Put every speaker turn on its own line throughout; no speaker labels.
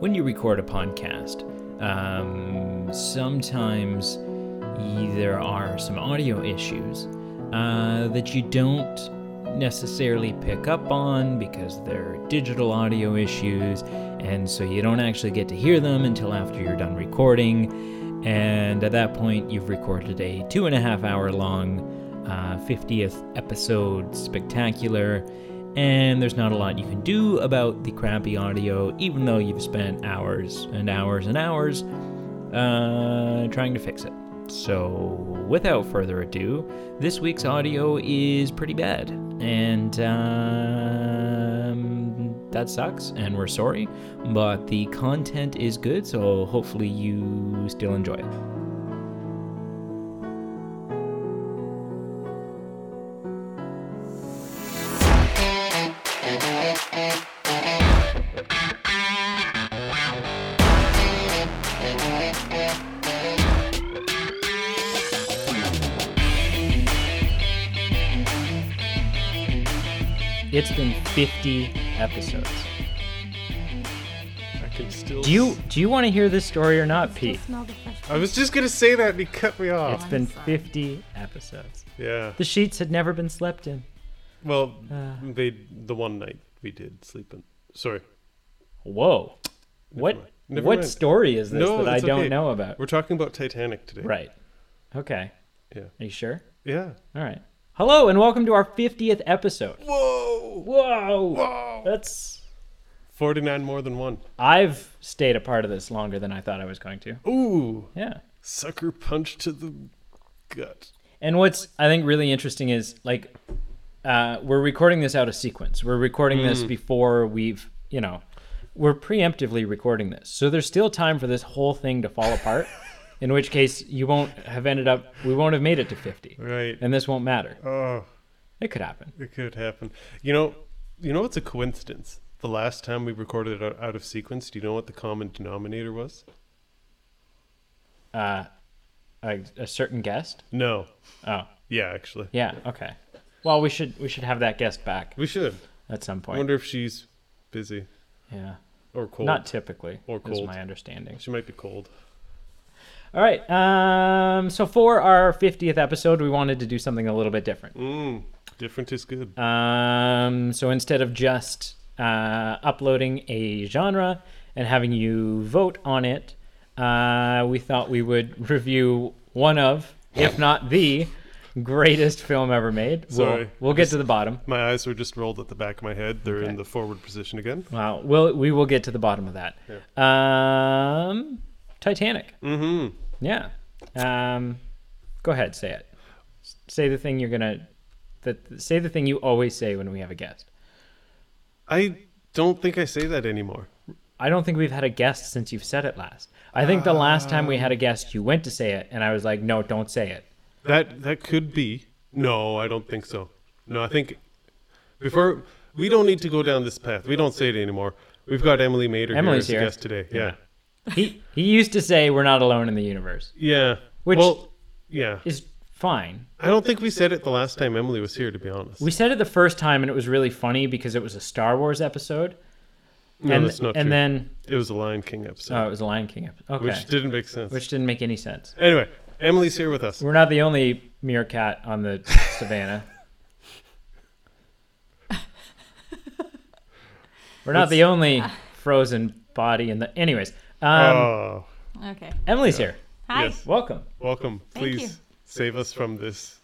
when you record a podcast, um, sometimes y- there are some audio issues uh, that you don't necessarily pick up on because they're digital audio issues, and so you don't actually get to hear them until after you're done recording. And at that point, you've recorded a two and a half hour long uh, 50th episode spectacular, and there's not a lot you can do about the crappy audio, even though you've spent hours and hours and hours uh, trying to fix it. So, without further ado, this week's audio is pretty bad, and um, that sucks, and we're sorry, but the content is good, so hopefully you still enjoy it. It's been 50 episodes.
I can still.
Do you do you want to hear this story or not, Pete?
Smell the fresh
I was just gonna say that, and he cut me
It's
off.
been
sorry.
50 episodes.
Yeah.
The sheets had never been slept in.
Well,
Uh.
they the one night we did sleep in. Sorry,
Whoa. What
mind. Never
what
mind.
story is this
No,
that I
it's
don't
okay.
know about?
we're talking about Titanic today.
Right. Okay.
Yeah.
Are you sure?
Yeah.
All right. Hello and welcome to our 50th episode.
Whoa.
Whoa.
Whoa.
That's
Forty nine more than one.
I've stayed a part of this longer than I thought I was going to.
Ooh.
Yeah.
Sucker punch to the gut.
And what's I think really interesting is like uh, we're recording this out of sequence. We're recording
Mm.
this before we've you know we're preemptively recording this, so there's still time for this whole thing to fall apart. in which case, you won't have ended up. We won't have made it to 50,
Right.
and this won't matter.
Oh,
It could happen.
it could happen. You know, you know it's a coincidence. The last time we recorded out out of sequence, do you know what the common denominator was?
Uh, a, a certain guest.
No.
Oh,
Yeah, actually.
yeah. Okay. Well, we should we should have that guest back
We should.
at some
I
point.
wonder if she's busy
yeah.
or cold.
Not typically.
Or
Is
cold.
my understanding.
She might be cold.
All right. Um, so for our 50th episode, we wanted to do something a little bit different.
Mm, different is good.
Um, so instead of just uh, uploading a genre and having you vote on it, uh, we thought we would review one of, if not the, greatest film ever made. We'll-
Sorry.
We'll, get to the bottom.
My eyes were just rolled at the back of my head. They're
Okay.
in the forward position again.
Wow. We'll, we will get to the bottom of that. Um, Titanic.
Mm-hmm.
Yeah. Um, go ahead, say it. S- Say the thing you're gonna. That say the thing you always say when we have a guest.
I don't think I say that anymore.
I don't think we've had a guest since you've said it last. I think the last time we had a guest, you went to say it, and I was like, "No, don't say it."
That that could be. No, I don't think so. No, I think before we don't need to go down this path. We don't say it anymore. We've got Emily Mater
Emily's
here
here.
as a guest today. Yeah,
He he used to say, "We're not alone in the universe,"
yeah.
Which-
well, yeah.
is fine.
I don't think we said it the last time Emily was here. To be honest,
We said it the first time, and it was really funny because it was a Star Wars episode.
no,
and
that's not
and
true.
then
it was a Lion King episode,
oh, it was a Lion King episode. Okay,
which didn't make sense.
which didn't make any sense.
Anyway, Emily's here with us.
We're not the only meerkat on the savannah. We're not the only frozen body in the. Anyways, um,
oh,
Okay.
Emily's here.
Hi.
Yes.
Welcome.
welcome.
Thank you.
Please save us from this.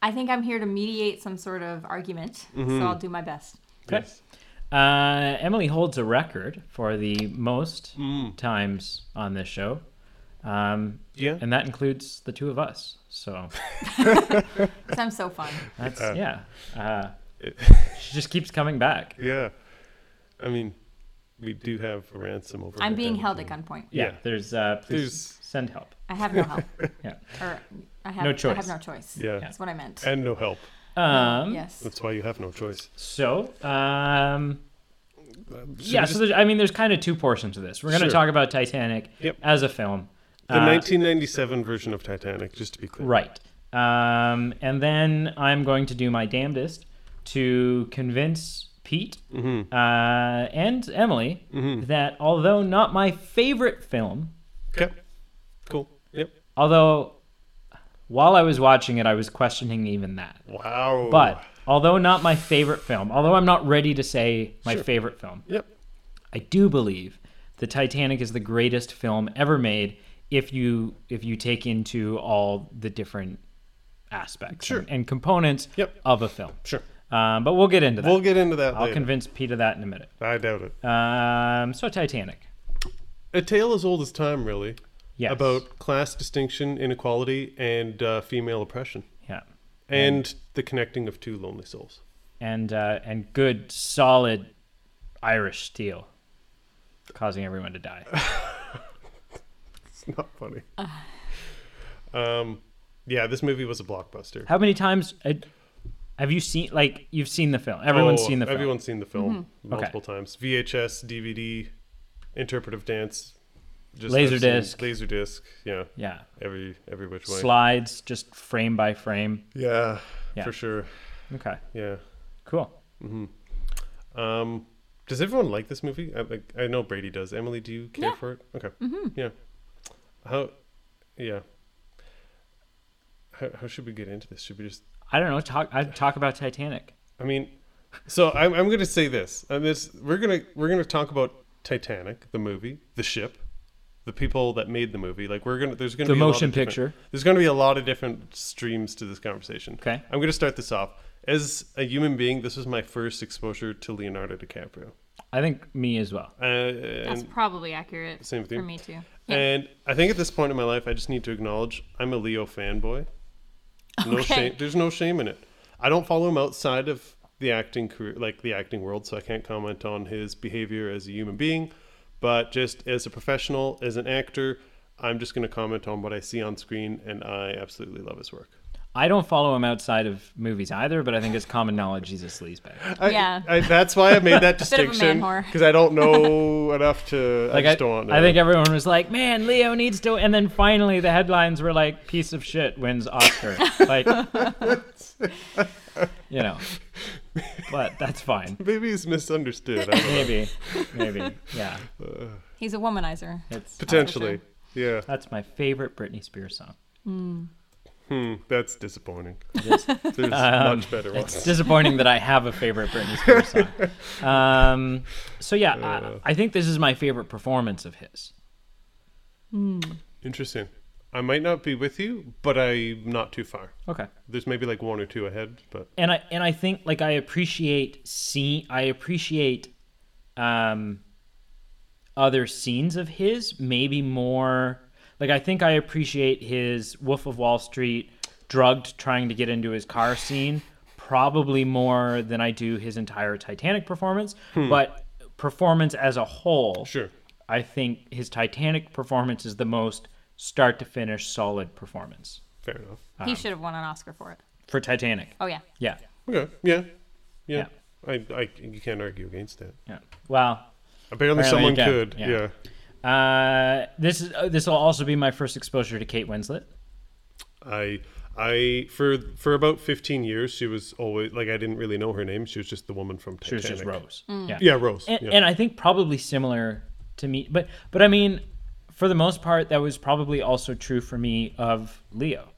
I think I'm here to mediate some sort of argument,
Mm-hmm.
so I'll do my best.
Okay.
Yes.
Uh, Emily holds a record for the most times on this show, um,
Yeah.
and that includes the two of us. So
So I'm so fun.
that's
Uh,
yeah. Uh, she just keeps coming back.
yeah. I mean, we do have a ransom over.
I'm
her
being
head.
held at gunpoint.
Yeah.
Yeah.
There's uh, please
There's-
send help.
I have no help.
Yeah.
Or I have
No
I
choice.
have no choice.
Yeah.
That's what I meant.
And no help.
Um,
yes.
That's why you have no choice.
So, um,
Should
yeah. So
we just-
there's, I mean, there's kind of two portions of this. We're going to
Sure.
talk about Titanic
Yep.
as a film,
the
uh,
1997 version of Titanic, just to be clear.
right? Um, and then I'm going to do my damnedest to convince Pete
Mm-hmm.
uh, and Emily that although not my favorite film,
Okay. Cool. Yep.
although while I was watching it, I was questioning even that.
Wow.
But although not my favorite film, although I'm not ready to say my favorite film,
Yep.
I do believe the Titanic is the greatest film ever made if you if you take into all the different aspects
Sure.
and, and components
Yep.
of a film.
Sure.
Um, but we'll get into that.
We'll get into that
I'll
later.
convince Pete of that in a minute.
I doubt it.
Um, so Titanic.
A tale as old as time, really.
Yes.
About class distinction, inequality, and uh, female oppression,
yeah.
and the connecting of two lonely souls.
And uh, and good solid Irish steel causing everyone to die.
It's not funny. um, yeah, this movie was a blockbuster.
How many times uh, have you seen like you've seen the film? Everyone's
Oh,
seen the film. Mm-hmm.
Everyone's seen the film multiple
Okay.
times. VHS, DVD, interpretive dance, just
Laserdisc.
laser disc. Yeah,
Yeah.
every every which way.
Slides just frame by frame.
yeah,
Yeah.
for sure.
Okay.
Yeah.
Cool.
Um, does everyone like this movie? I, like, I know Brady does. Emily, do you care
Yeah.
for it? Okay. Yeah. How? Yeah. How, how should we get into this? Should we just?
I don't know. Talk. I talk about Titanic.
I mean, so I'm I'm gonna say this. And this we're gonna we're gonna talk about Titanic, the movie, the ship, the people that made the movie. Like we're gonna there's gonna
The
be a lot of
motion
different-
picture.
There's gonna be a lot of different streams to this conversation.
Okay.
I'm gonna start this off. As a human being, this was my first exposure to Leonardo DiCaprio.
I think me as well.
Uh, and
That's probably accurate.
Same thing.
for me too. Yeah.
And I think at this point in my life, I just need to acknowledge I'm a Leo fanboy. No
Okay.
shame. There's no shame in it. I don't follow him outside of the acting career, like the acting world, so I can't comment on his behavior as a human being. But just as a professional, as an actor, I'm just going to comment on what I see on screen, and I absolutely love his work.
I don't follow him outside of movies either, but I think it's common knowledge he's a sleazebag.
I,
Yeah.
I, that's why I made that
of a man
distinction
whore.
because I don't know enough to. I
Like
just
I,
don't want to.
I think everyone was like, "Man, Leo needs to," and then finally the headlines were like, "Piece of shit wins Oscar." like, you know, but that's fine.
maybe he's misunderstood. I don't know.
Maybe, maybe, yeah.
He's a womanizer.
It's
Potentially, yeah.
that's my favorite Britney Spears song.
Hmm, that's disappointing.
is.
There's much better
Um, It's
ones.
disappointing that I have a favorite Britney Spears song. Um, so yeah, I, I think this is my favorite performance of his.
Interesting. I might not be with you, but I'm not too far.
Okay.
There's maybe like one or two ahead, but
and I and I think like I appreciate see I appreciate um other scenes of his maybe more like I think I appreciate his Wolf of Wall Street drugged trying to get into his car scene probably more than I do his entire Titanic performance but performance as a whole
Sure.
I think his Titanic performance is the most start to finish solid performance
fair enough.
he should have won an Oscar for it.
for Titanic
Oh yeah.
yeah
Okay. Yeah. Yeah. I, I, you can't argue against that.
yeah well
Apparently,
Apparently
someone
you can,
could. Yeah.
yeah. Uh, this is uh, this will also be my first exposure to Kate Winslet.
I, I for for about 15 years, she was always like I didn't really know her name. She was just the woman from
She
Titanic.
was just Rose. Yeah,
Yeah, Rose.
And,
yeah.
and I think probably similar to me, but but I mean, for the most part, that was probably also true for me of Leo,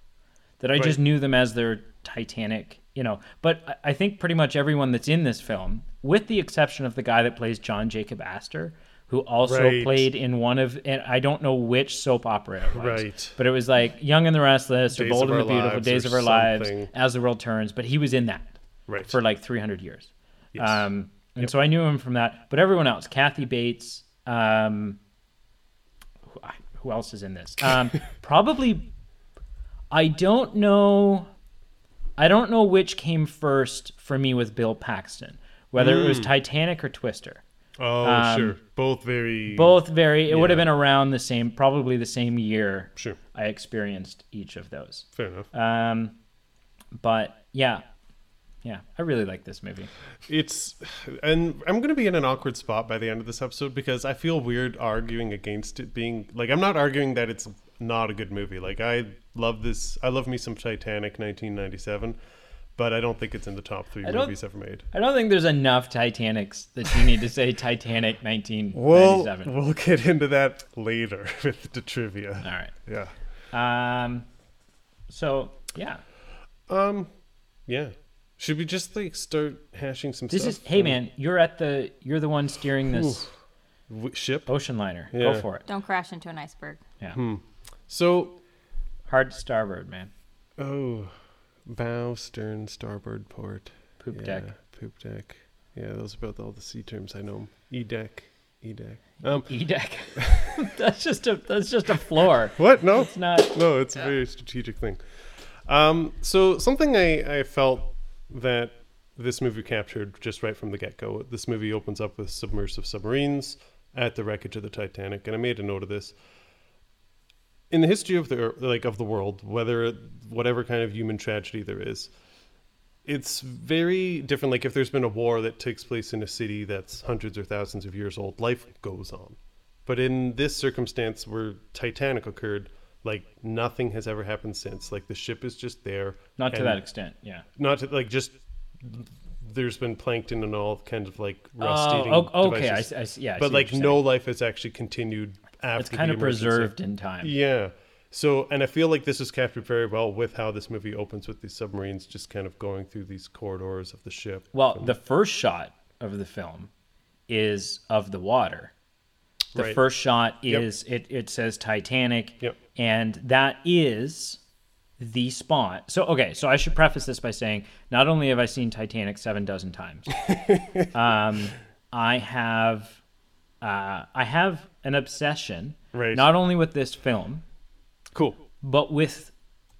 that I just
Right.
knew them as their Titanic, you know. But I, I think pretty much everyone that's in this film, with the exception of the guy that plays John Jacob Astor, who also
Right.
played in one of, and I don't know which soap opera it was,
Right.
But it was like Young and the Restless or
Days
Bold
of
and the
Our
Beautiful,
Lives
Days
or
of Our Lives,
something.
As the World Turns. But he was in that
Right.
for like 300 years.
Yes.
Um, and so I knew him from that. But everyone else, Kathy Bates, um, who, I- who else is in this? Um, probably, I don't know. I don't know which came first for me with Bill Paxton, whether it was Titanic or Twister.
oh, sure. Both very.
um, Both very. It would have been around the same, probably the same year.
Sure.
I experienced each of those.
Fair enough.
Um, but yeah, yeah, I really like this movie.
It's, and I'm going to be in an awkward spot by the end of this episode because I feel weird arguing against it being like I'm not arguing that it's not a good movie. Like I love this. I love me some Titanic 1997, but I don't think it's in the top three
I don't-
movies ever made.
I don't think there's enough Titanics that you need to say Titanic
We'll
1997.
we'll get into that later with the trivia.
All right.
Yeah,
Um, so yeah,
yeah. Should we just like start hashing some
this
stuff?
is hey man, you're at the you're the one steering this
W- ship.
ocean liner. Go
Yeah.
for it.
Don't crash into an iceberg.
Yeah,
So,
hard to starboard, man.
oh, bow, stern, starboard, port,
Poop
yeah,
deck.
poop deck. Yeah, those are both all the sea terms I know. E deck, E deck. Um,
E deck. that's just a that's just a floor.
what? No,
It's not.
no, it's a very strategic thing. Um, so something I, I felt that this movie captured just right from the get go. This movie opens up with submersive submarines at the wreckage of the Titanic, and I made a note of this. In the history of the ear- like of the world, whether whatever kind of human tragedy there is, it's very different. Like if there's been a war that takes place in a city that's hundreds or thousands of years old, life goes on. But in this circumstance where Titanic occurred, like nothing has ever happened since. Like the ship is just there.
Not to
and
that extent. Yeah.
Not to, like just there's been plankton and all kind of like rust eating.
Oh, o- okay. I,
devices.
see- I see. Yeah. I see
but
what
like
you're
no
saying.
life has actually continued after
it's kind
the
of
emergency.
preserved in time.
Yeah. So, and I feel like this is captured very well with how this movie opens with these submarines just kind of going through these corridors of the ship.
Well, the first shot of the film is of the water. The
Right.
first shot is it, it says Titanic,
Yep.
and that is the spot. So, okay, so I should preface this by saying not only have I seen Titanic seven dozen times, um, I have. Uh, I have an obsession,
Right.
not only with this film,
Cool.
but with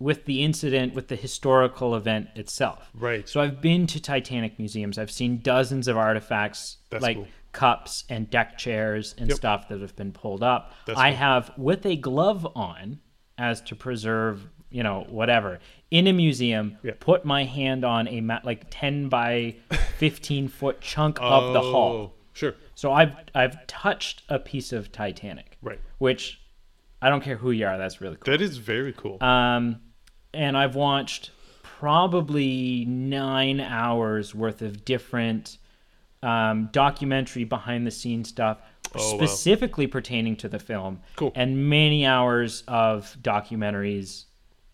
with the incident with the historical event itself
Right.
so i've been to titanic museums i've seen dozens of artifacts
That's
like
cool.
cups and deck chairs and
Yep.
stuff that have been pulled up
That's
i
cool.
have with a glove on as to preserve you know whatever in a museum
Yeah.
put my hand on a ma- like 10 by 15 foot chunk of the
Oh,
hull
Sure.
so I've I've touched a piece of Titanic,
Right.
Which I don't care who you are, that's really cool.
That is very cool.
Um, and I've watched probably nine hours worth of different um, documentary behind the scenes stuff,
Oh, wow.
specifically pertaining to the film,
Cool.
and many hours of documentaries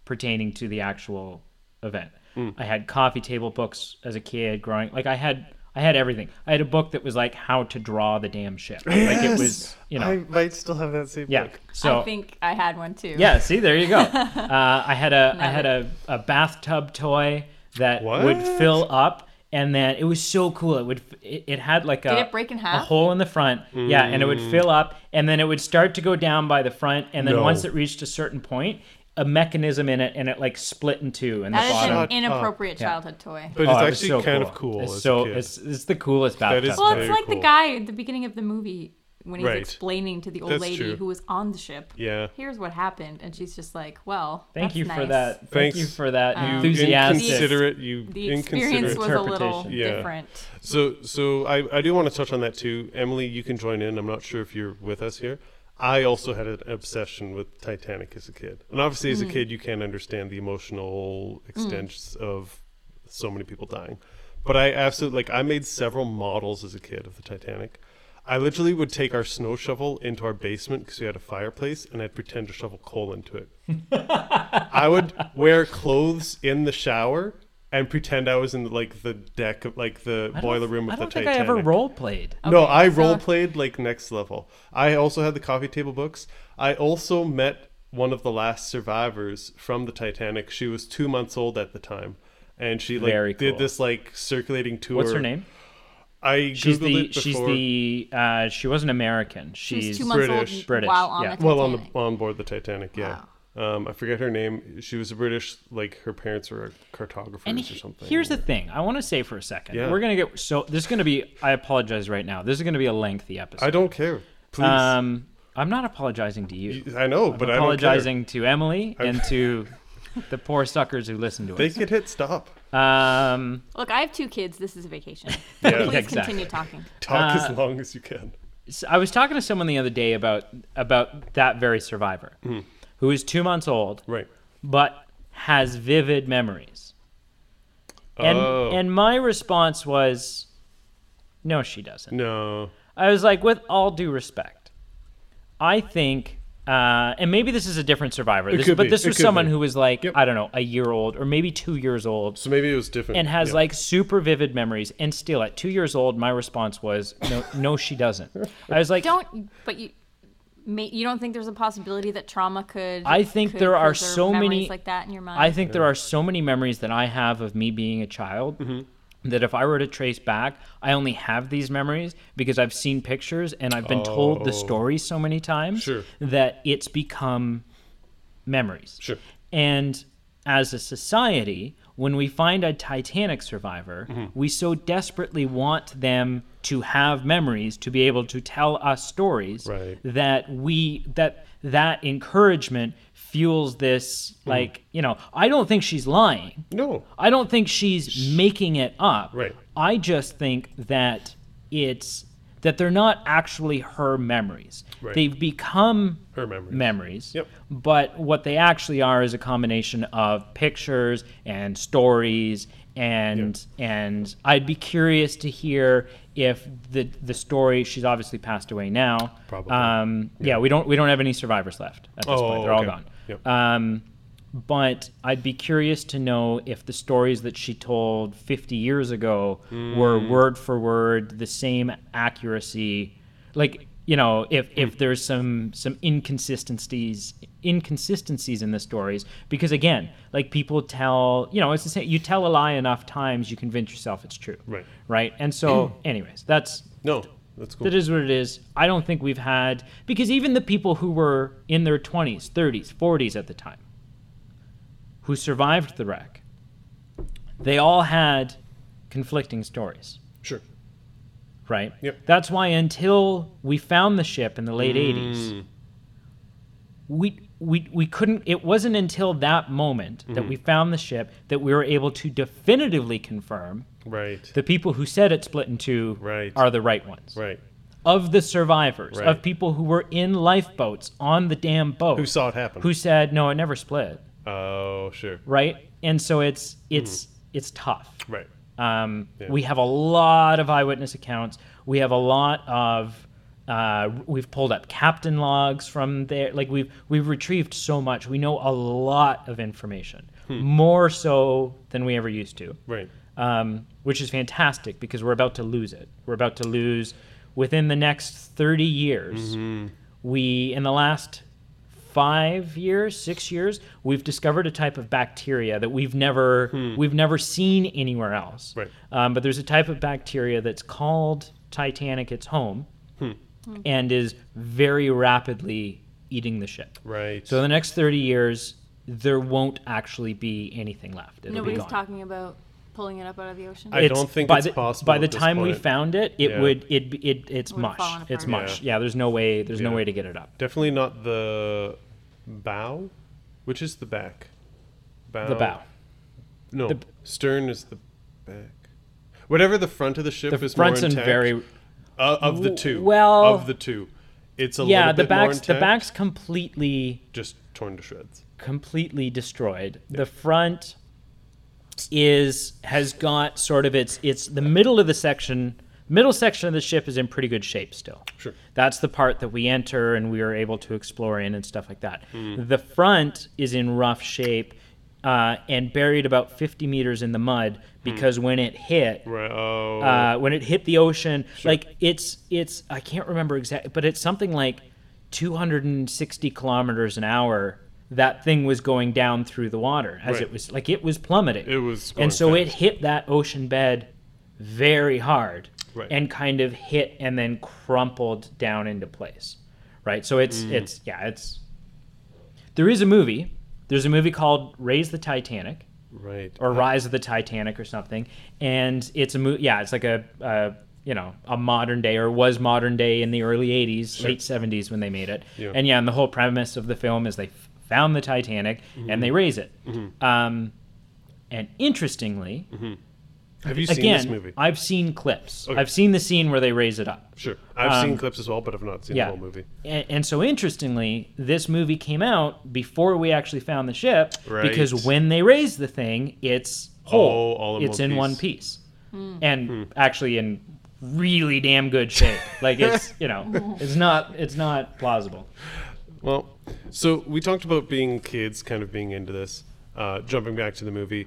pertaining to the actual event.
Hmm.
I had coffee table books as a kid growing. Like I had. I had everything. I had a book that was like how to draw the damn ship. Like it was, you know,
might still have that same
yeah. So
I think I had one too.
yeah, see, there you go. Uh, I had a I had a, a bathtub toy that would
What?
fill up, and then it was so cool. It would it, it had like a
Did it break in
a
half?
hole in the front, yeah, and it would fill up, and then it would start to go down by the front, and then
Mm. No.
once it reached a certain point, a mechanism in it, and it like split in two in
That
the
is
bottom.
an
Shut
inappropriate childhood toy.
But
Oh,
it's
it was
actually
so
kind of cool.
It's
as a
so
kid.
it's it's the coolest bathtub.
is
toy.
Well, it's
Very
like
cool.
the guy at the beginning of the movie when he's
Right.
explaining to the old
That's
lady
true.
who was on the ship.
Yeah.
Here's what happened, and she's just like, "Well,
Thank
that's Um,
you for
nice.
that. Thank
Thanks.
you for that enthusiastic.
Inconsiderate. You
The experience
inconsiderate.
was a little
interpretation.
Yeah.
different.
So, so I, I do want to touch on that too. Emily, you can join in. I'm not sure if you're with us here. I also had an obsession with Titanic as a kid, and obviously as a kid you can't understand the emotional extents of so many people dying. But I absolutely like. I made several models as a kid of the Titanic. I literally would take our snow shovel into our basement because we had a fireplace, and I'd pretend to shovel coal into it. I would wear clothes in the shower and pretend I was in like the deck, of, like the
I don't-
boiler room of
I
the
don't think
Titanic.
I ever role played.
No,
Okay,
I
so-
role played like next level. I also had the coffee table books. I also met one of the last survivors from the Titanic. She was two months old at the time, and she like
Very
did
cool.
this like circulating tour.
What's her name?
I
She's
googled
the
it before.
she's the uh, she wasn't American. She's,
She's, two months
British.
old
British,
while on
yeah.
the Titanic.
well on the on board the Titanic. Yeah. Um, I forget her name. She was a British, like her parents were cartographers
And
or something.
here's the thing. I want to say for a second.
Yeah.
We're gonna get so this is gonna be. I apologize right now. This is gonna be a lengthy episode.
I don't care. Please.
um, I'm not apologizing to you.
I know,
I'm
but I don't care.
apologizing to Emily and to the poor suckers who listen to
They
us.
could hit stop.
Um,
Look, I have two kids. This is a vacation.
Yeah.
Please
Exactly.
continue talking.
Talk
Uh,
as long as you can.
s- I was talking to someone the other day about about that very survivor,
Mm.
who is two months old,
Right.
but has vivid memories. And
Oh.
and my response was, no, she doesn't.
No.
I was like, with all due respect, I think, uh, and maybe this is a different survivor,
It
this,
could
but
be.
this
It
was
could
someone
be.
who was like,
Yep.
I don't know, a year old or maybe two years old,
So maybe it was different.
and has
Yeah.
like super vivid memories. And still, at two years old, my response was, no, no, she doesn't. I was like,
Don't, but you, ma- you don't think there's a possibility that trauma could.
I think
could
there are
preserve
so
memories
many-
like that in your mind.
I think there are so many memories that I have of me being a child
Mm-hmm.
that if I were to trace back, I only have these memories because I've seen pictures and I've been told the
Oh.
story so many times
Sure.
that it's become memories.
Sure.
And as a society, when we find a Titanic survivor,
Mm-hmm.
we so desperately want them to have memories to be able to tell us stories
Right.
that we that that encouragement fuels this
Mm.
like, you know, I don't think she's lying.
No.
I don't think she's making it up.
Right.
I just think that it's that they're not actually her memories.
Right.
They've become
Her memories.
memories.
Yep.
But what they actually are is a combination of pictures and stories and and I'd be curious to hear if the the story she's obviously passed away now.
Probably.
Um, yeah. we don't we don't have any survivors left at this point.
Oh,
They're all
okay.
gone.
Yep.
Um, but I'd be curious to know if the stories that she told 50 years ago were word for word the same accuracy, like you know, if if there's some some inconsistencies inconsistencies in the stories, because again, like people tell, you know, it's the same. You tell a lie enough times, you convince yourself it's true.
Right.
Right. And so, anyways, that's
No. That's cool.
that is what it is. I don't think we've had because even the people who were in their 20s, 30s, 40s at the time who survived the wreck, they all had conflicting stories,
sure.
right?
Yep. Mm.
That's why until we found the ship in the late 80s, we we, we couldn't it wasn't until that moment that
Mm-hmm.
we found the ship that we were able to definitively confirm
Right.
the people who said it split in two
Right.
are the right ones
right.
of the survivors, of
Right.
people who were in lifeboats on the damn boat,
Who saw it happen?
who said, "No, it never split,"
Oh, sure.
right? And so it's it's it's tough.
Right.
Um,
Hmm. Yeah.
We have a lot of eyewitness accounts. We have a lot of uh, we've pulled up captain logs from there. Like we've we've retrieved so much. We know a lot of information,
Hmm.
more so than we ever used to
Right.
um, which is fantastic because we're about to lose it. We're about to lose within the next 30 years. We, in the last five years, six years, we've discovered a type of bacteria that we've never we've never seen anywhere else.
Right.
Um, but there's a type of bacteria that's called Titanic its home, and is very rapidly eating the ship.
Right.
So in the next 30 years, there won't actually be anything left. It'll be
Nobody's
gone.
talking about pulling it up out of the ocean.
I-
It's-
don't think
by
it's
the,
possible
By
at
the
this
time we
point.
found it, it
Yeah.
would it it it's
Would've fallen
mush. It's
apart.
mush. Yeah. there's no way. There's no
Yeah.
way to get it up.
Definitely not the bow, which is the back. Bow.
The bow.
No,
The-
stern is the back. Whatever the front of the ship
The
is more
front's in
intact.
very.
uh, of the
W-
two.
well-
of the two, it's a
Yeah,
little
the
bit more
back's the
intact,
back's completely
just torn to shreds.
completely destroyed. The front is has got sort of its it's the middle of the section middle section of the ship is in pretty good shape still.
Sure.
That's the part that we enter and we are able to explore in and stuff like that.
Hmm.
The front is in rough shape uh, and buried about 50 meters in the mud because when it hit,
Hmm. Right. Oh,
uh, when it hit the ocean, like it's it's I can't remember exactly, but it's something like 260 kilometers an hour. That thing was going down through the water as
Right.
it was like it was plummeting.
It was going
and so it
fast.
hit that ocean bed very hard
Right.
and kind of hit and then crumpled down into place. Right. So it's it's yeah it's there is a movie. There's a movie called Raise the Titanic
right.
or Rise of the Titanic or something. And it's a movie. Yeah, it's like a, a you know a modern day or was modern day in the early '80s, late '70s when they made it.
Yeah.
And yeah, and the whole premise of the film is they f- found the
Mm-hmm.
Titanic and they raise it. Um, and interestingly,
Have you Mm-hmm. seen
Again, uh,
this movie?
I've seen clips.
Okay.
I've seen the scene where they raise it up.
Sure. I've
Um,
seen clips as well, but I've not seen the whole movie.
And, and so interestingly, this movie came out before we actually found the ship
Right.
because when they raise the thing, it's whole.
Oh, all in
it's
one
in
piece. Hmm.
one piece. And actually in really damn good shape. Like it's, you know, it's not it's not plausible.
Well, so we talked about being kids, kind of being into this. Uh, jumping back to the movie,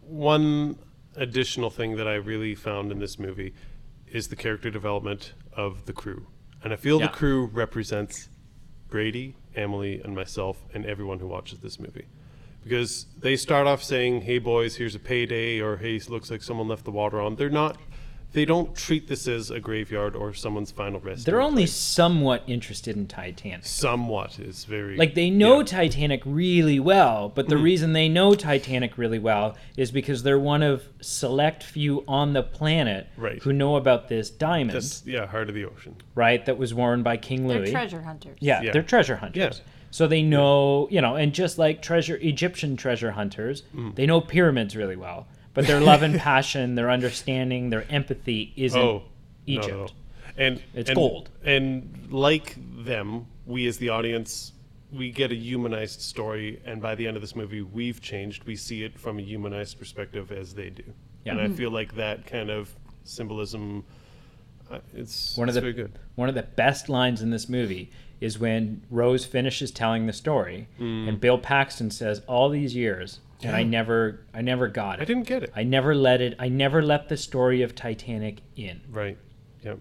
one additional thing that I really found in this movie is the character development of the crew, and I feel
Yeah.
the crew represents Brady, Emily, and myself, and everyone who watches this movie, because they start off saying, "Hey boys, here's a payday," or "Hey, looks like someone left the water on." They're not. They don't treat this as a graveyard or someone's final rest.
They're only somewhat interested in Titanic.
somewhat is very
Like they know
Yeah. Hmm.
Titanic really well, but the reason they know Titanic really well is because they're one of select few on the planet
Right.
who know about this diamond,
That's yeah, heart of the ocean.
right? That was worn by King
They're
Louis.
treasure hunters.
Yeah,
Yeah.
they're treasure hunters.
Yeah.
So they know, you know, and just like treasure Egyptian treasure hunters,
Mm.
they know pyramids really well. But their love and passion, their understanding, their empathy isn't
Oh, no,
Egypt.
no, no. and
It's
and-
gold.
And like them, we as the audience, we get a humanized story, and by the end of this movie, we've changed. We see it from a humanized perspective as they do,
Yeah.
and I feel like that kind of symbolism. uh, It's
One of
it's
the
very good.
one of the best lines in this movie is when Rose finishes telling the story,
Mm.
and Bill Paxton says, "All these years, and I never, I never got it.
I didn't get it.
I never let it. I never let the story of Titanic in."
right. Yeah.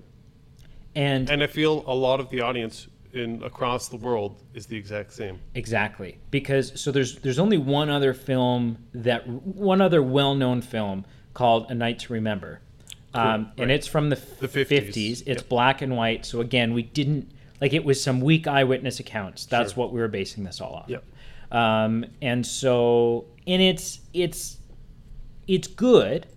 And,
And I feel a lot of the audience in across the world is the exact same.
exactly because so there's there's only one other film that one other well-known film called A Night to Remember, um, and it's from the,
The 50s.
50s. It's black and white. So again, we didn't like it was some weak eyewitness accounts. That's
Sure.
what we were basing this all off.
Yep.
Um, and so and it's it's it's good.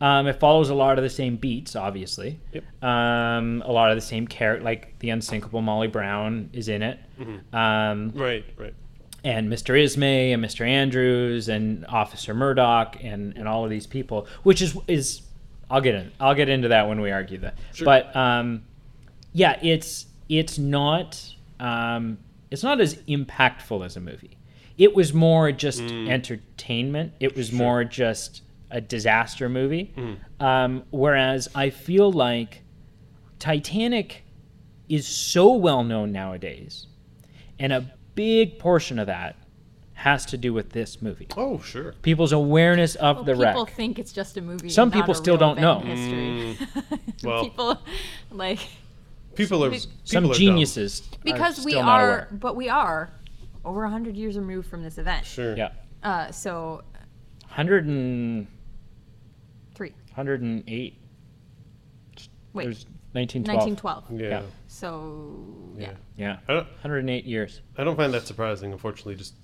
Um, it follows a lot of the same beats, obviously.
Mm-hmm. Yep.
Um, a lot of the same character, like the unsinkable Molly Brown is in it.
Mm-hmm.
Um,
Right. Right.
and Mr. Ismay and Mr. Andrews and Officer Murdoch and, and all of these people, which is is I'll get in I'll get into that when we argue that. But um, yeah, it's it's not um, it's not as impactful as a movie. It was more just
Mm.
entertainment. It was more just a disaster movie.
Mm.
Um, whereas I feel like Titanic is so well known nowadays, and a big portion of that has to do with this movie.
Oh, sure.
People's awareness of
Well,
the wreck.
Oh, people think it's just a movie.
Some
and not
people
a
still
real
don't
event in
know.
History.
well-
people like
People are
Be-
people
Some
are dumb.
geniuses are
because we
still not
are,
aware.
but we are over hundred years removed from this event.
Sure.
yeah,
Uh, so
100 and,
three,
108.
wait,
There's 1912.
1912.
yeah.
Yeah.
So yeah.
Yeah.
Yeah,
I don't,
108 years.
I don't find that surprising. Unfortunately, just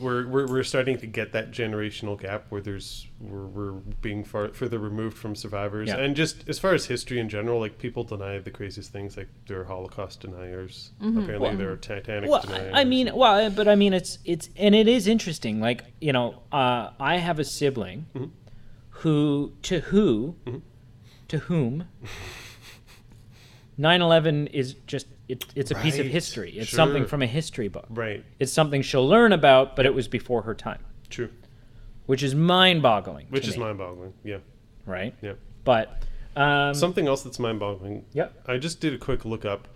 we're we're, we're starting to get that generational gap where there's we're, we're being far further removed from survivors,
Yeah.
and just as far as history in general, like people deny the craziest things, like they're Holocaust deniers. Apparently, they're Titanic
Mm-hmm. well,
deniers.
I mean, well, but I mean, it's it's and it is interesting. Like you know, uh, I have a sibling
Mm-hmm.
who to who to whom 9/11 is just it, it's a piece of
Right,
history. It's something
sure.
from a history book.
right?
It's something she'll learn about, but it was before her time,
True.
which is mind-boggling. to
Which is
me,
mind-boggling. Yeah.
right?
Yeah.
But um,
Something else that's mind-boggling.
Yep.
I just did a quick look up.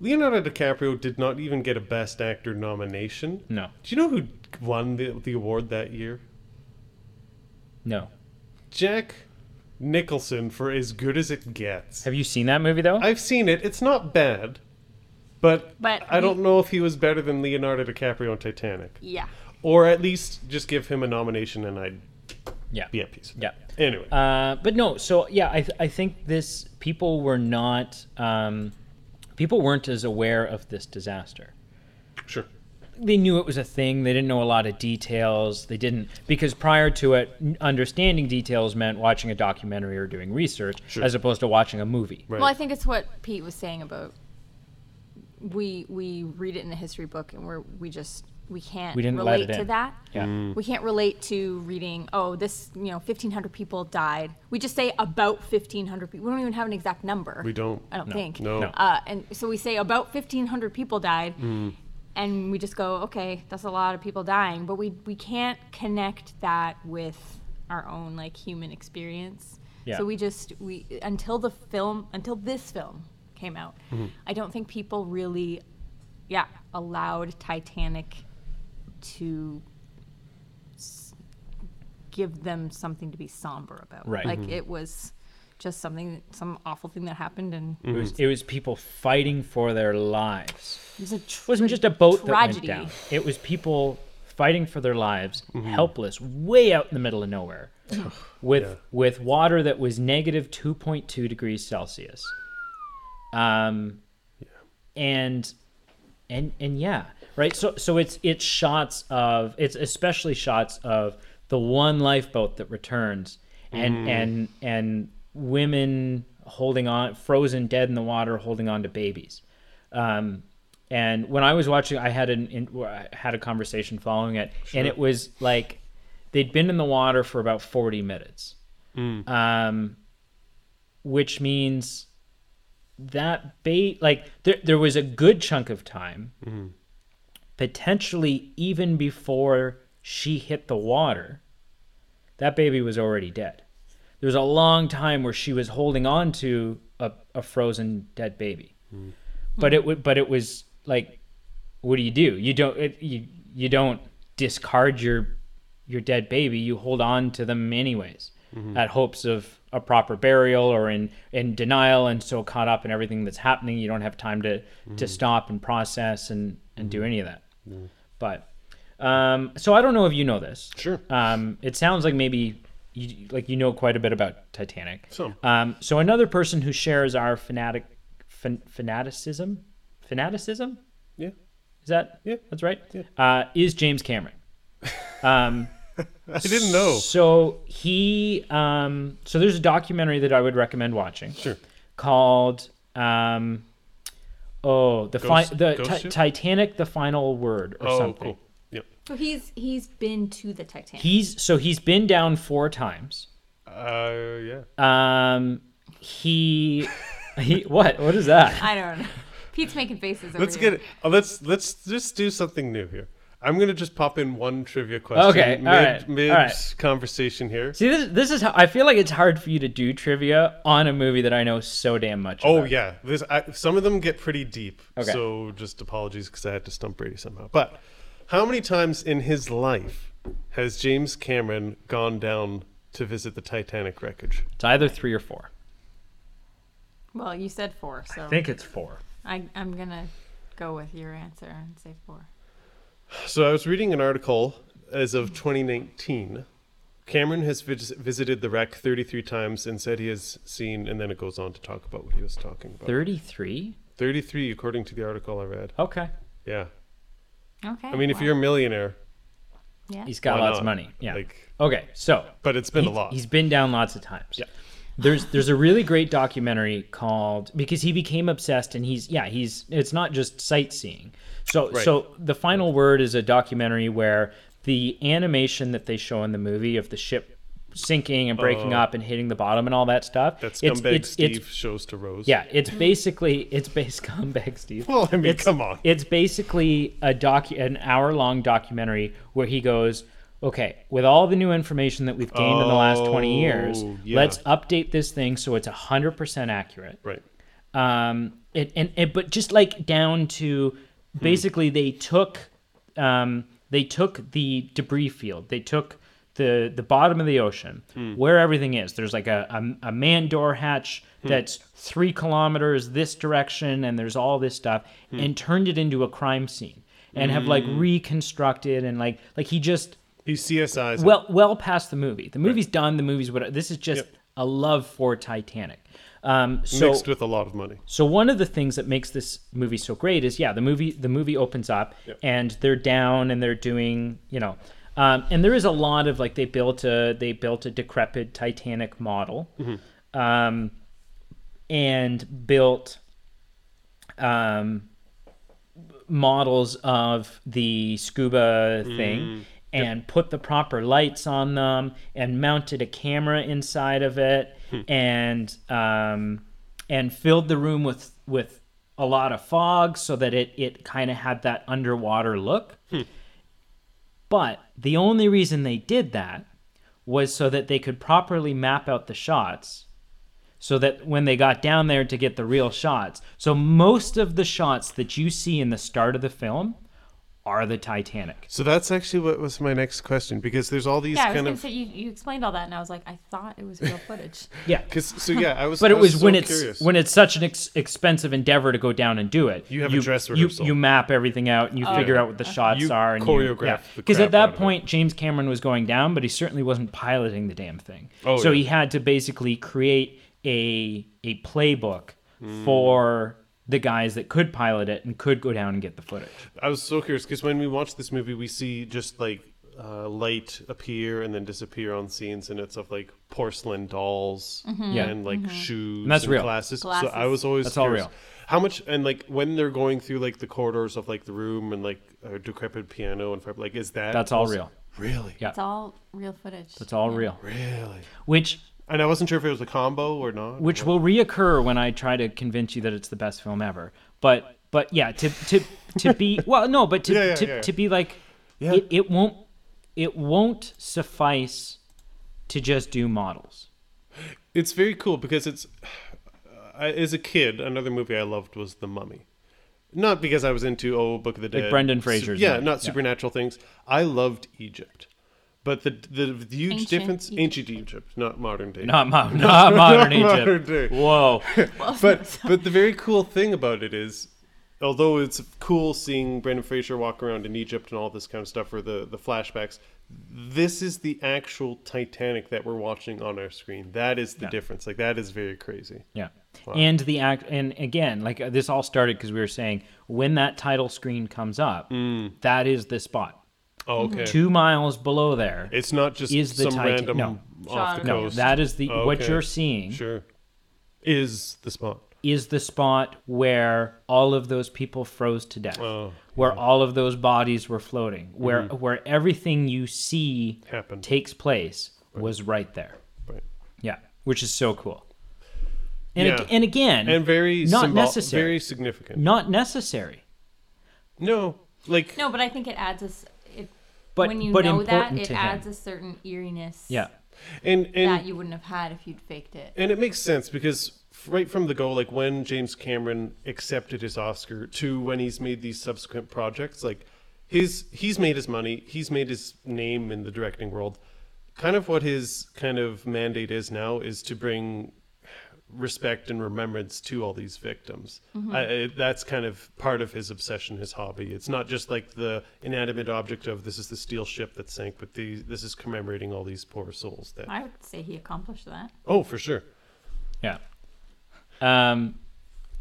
Leonardo DiCaprio did not even get a Best Actor nomination.
no,
Do you know who won the, the award that year?
no.
Jack Nicholson for as good as it gets.
Have you seen that movie though?
I've seen it. It's not bad, but,
But
I don't
we-
know if he was better than Leonardo DiCaprio in Titanic,
Yeah.
or at least just give him a nomination and I'd
yeah.
be at peace.
Yeah.
Anyway,
Uh, but no, so yeah, I, th- I think this people were not um, people weren't as aware of this disaster.
sure.
They knew it was a thing. They didn't know a lot of details. They didn't because prior to it, n- understanding details meant watching a documentary or doing research, as opposed to watching a movie.
Right.
Well, I think it's what Pete was saying about we we read it in the history book and we're we just we can't
We didn't let
relate
it
to
in.
that.
Yeah.
We can't relate to reading, oh, this, you know, 1,500 people died. We just say about 1,500 people. We don't even have an exact number.
We don't.
I don't think.
No. No.
Uh, and so we say about 1,500 people died, and we just go, okay, that's a lot of people dying, but we we can't connect that with our own like human experience.
Yeah.
So we just we until the film until this film came out, I don't think people really, yeah, allowed Titanic to s- give them something to be somber about.
Right.
Like it was just something some awful thing that happened and
It was it was people fighting for their lives.
It was a
It wasn't just a boat
tragedy.
that went down. It was people fighting for their lives, helpless, way out in the middle of nowhere, with
Yeah.
with water that was negative two point two degrees Celsius. Um, and and and yeah, right. So so it's it's shots of it's especially shots of the one lifeboat that returns and and and women holding on, frozen dead in the water, holding on to babies. Um, and when I was watching, I had an in, I had a conversation following it, and it was like they'd been in the water for about forty minutes, um, which means that bait like there there was a good chunk of time, potentially even before she hit the water, that baby was already dead. There was a long time where she was holding on to a, a frozen dead baby but it would but it was like what do you do you don't it, you you don't discard your your dead baby you hold on to them anyways at hopes of a proper burial or in in denial and so caught up in everything that's happening you don't have time to to stop and process and and do any of that but um so i don't know if you know this
Sure.
um it sounds like maybe you like you know quite a bit about titanic
Some.
um, so another person who shares our fanatic fan, fanaticism, fanaticism
Yeah.
is that
Yeah.
that's right uh, is James Cameron. Um,
I didn't know.
So he um, so there's a documentary that I would recommend watching.
Sure.
Called um, oh the fi-
Ghost-
the
Ghost
Ti-
Ship?
Titanic the final word or
Oh,
something.
cool. Yep.
So he's he's been to the Titanic.
He's so he's been down four times.
Uh, yeah.
Um, he he what what is that?
I don't know. Pete's making faces. Over
Let's
here.
get it. uh, let's let's just do something new here. I'm gonna just pop in one trivia question.
Okay, all
Mid,
right,
mid
all right.
conversation here.
See, this, this is how I feel like it's hard for you to do trivia on a movie that I know so damn much.
Oh
about.
yeah, There's, I, some of them get pretty deep.
Okay.
So just apologies because I had to stump Brady somehow. But how many times in his life has James Cameron gone down to visit the Titanic wreckage?
it's either three or four.
Well, you said four, so
I
I,
think it's four.
I'm gonna go with your answer and say four.
So I was reading an article as of 2019. Cameron has vis- visited the wreck 33 times and said he has seen, and then it goes on to talk about what he was talking about.
Thirty-three.
33, according to the article I read.
Okay,
Yeah.
Okay.
I mean, if you're a millionaire,
yeah.
he's got
Why
lots of
not?
money. Yeah.
Like-
okay, so
but it's been a
He's-
lot.
He's been down lots of times. Yeah. There's there's a really great documentary called because he became obsessed and he's yeah, he's it's not just sightseeing. So
Right.
so the final word is a documentary where the animation that they show in the movie of the ship sinking and breaking up and hitting the bottom and all that stuff.
Oh. that
it's-
scumbag
it's-
Steve
it's-
shows to Rose.
yeah, it's basically it's based scumbag Steve.
Well, I mean,
It's-
come on.
It's basically a doc an hour long documentary where he goes, okay, with all the new information that we've gained in the last twenty years,
Oh, yeah.
let's update this thing so it's hundred percent accurate.
Right.
Um, it, and, and but just like down to
Hmm.
basically they took um, they took the debris field. They took the the bottom of the ocean
Hmm.
where everything is. There's like a a, a man door hatch
Hmm.
that's three kilometers this direction, and there's all this stuff,
Hmm.
and turned it into a crime scene, and have like reconstructed and like like he just
He CSIs. it.
well well past the movie. The movie's done. The movie's what this is just
Yep.
a love for Titanic. Um, so
mixed with a lot of money.
so one of the things that makes this movie so great is yeah, the movie the movie opens up and they're down and they're doing you know, um, and there is a lot of like they built a they built a decrepit Titanic model, um, and built um, models of the scuba thing and put the proper lights on them and mounted a camera inside of it and um, and filled the room with with a lot of fog so that it it kind of had that underwater look. But the only reason they did that was so that they could properly map out the shots so that when they got down there to get the real shots. So most of the shots that you see in the start of the film are the Titanic.
So that's actually what was my next question because there's all these
Yeah, I was
kind
gonna
of
say you, you explained all that, and I was like, I thought it was real footage.
Yeah.
because so yeah, I was.
But
I
it was
so
when it's
curious.
when it's such an ex- expensive endeavor to go down and do it.
You have a dress
you-
rehearsal.
You, map everything out and you figure out what the shots
You
are and
choreograph the
Because
crap
at
out of
that
it.
point, James Cameron was going down, but he certainly wasn't piloting the damn thing.
Oh,
so
yeah.
he had to basically create a a playbook
Hmm.
for the guys that could pilot it and could go down and get the footage.
I was so curious because when we watch this movie, we see just like uh, light appear and then disappear on scenes, and it's of like porcelain dolls
Yeah.
and like shoes
that's real.
glasses.
Mm-hmm. Glasses.
So I was always
That's all
curious,
real.
How much and like when they're going through like the corridors of like the room and like a decrepit piano and fr- like is that
That's all
also-
real.
Really,
Yeah.
It's all real footage.
It's all real.
really.
Which
And I wasn't sure if it was a combo or not.
which will reoccur when I try to convince you that it's the best film ever. But but yeah, to to to be well, no, but to
Yeah, yeah,
to,
yeah.
to be like it, it won't it won't suffice to just do models.
It's very cool because it's I, as a kid, another movie I loved was The Mummy. Not because I was into oh Book of the Dead,
Brendan
su-
Fraser's
yeah,
Mummy,
not
yeah.
supernatural things. I loved Egypt, but the the, the huge
Ancient
difference,
Egypt.
ancient Egypt, not modern day.
Not, mo- not modern
modern
Egypt.
day.
Whoa.
but but the very cool thing about it is, although it's cool seeing Brendan Fraser walk around in Egypt and all this kind of stuff, or the the flashbacks, this is the actual Titanic that we're watching on our screen. That is the difference. Like that is very crazy.
Yeah. And the act, and again, like uh, this all started because we were saying when that title screen comes up,
Mm.
that is the spot.
Oh, okay.
Two miles below there
It's not just
Is the
some
Titan-
random
no.
off the
Genre.
No,
coast.
that is the what
Okay.
you're seeing
sure is the spot.
is the spot where all of those people froze to death,
Oh.
where all of those bodies were floating, where where everything you see
Mm-hmm. Happened.
takes place was right there.
Right.
Yeah, which is so cool. And ag-
Yeah.
and again,
And very
not
symbol-
necessary,
very significant.
not necessary.
No, like
No, but I think it adds a. s- It,
But-
when you
but
know that,
important
it
to him.
adds a certain eeriness.
Yeah,
and and
That you wouldn't have had if you'd faked it.
and it makes sense because right from the go like when james cameron accepted his oscar to when he's made these subsequent projects like his he's made his money he's made his name in the directing world kind of what his kind of mandate is now is to bring respect and remembrance to all these victims I, I- that's kind of part of his obsession his hobby it's not just like the inanimate object of this is the steel ship that sank but the, this is commemorating all these poor souls that
I would say he accomplished that.
oh for sure
yeah. Um,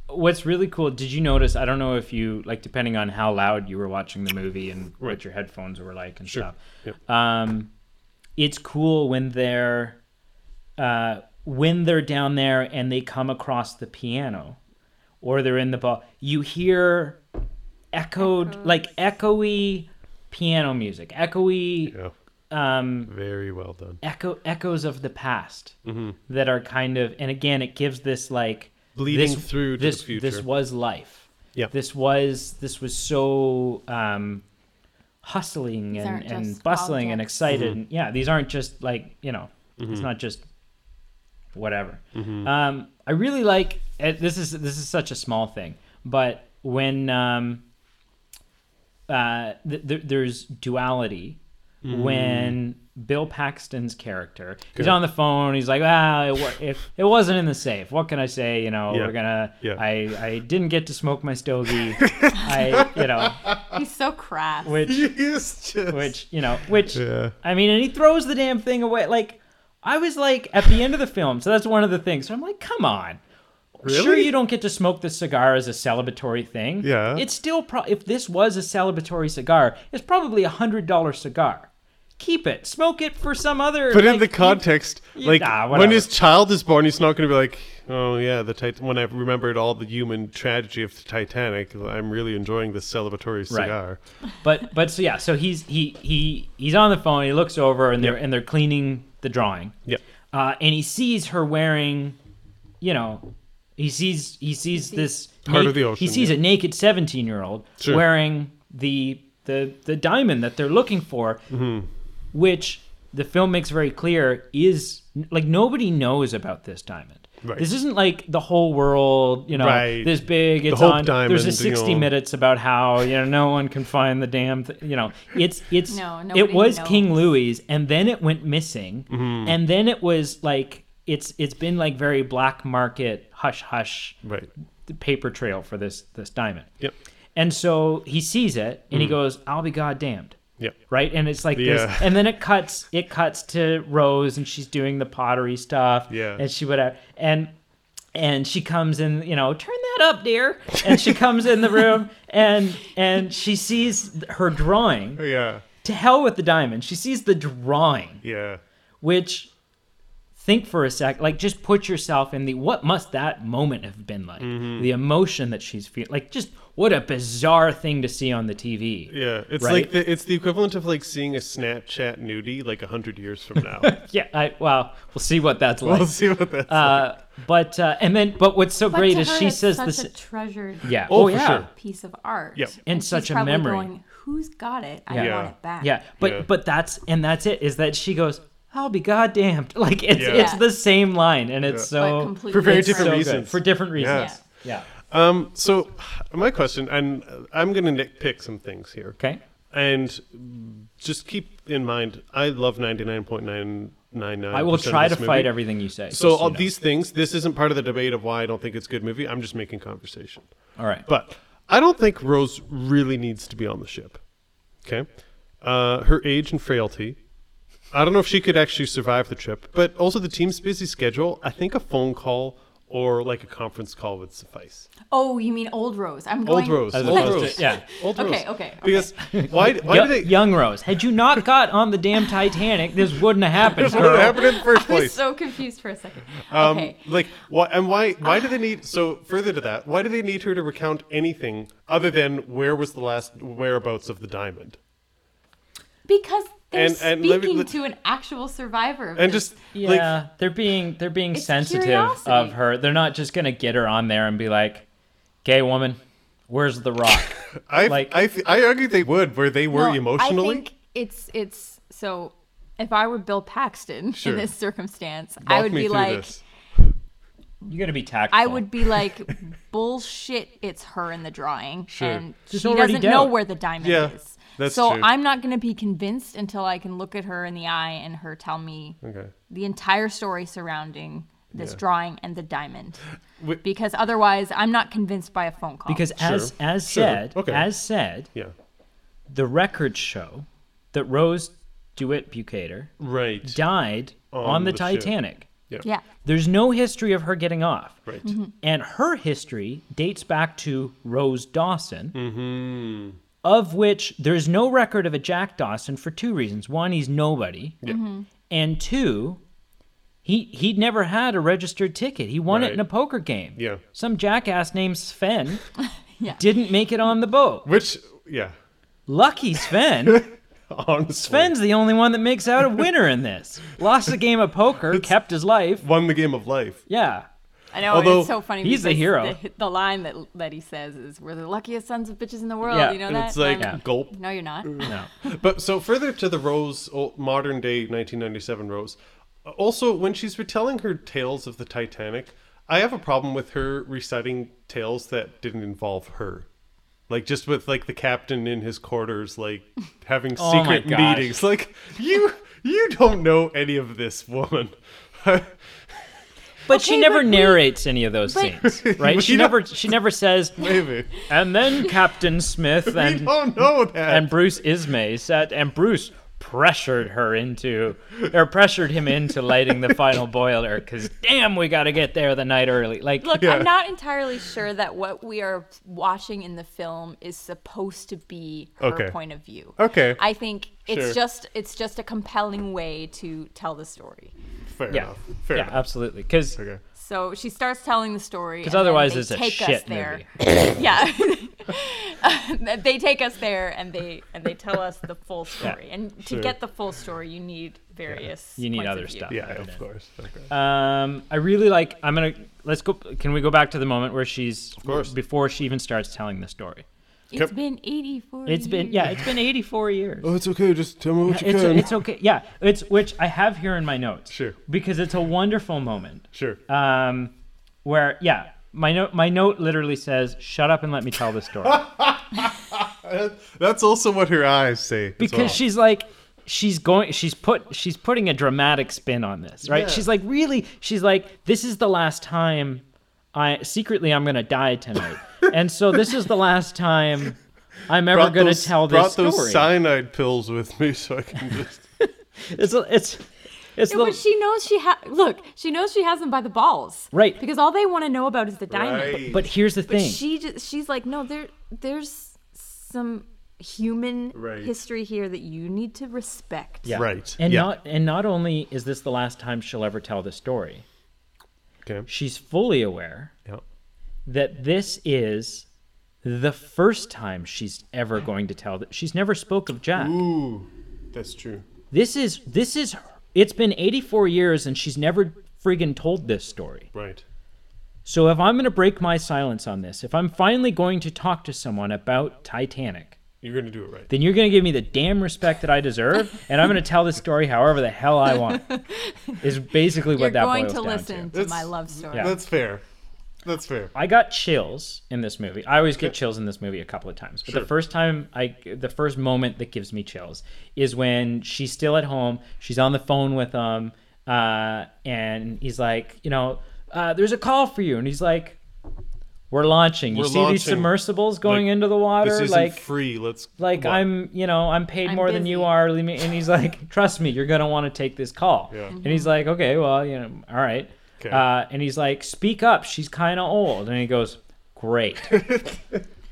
what's really cool? Did you notice? I don't know if you like, depending on how loud you were watching the movie and what your headphones were like and stuff.
Yep.
um, it's cool when they're uh, when they're down there and they come across the piano or they're in the ball you hear echoed like echoey piano music echoey
yeah
um,
Very well done.
echo echoes of the past
Mm-hmm.
that are kind of and again it gives this like
Bleeding
this,
through to the
this
future.
this was life
Yeah.
this was this was so um hustling
These
and,
aren't
and
just
bustling and
objects.
excited and
Mm-hmm.
yeah these aren't just like you know it's not just whatever
Mm-hmm.
um i really like uh, this is this is such a small thing but when um uh, th- th- there's duality when Bill Paxton's character he's
Mm-hmm. Good.
on the phone. He's like, ah, it, wa- if it wasn't in the safe, what can I say? You know,
Yeah.
we're gonna.
Yeah.
I I didn't get to smoke my stogie. I you know,
He's so crass.
which which you know, which
Yeah.
I mean, and he throws the damn thing away. Like I was like at the end of the film, so that's one of the things. So I'm like, come on. Sure,
Really?
you don't get to smoke the cigar as a celebratory thing.
Yeah.
It's still, pro- if this was a celebratory cigar, it's probably a $100 cigar. keep it. Smoke it for some other.
But in
like,
the
you-
context,
you-
like
nah,
when his
whatever.
child is born, he's not going to be like, "Oh yeah, the tit- when I remembered all the human tragedy of the Titanic, I'm really enjoying this celebratory cigar."
But but so yeah, so he's he he he's on the phone. He looks over and they're and they're cleaning the drawing.
Yep.
Uh, and he sees her wearing, you know, he sees he sees this
Heart
na-
of the
He
ocean,
sees
yeah.
a naked seventeen year old
Sure.
wearing the the the diamond that they're looking for,
Mm-hmm.
which the film makes very clear is like nobody knows about this diamond.
Right.
This isn't like the whole world, you know,
Right.
this big. It's
Hope
on.
Diamond,
there's a
you
sixty
know.
minute it's about how you know no one can find the damn th- you know it's it's
No,
it
nobody
was
knows.
king louis and then it went missing and then it was like it's it's been like very black market hush hush
Right.
the paper trail for this this diamond
Yep.
and so he sees it and he goes i'll be goddamned
Yep.
right and it's like
Yeah.
this and then it cuts it cuts to rose and she's doing the pottery stuff
Yeah.
and she whatever and and she comes in you know turn that up dear and she comes in the room and and she sees her drawing
Oh, Yeah.
to hell with the diamond she sees the drawing
Yeah.
which think for a sec like just put yourself in the what must that moment have been like
Mm-hmm.
the emotion that she's feeling like just what a bizarre thing to see on the tv
Yeah, it's
Right?
like the, it's the equivalent of like seeing a Snapchat nudie like a hundred years from now.
Yeah, I, well, we'll see what that's like.
we'll see what that's.
uh, but uh, and then, but what's so
But
great
to
is
her,
she
that's
says
such
this.
a treasured
yeah.
Oh, for
yeah.
sure.
piece of art.
Yep.
And
she's
such a
probably
memory.
Going, Who's got it? I
Yeah.
want it back.
Yeah. But
Yeah.
but that's and that's it is that she goes, "I'll be goddamned." Like it's
Yeah.
it's the same line, and it's
But
so
completely
For very
it's
different
so good.
reasons.
for different reasons.
Yes.
Yeah.
Um, so my question, and I'm gonna nitpick some things here.
Okay.
And just keep in mind, I love 99.999.
I will try to fight
every.
everything you say.
So
just
all
you know.
these things, this isn't part of the debate of why I don't think it's a good movie. I'm just making conversation.
All right.
But I don't think Rose really needs to be on the ship. Okay. Uh, her age and frailty. I don't know if she could actually survive the trip, but also the team's busy schedule. I think a phone call or like a conference call would suffice.
Oh, you mean old Rose? I'm going.
Old Rose.
As
Old
opposed to-
Rose.
yeah.
Old
Okay,
Rose.
okay, okay.
Because why, why
Yo-
do they.
young Rose, had you not got on the damn Titanic, this wouldn't have happened,
What
girl.
happened in the first
I was
place?
so confused for a second.
Um,
okay.
Like, why and why? Why
Ah.
do they need? So further to that, why do they need her to recount anything other than where was the last whereabouts of the diamond?
Because they're
And- and let me-
speaking
let-
to an actual survivor. Of
And
this.
just
Yeah,
like,
they're being they're being
It's
sensitive
curiosity.
of her. They're not just gonna get her on there and be like, "Okay, woman, where's the rock?"
I,
like-
I, I, argue they would where they were
No,
emotionally.
I think it's it's so. If I were Bill Paxton
Sure.
in this circumstance, I
Walk
would
me
be
through
like,
this.
You're gonna be tactful.
I would be Uh, like, bullshit. It's her in the drawing,
Sure.
and
There's
she
already
doesn't know
doubt.
where the diamond
Yeah,
is.
that's
so
true.
I'm not going to be convinced until I can look at her in the eye and her tell me
okay,
the entire story surrounding this
Yeah.
drawing and the diamond.
Wi-
Because otherwise, I'm not convinced by a phone call.
because as
Sure,
as
sure,
said
okay.
as said
yeah,
the records show that Rose Dewitt Bucator
right,
died on,
On
the,
the ship.
Titanic.
yeah,
There's no history of her getting off.
right,
And her history dates back to Rose Dawson,
Mm-hmm.
of which there's no record of a Jack Dawson for two reasons. One, he's nobody. And two, he he never had a registered ticket. He won
Right.
it in a poker game.
Yeah.
Some jackass named Sven
Yeah.
didn't make it on the boat.
which yeah,
Lucky Sven.
honestly,
Sven's the only one that makes out a winner in this. Lost the game of poker, kept his life.
won the game of life.
Yeah.
I know
Although,
it's so funny.
he's the
because
hero.
The, the line that that he says is, "We're the luckiest sons of bitches in the world."
Yeah,
You know
And
that?
it's like
I'm-
gulp.
no, you're not.
No.
But so further to the Rose, old, modern day 1997 Rose. uh, Also, when she's retelling her tales of the Titanic, I have a problem with her reciting tales that didn't involve her. Like just with like the captain in his quarters, like having
Oh my
secret
gosh.
meetings. Like you, you don't know any of this woman.
But she
Okay,
never
but we-
narrates any of those
but-
things, right? she
We don't-
never she never says.
Maybe
And then Captain Smith
you
and
don't know that.
and Bruce Ismay said, and Bruce pressured her into or pressured him into lighting the final boiler because damn we got to get there the night early like
Look,
Yeah.
I'm not entirely sure that what we are watching in the film is supposed to be her
Okay.
point of view.
Okay.
I think it's
Sure.
just it's just a compelling way to tell the story.
Fair
yeah
enough. Fair
yeah
enough.
absolutely because
Okay.
So she starts telling the story. Because
otherwise it's a
take us
shit
there.
movie
yeah they take us there and they and they tell us the full story and to
Sure.
get the full story you need various
You need
points of
other
view.
stuff.
Yeah, of course. Okay.
Um, I really like. I'm gonna let's go. Can we go back to the moment where she's of
course.
before she even starts telling the story?
It's
Yep.
been 84
It's been yeah, it's been 84 years.
Oh, it's okay. Just tell me what
It's, it's okay. Yeah, it's which I have here in my notes.
Sure.
Because it's a wonderful moment.
sure.
Um, where yeah, my note my note literally says, "Shut up and let me tell the story,"
That's also what her eyes say. as
because
well.
she's like. She's going. She's put. She's putting a dramatic spin on this, right?
Yeah.
She's like, really. She's like, this is the last time. I secretly, I'm gonna die tonight, and so this is the last time I'm ever
Brought
gonna
those-
tell
brought
this story.
those cyanide pills with me so I can just.
it's it's it's
Yeah,
the-
but she knows she ha look she knows she has them by the balls
Right.
because all they want to know about is the diamond
Right.
But here's the thing.
she just she's like no there there's some human
Right.
history here that you need to respect
Yeah.
Right,
And
yeah.
not and not only is this the last time she'll ever tell the story,
okay.
she's fully aware
Yeah.
that this is the first time she's ever going to tell that she's never spoke of Jack.
Ooh, that's true.
This is this is it's been 84 years and she's never friggin' told this story.
Right.
So if I'm going to break my silence on this, if I'm finally going to talk to someone about Titanic,
You're gonna do it right.
then you're going to give me the damn respect that I deserve, and I'm going to tell this story however the hell I want. Is basically what
you're
that
going
boils
to
down
listen
to.
to, my
It's-
love story
Yeah.
That's fair. That's fair.
I got chills in this movie. I always get chills in this movie a couple of times, but the first time I, the first moment that gives me chills is when she's still at home. She's on the phone with him, uh, and he's like, you know, uh, there's a call for you, and he's like. We're launching. You
We're
see these
launching.
submersibles going
Like,
into the water.
This isn't
like
free. Let's
like
what?
I'm, you know, I'm paid
I'm
more than you
busy.
are. leave me- And he's like, trust me, you're gonna want to take this call.
Yeah.
Mm-hmm.
And he's like, okay, well, you know, all right.
'Kay.
Uh, and he's like, speak up. She's kind of old. And he goes, great,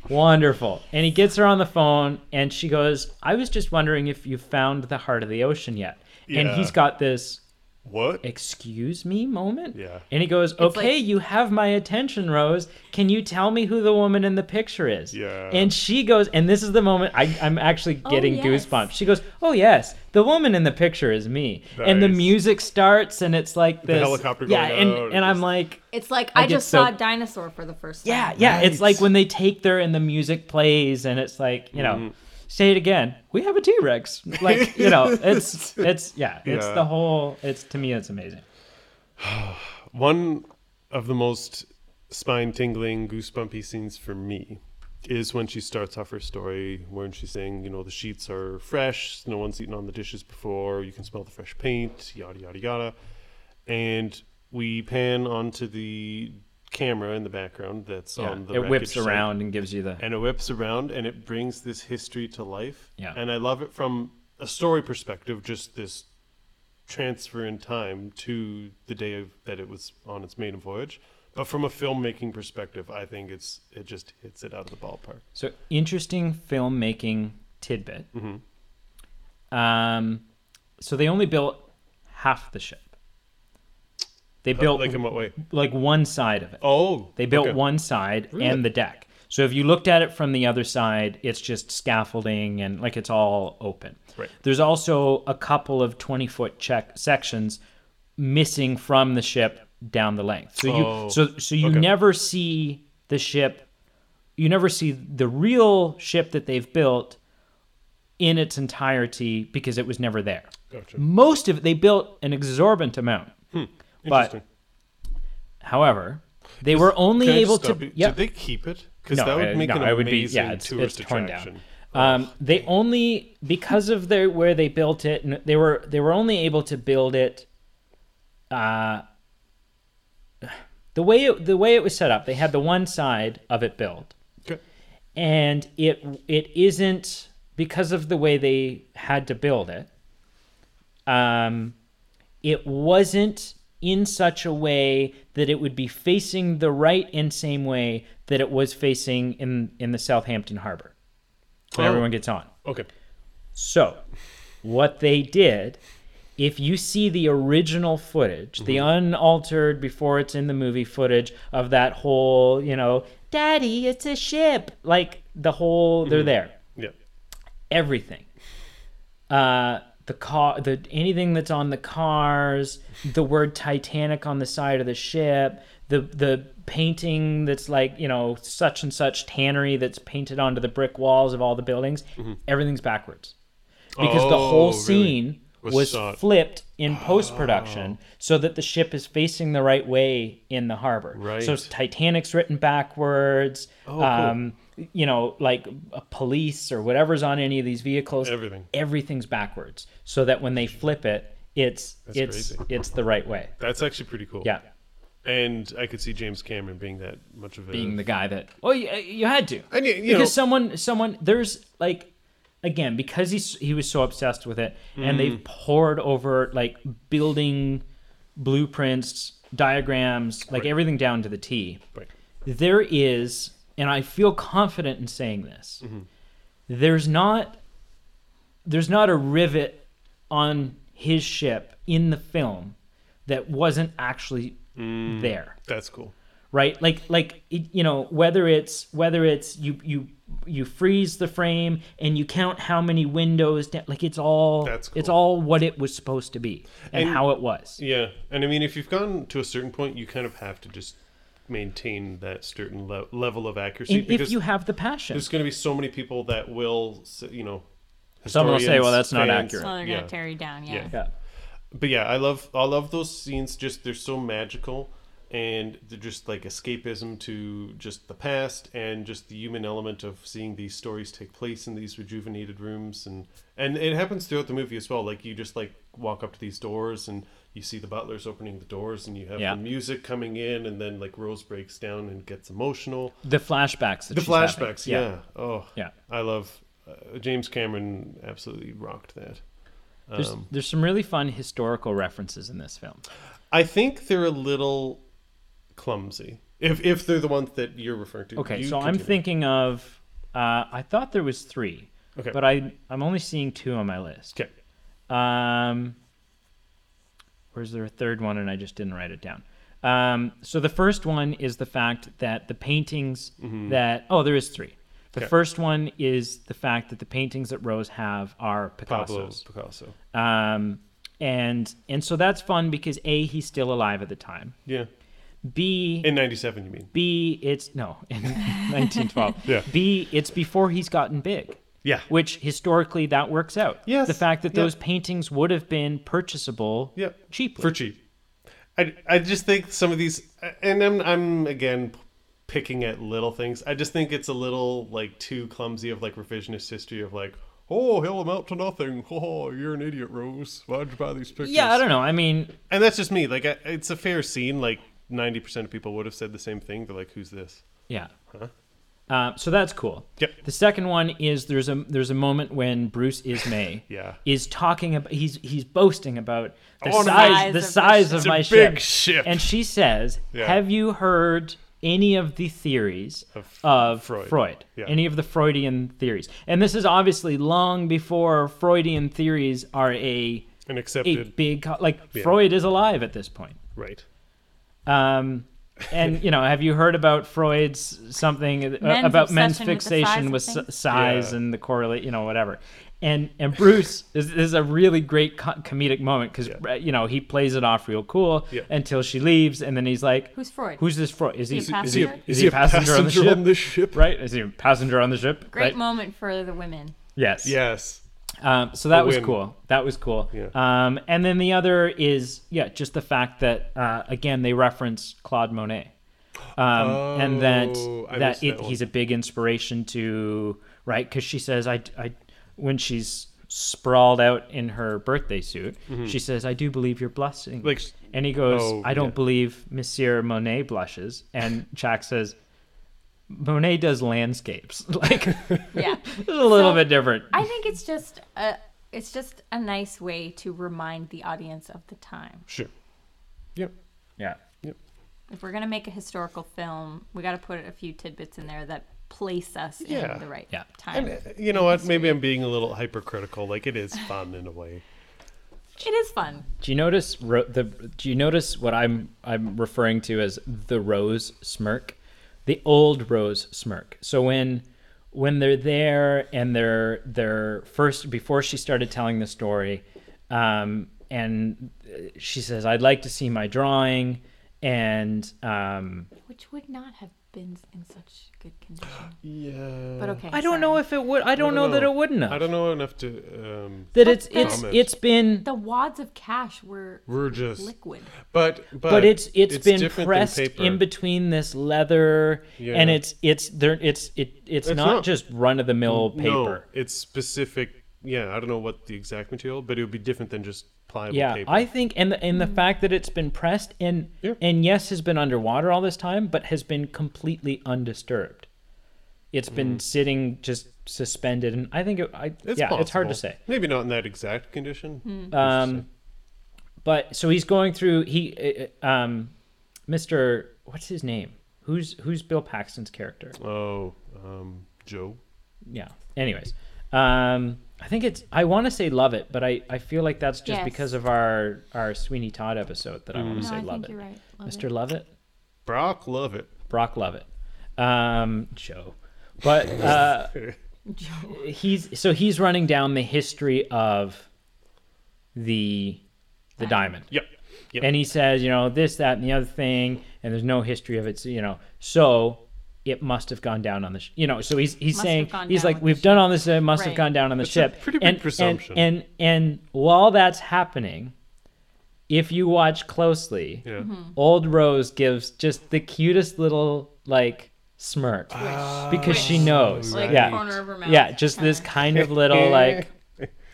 wonderful. And he gets her on the phone, and she goes, I was just wondering if you found the heart of the ocean yet. And
Yeah.
he's got this
what?
excuse me moment.
Yeah.
And he goes, okay, you have my attention, Rose. Can you tell me who the woman in the picture is?
Yeah.
And she goes, and this is the moment I, I'm actually getting
yes.
goosebumps. She goes, oh, yes, the woman in the picture is me. And the
Nice.
music starts, and it's like this.
helicopter
Yeah,
going
and,
out, and
and I'm
just-
like,
it's like
I
i,
get
just
so-
saw a dinosaur for the first time
yeah, yeah. It's
Right.
like when they take their and the music plays, and it's like, you know.
Mm-hmm.
Say it again. We have a T Rex. Like you know, it's it's yeah, it's
Yeah.
the whole. It's to me, it's amazing.
One of the most spine tingling, goosebumpy scenes for me is when she starts off her story when she's saying, you know, the sheets are fresh, no one's eaten on the dishes before, you can smell the fresh paint, yada, yada, yada. And we pan onto the camera in the background that's
Yeah.
on the
it whips
wreckage site
around and gives you the
and it whips around and it brings this history to life.
Yeah.
And I love it from a story perspective, just this transfer in time to the day of, that it was on its maiden voyage. But from a filmmaking perspective, I think it's it just hits it out of the ballpark.
So interesting filmmaking tidbit.
Mm-hmm.
Um, so they only built half the ship. They built
Uh, like in what way?
like one side of it.
Oh,
They built
okay.
one side
Really?
and the deck. So if you looked at it from the other side, it's just scaffolding and like it's all open.
Right.
There's also a couple of 20 foot check sections missing from the ship down the length. So you
Oh,
so so you
okay.
never see the ship you never see the real ship that they've built in its entirety because it was never there.
Gotcha. Hmm.
Most of it they built an exorbitant amount. But
Interesting.
however, they were only
Can I just
able to
stop you?
yeah.
Did they keep it? Because
No,
that would
uh,
make
no,
an
it
amazing
would be, yeah, it's,
tourist
it's torn
attraction. Oh,
down. Um, they only because of their where they built it, and they were they were only able to build it. Uh, the way it, the way it was set up, they had the one side of it built,
Okay.
and it it isn't because of the way they had to build it. um, it wasn't in such a way that it would be facing the right and same way that it was facing in in the Southampton harbor. So
Oh.
everyone gets on.
Okay.
So, what they did, if you see the original footage, the unaltered before it's in the movie footage of that whole, you know, daddy, it's a ship, like the whole, they're there,
Yeah.
everything. Uh, the car, the anything that's on the cars, the word Titanic on the side of the ship, the the painting that's like you know such and such tannery that's painted onto the brick walls of all the buildings, everything's backwards because the
Mm-hmm. Oh,
whole
really?
scene
Was
was
shot. Oh.
flipped in post production so that the ship is facing the right way in the harbor.
Right.
So Titanic's written backwards.
Oh, cool.
um, You know, like uh, police or whatever's on any of these vehicles.
Everything.
Everything's backwards, so that when they flip it, it's it's
crazy.
it's the right way.
That's actually pretty cool.
Yeah.
And I could see James Cameron being that much of a.
Being the guy that well, you, you had to.
and you, you know,
because someone someone there's like again because he's he was so obsessed with it and they've
Mm.
poured over like building blueprints diagrams like everything down to the t
Right.
there is and i feel confident in saying this
Mm-hmm.
there's not there's not a rivet on his ship in the film that wasn't actually
Mm.
there
that's cool.
right like like it, you know whether it's whether it's you you you freeze the frame and you count how many windows down, like it's all
That's
it's
cool.
all what it was supposed to be and,
And-
how it was
Yeah, and I mean, if you've gotten to a certain point, you kind of have to just maintain that certain le- level of accuracy
and if
because
you have the passion
there's going to be so many people that will, s- you know,
Some will say, "Well,
historians,
that's not
fans,
accurate."
So they're gonna
yeah.
tear you down. Yeah.
Yeah.
yeah
But yeah, I love I love those scenes. Just they're so magical, and they're just like escapism to just the past and just the human element of seeing these stories take place in these rejuvenated rooms, and and it happens throughout the movie as well. Like you just like walk up to these doors and you see the butlers opening the doors, and you have
Yeah.
the music coming in, and then like Rose breaks down and gets emotional.
the flashbacks that
The
she's having.
flashbacks, yeah. Oh,
Yeah.
I love uh, James Cameron. Absolutely rocked that.
there's
Um,
there's some really fun historical references in this film
I think they're a little clumsy. If if they're the ones that you're referring to.
okay
You
so i'm
continue.
thinking of uh, i thought there was three
Okay.
but i i'm only seeing two on my list
Okay.
Um, where's there a third one? And I just didn't write it down. Um, so the first one is the fact that the paintings that oh, there is three. The
Mm-hmm. Okay.
first one is the fact that the paintings that Rose have are
Pablo
Picasso's.
Picasso.
Um, and and so that's fun because a he's still alive at the time.
Yeah.
B
In ninety seven you mean.
B it's no in 1912.
Yeah.
B it's before he's gotten big.
Yeah.
Which historically that works out.
Yes.
The fact that
Yeah.
those paintings would have been purchasable
Yeah.
cheaply.
For cheap. I, I just think some of these and I'm I'm again picking at little things. I just think it's a little like too clumsy of like revisionist history of like Oh, he'll amount to nothing. Oh, you're an idiot, Rose. Why'd you buy these pictures?
yeah, I don't know. I mean,
And that's just me. Like, I, it's a fair scene. Like, 90% of people would have said the same thing. They're like, who's this?
yeah. Uh, so that's cool.
Yep.
The second one is there's a there's a moment when Bruce Ismay
Yeah.
is talking about he's he's boasting about the
Oh,
size,
no.
the size
Size of the
of
ship.
my
It's a big ship.
and she says,
Yeah.
"Have you heard any of the theories
Of
of,
Freud.
Freud?
Yeah.
Any of the Freudian theories?" And this is obviously long before Freudian theories are a
And
a
accepted.
big co- like Freud is alive at this point.
Right.
Um, and you know, have you heard about Freud's something
Men's
uh, about men's
obsession with the
fixation with
size of
s- size
Yeah.
and the correlate, you know, whatever. And and Bruce is, this is a really great co- comedic moment because
Yeah.
you know he plays it off real cool
Yeah.
until she leaves, and then he's like,
Who's Freud?
Who's this Freud? Is he
Is he a
is he,
passenger?
is he a passenger, on the ship?
ship?
Right? Is he a passenger on the ship?
Great
right?
moment for the women.
Yes.
Yes.
Um, so that was
whim.
cool. That was cool.
Yeah.
Um, and then the other is yeah, just the fact that uh, again they reference Claude Monet, um, and that
Oh, I
that,
missed that
it,
one.
he's a big inspiration to right because she says I, I when she's sprawled out in her birthday suit, she says I do believe you're blushing.
Mm-hmm. Like s-
and he goes
Oh,
I don't
yeah.
believe Monsieur Monet blushes, and Jack says. Monet does landscapes, like a
Yeah.
little
So-
bit different.
I think it's just a, It's just a nice way to remind the audience of the time.
Sure. Yep.
Yeah.
Yep.
If we're gonna make a historical film, we got to put a few tidbits in there that place us
Yeah.
in the right
Yeah.
time.
And uh, you know what? Maybe I'm being a little hypercritical. Like it is fun in a way.
it is fun.
Do you notice ro- the? Do you notice what I'm I'm referring to as the rose smirk, the old rose smirk? So when when they're there and they're they're first before she started telling the story, um, and uh, she says, "I'd like to see my drawing," and um,
Which would not have been in such good condition.
Yeah.
But okay.
I don't
sorry.
know if it would. I don't, know, that it wouldn't have.
I don't know enough to. Um,
That it's
But
it's
Comment.
it's been
The wads of cash were
we're just.
liquid.
But but,
but it's it's been
different than
pressed
paper.
in between this leather
Yeah.
and it's it's there it's it it's,
It's
not,
not-
just run of the mill
No,
paper.
it's specific. Yeah, I don't know what the exact material, but it would be different than just pliable
yeah,
paper.
I think and the, and the fact that it's been pressed and
Yeah.
and yes has been underwater all this time but has been completely undisturbed. It's been sitting just suspended and I think it I
Mm-hmm. It's
yeah, it's hard to
possible.
say.
Maybe not in that exact condition.
Um but so he's going through he uh, um Mr. what's his name? Who's who's Bill Paxton's character?
Oh, um, Joe.
yeah anyways um i think it's i want to say love it but i i feel like that's just
Yes. Mm-hmm.
because of our our sweeney todd episode that i want
No,
to say
I
love
think
it
you're right. Love
mr
it.
love it
Brock, love it.
brock love it um joe but uh
Joe.
he's so he's running down the history of the the diamond
Yep. Yep.
and he says you know this that and the other thing and there's no history of it so, you know so it must have gone down on the sh- you know so he's he's
Must have
saying
gone
he's
down
like
on the
we've done all this and it must have
Right.
gone down on the
That's a
ship
pretty big
and,
presumption.
and, and and while that's happening if you watch closely
yeah.
old rose gives just the cutest little like smirk
Ah.
because she knows
Like
yeah
corner of her mouth.
yeah just this kind of little like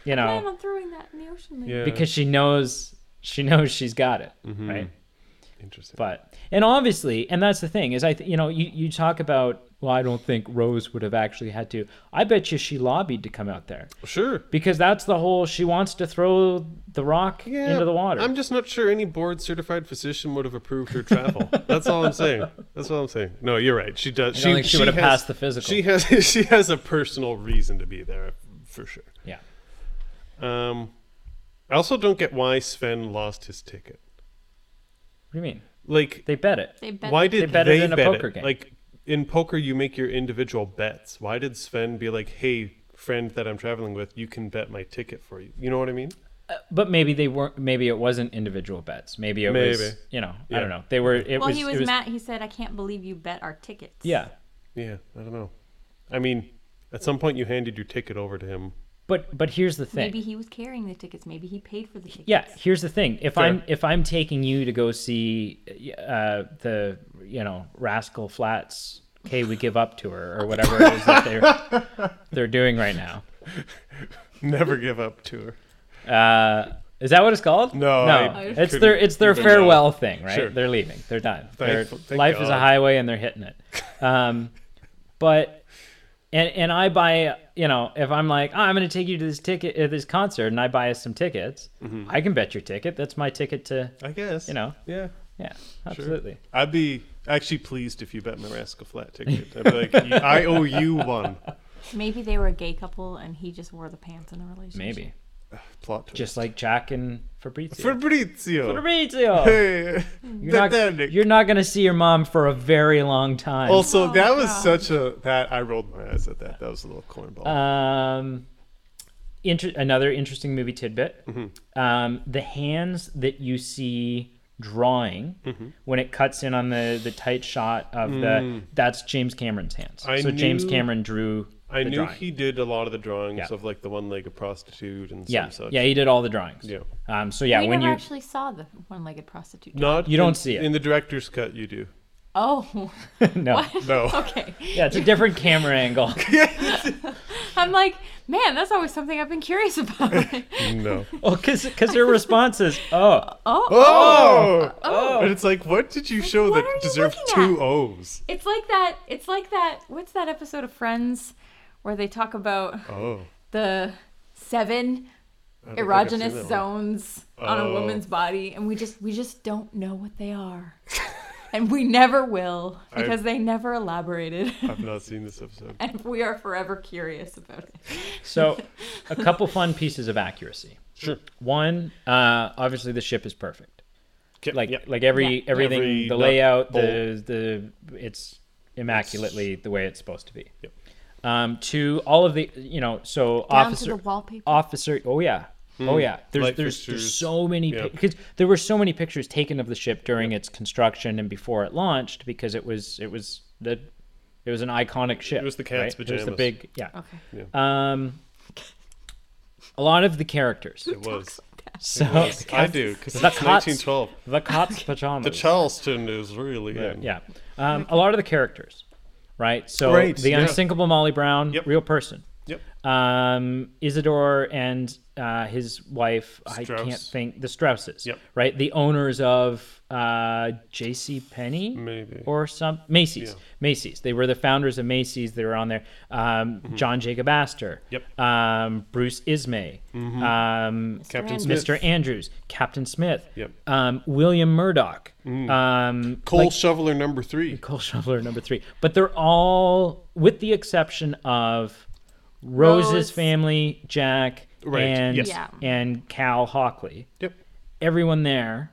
you know
Plan on throwing that in the ocean. later.
Yeah.
because she knows she knows she's got it
Mm-hmm.
right
interesting.
but and obviously and that's the thing is i th- you know you, you talk about well i don't think rose would have actually had to i bet you she lobbied to come out there
sure.
because that's the whole she wants to throw the rock
Yeah,
into the water
I'm just not sure any board certified physician would have approved her travel. That's all I'm saying. That's all I'm saying. No, you're right. She does.
I don't think she would have
has-
passed the physical.
She has. She has a personal reason to be there for sure.
yeah
Um, I also don't get why Sven lost his ticket.
what do you mean
Like,
they bet it
They bet.
why did they
bet
bet
it in a poker
it?
game.
Like in poker, you make your individual bets. Why did Sven be like, "Hey, friend that I'm traveling with, you can bet my ticket for you"? You know what I mean?
but maybe they weren't maybe it wasn't individual bets maybe it was
Maybe.
you know
Yeah.
i don't know they were it
well,
was,
he
it
was, Matt. He said, "I can't believe you bet our tickets."
yeah
Yeah, I don't know. I mean, at some point, you handed your ticket over to him.
but but here's the thing
Maybe he was carrying the tickets. Maybe he paid for the tickets.
yeah here's the thing if i'm
Fair.
if i'm taking you to go see uh the you know rascal flats okay we give up to her or whatever it is that they're they're doing right now
Never give up to her.
uh is that what it's called?
No,
no.
I
it's their
couldn't
it's their
figure it out.
farewell thing, right?
Sure.
They're leaving. They're done. Their
Thankful- thank
life is a
God.
highway, and they're hitting it. Um, but and and I buy you know if I'm like "Oh, I'm going to take you to this ticket uh, this concert, and I buy us some tickets,
Mm-hmm.
I can bet your ticket. That's my ticket to
I guess.
You know.
Yeah.
yeah,
Sure.
absolutely.
I'd be actually pleased if you bet my Rascal Flat ticket. I'd be like, "You- I owe you one.
Maybe they were a gay couple and he just wore the pants in the relationship.
Maybe.
Plot twist.
Just like Jack and Fabrizio.
Fabrizio.
Fabrizio!
Hey.
You're not,
Titanic.
you're not going to see your mom for a very long time.
Also, that was such a that I rolled my eyes at that. That was a little cornball.
um, inter- another interesting movie tidbit
Mm-hmm.
um, the hands that you see drawing
Mm-hmm.
when it cuts in on the, the tight shot of the that's james cameron's hands
Mm. I
so james
knew-
cameron drew
I
the
knew
drawing.
he did a lot of the drawings
Yeah.
of like the one-legged prostitute and some
yeah
such.
yeah he did all the drawings
Yeah.
um so yeah
we
when
never
you
actually saw the one-legged prostitute.
Not
You don't
in-
see it.
in the director's cut. You do.
Oh,
no
No.
okay.
yeah it's a different camera angle
I'm like, man, that's always something I've been curious about. oh,
no.
Oh, because because her response is, oh,
Oh! And it's like, what did you show
what
that
are you
deserved
looking at?
two O's?
it's like that. It's like that. What's that episode of Friends where they talk about
Oh.
the seven
don't Oh. think I've seen
erogenous
that one.
zones on a
Oh.
woman's body and we just we just don't know what they are and we never will
I-
because they never elaborated
I've not seen this episode.
and we are forever curious about it
So, a couple fun pieces of accuracy.
Sure.
One, uh, obviously the ship is perfect.
Okay,
Like
yep.
like every
Yeah.
everything
Every
the
nut,
layout
bolt.
the the it's immaculately the way it's supposed to be.
Yep.
Um, two, all of the you know so
down
officer
to the wallpaper
officer. Oh yeah. Oh yeah, there's
Hmm. Light
there's, there's
fixtures.
so many
Yep.
because there were so many pictures taken of the ship during its construction and before it launched because it was it was the it was an iconic ship.
was the cat's
It was the
pajamas.
big yeah.
okay
Um, a lot of the characters.
it was.
So
I do because it's
The cots.
1912.
the cops pajamas.
The Charleston is really in.
Yeah, um, a lot of the characters, right? So
Right,
the
yeah.
unsinkable Molly Brown,
Yep.
real person.
Yep.
Um, Isidore and uh, his wife. I can't
Strauss.
think. The Strausses.
Yep.
Right. The owners of uh, J.C. Penney.
Maybe.
Or some Macy's. Macy's. They were the founders of Macy's. They were on there. Um, John Jacob Astor.
Mm-hmm. Yep.
Um, Bruce Ismay. Um,
Captain
Mr.
Smith.
Mr. Andrews, Captain Smith,
Yep. Mm.
um, William Murdoch, um,
Coal shoveler number three.
Cole Shoveler number three. But they're all, with the exception of Rose's
Rose.
family, Jack,
Right,
and
yes.
Yeah.
and Cal Hockley.
Yep.
Everyone there,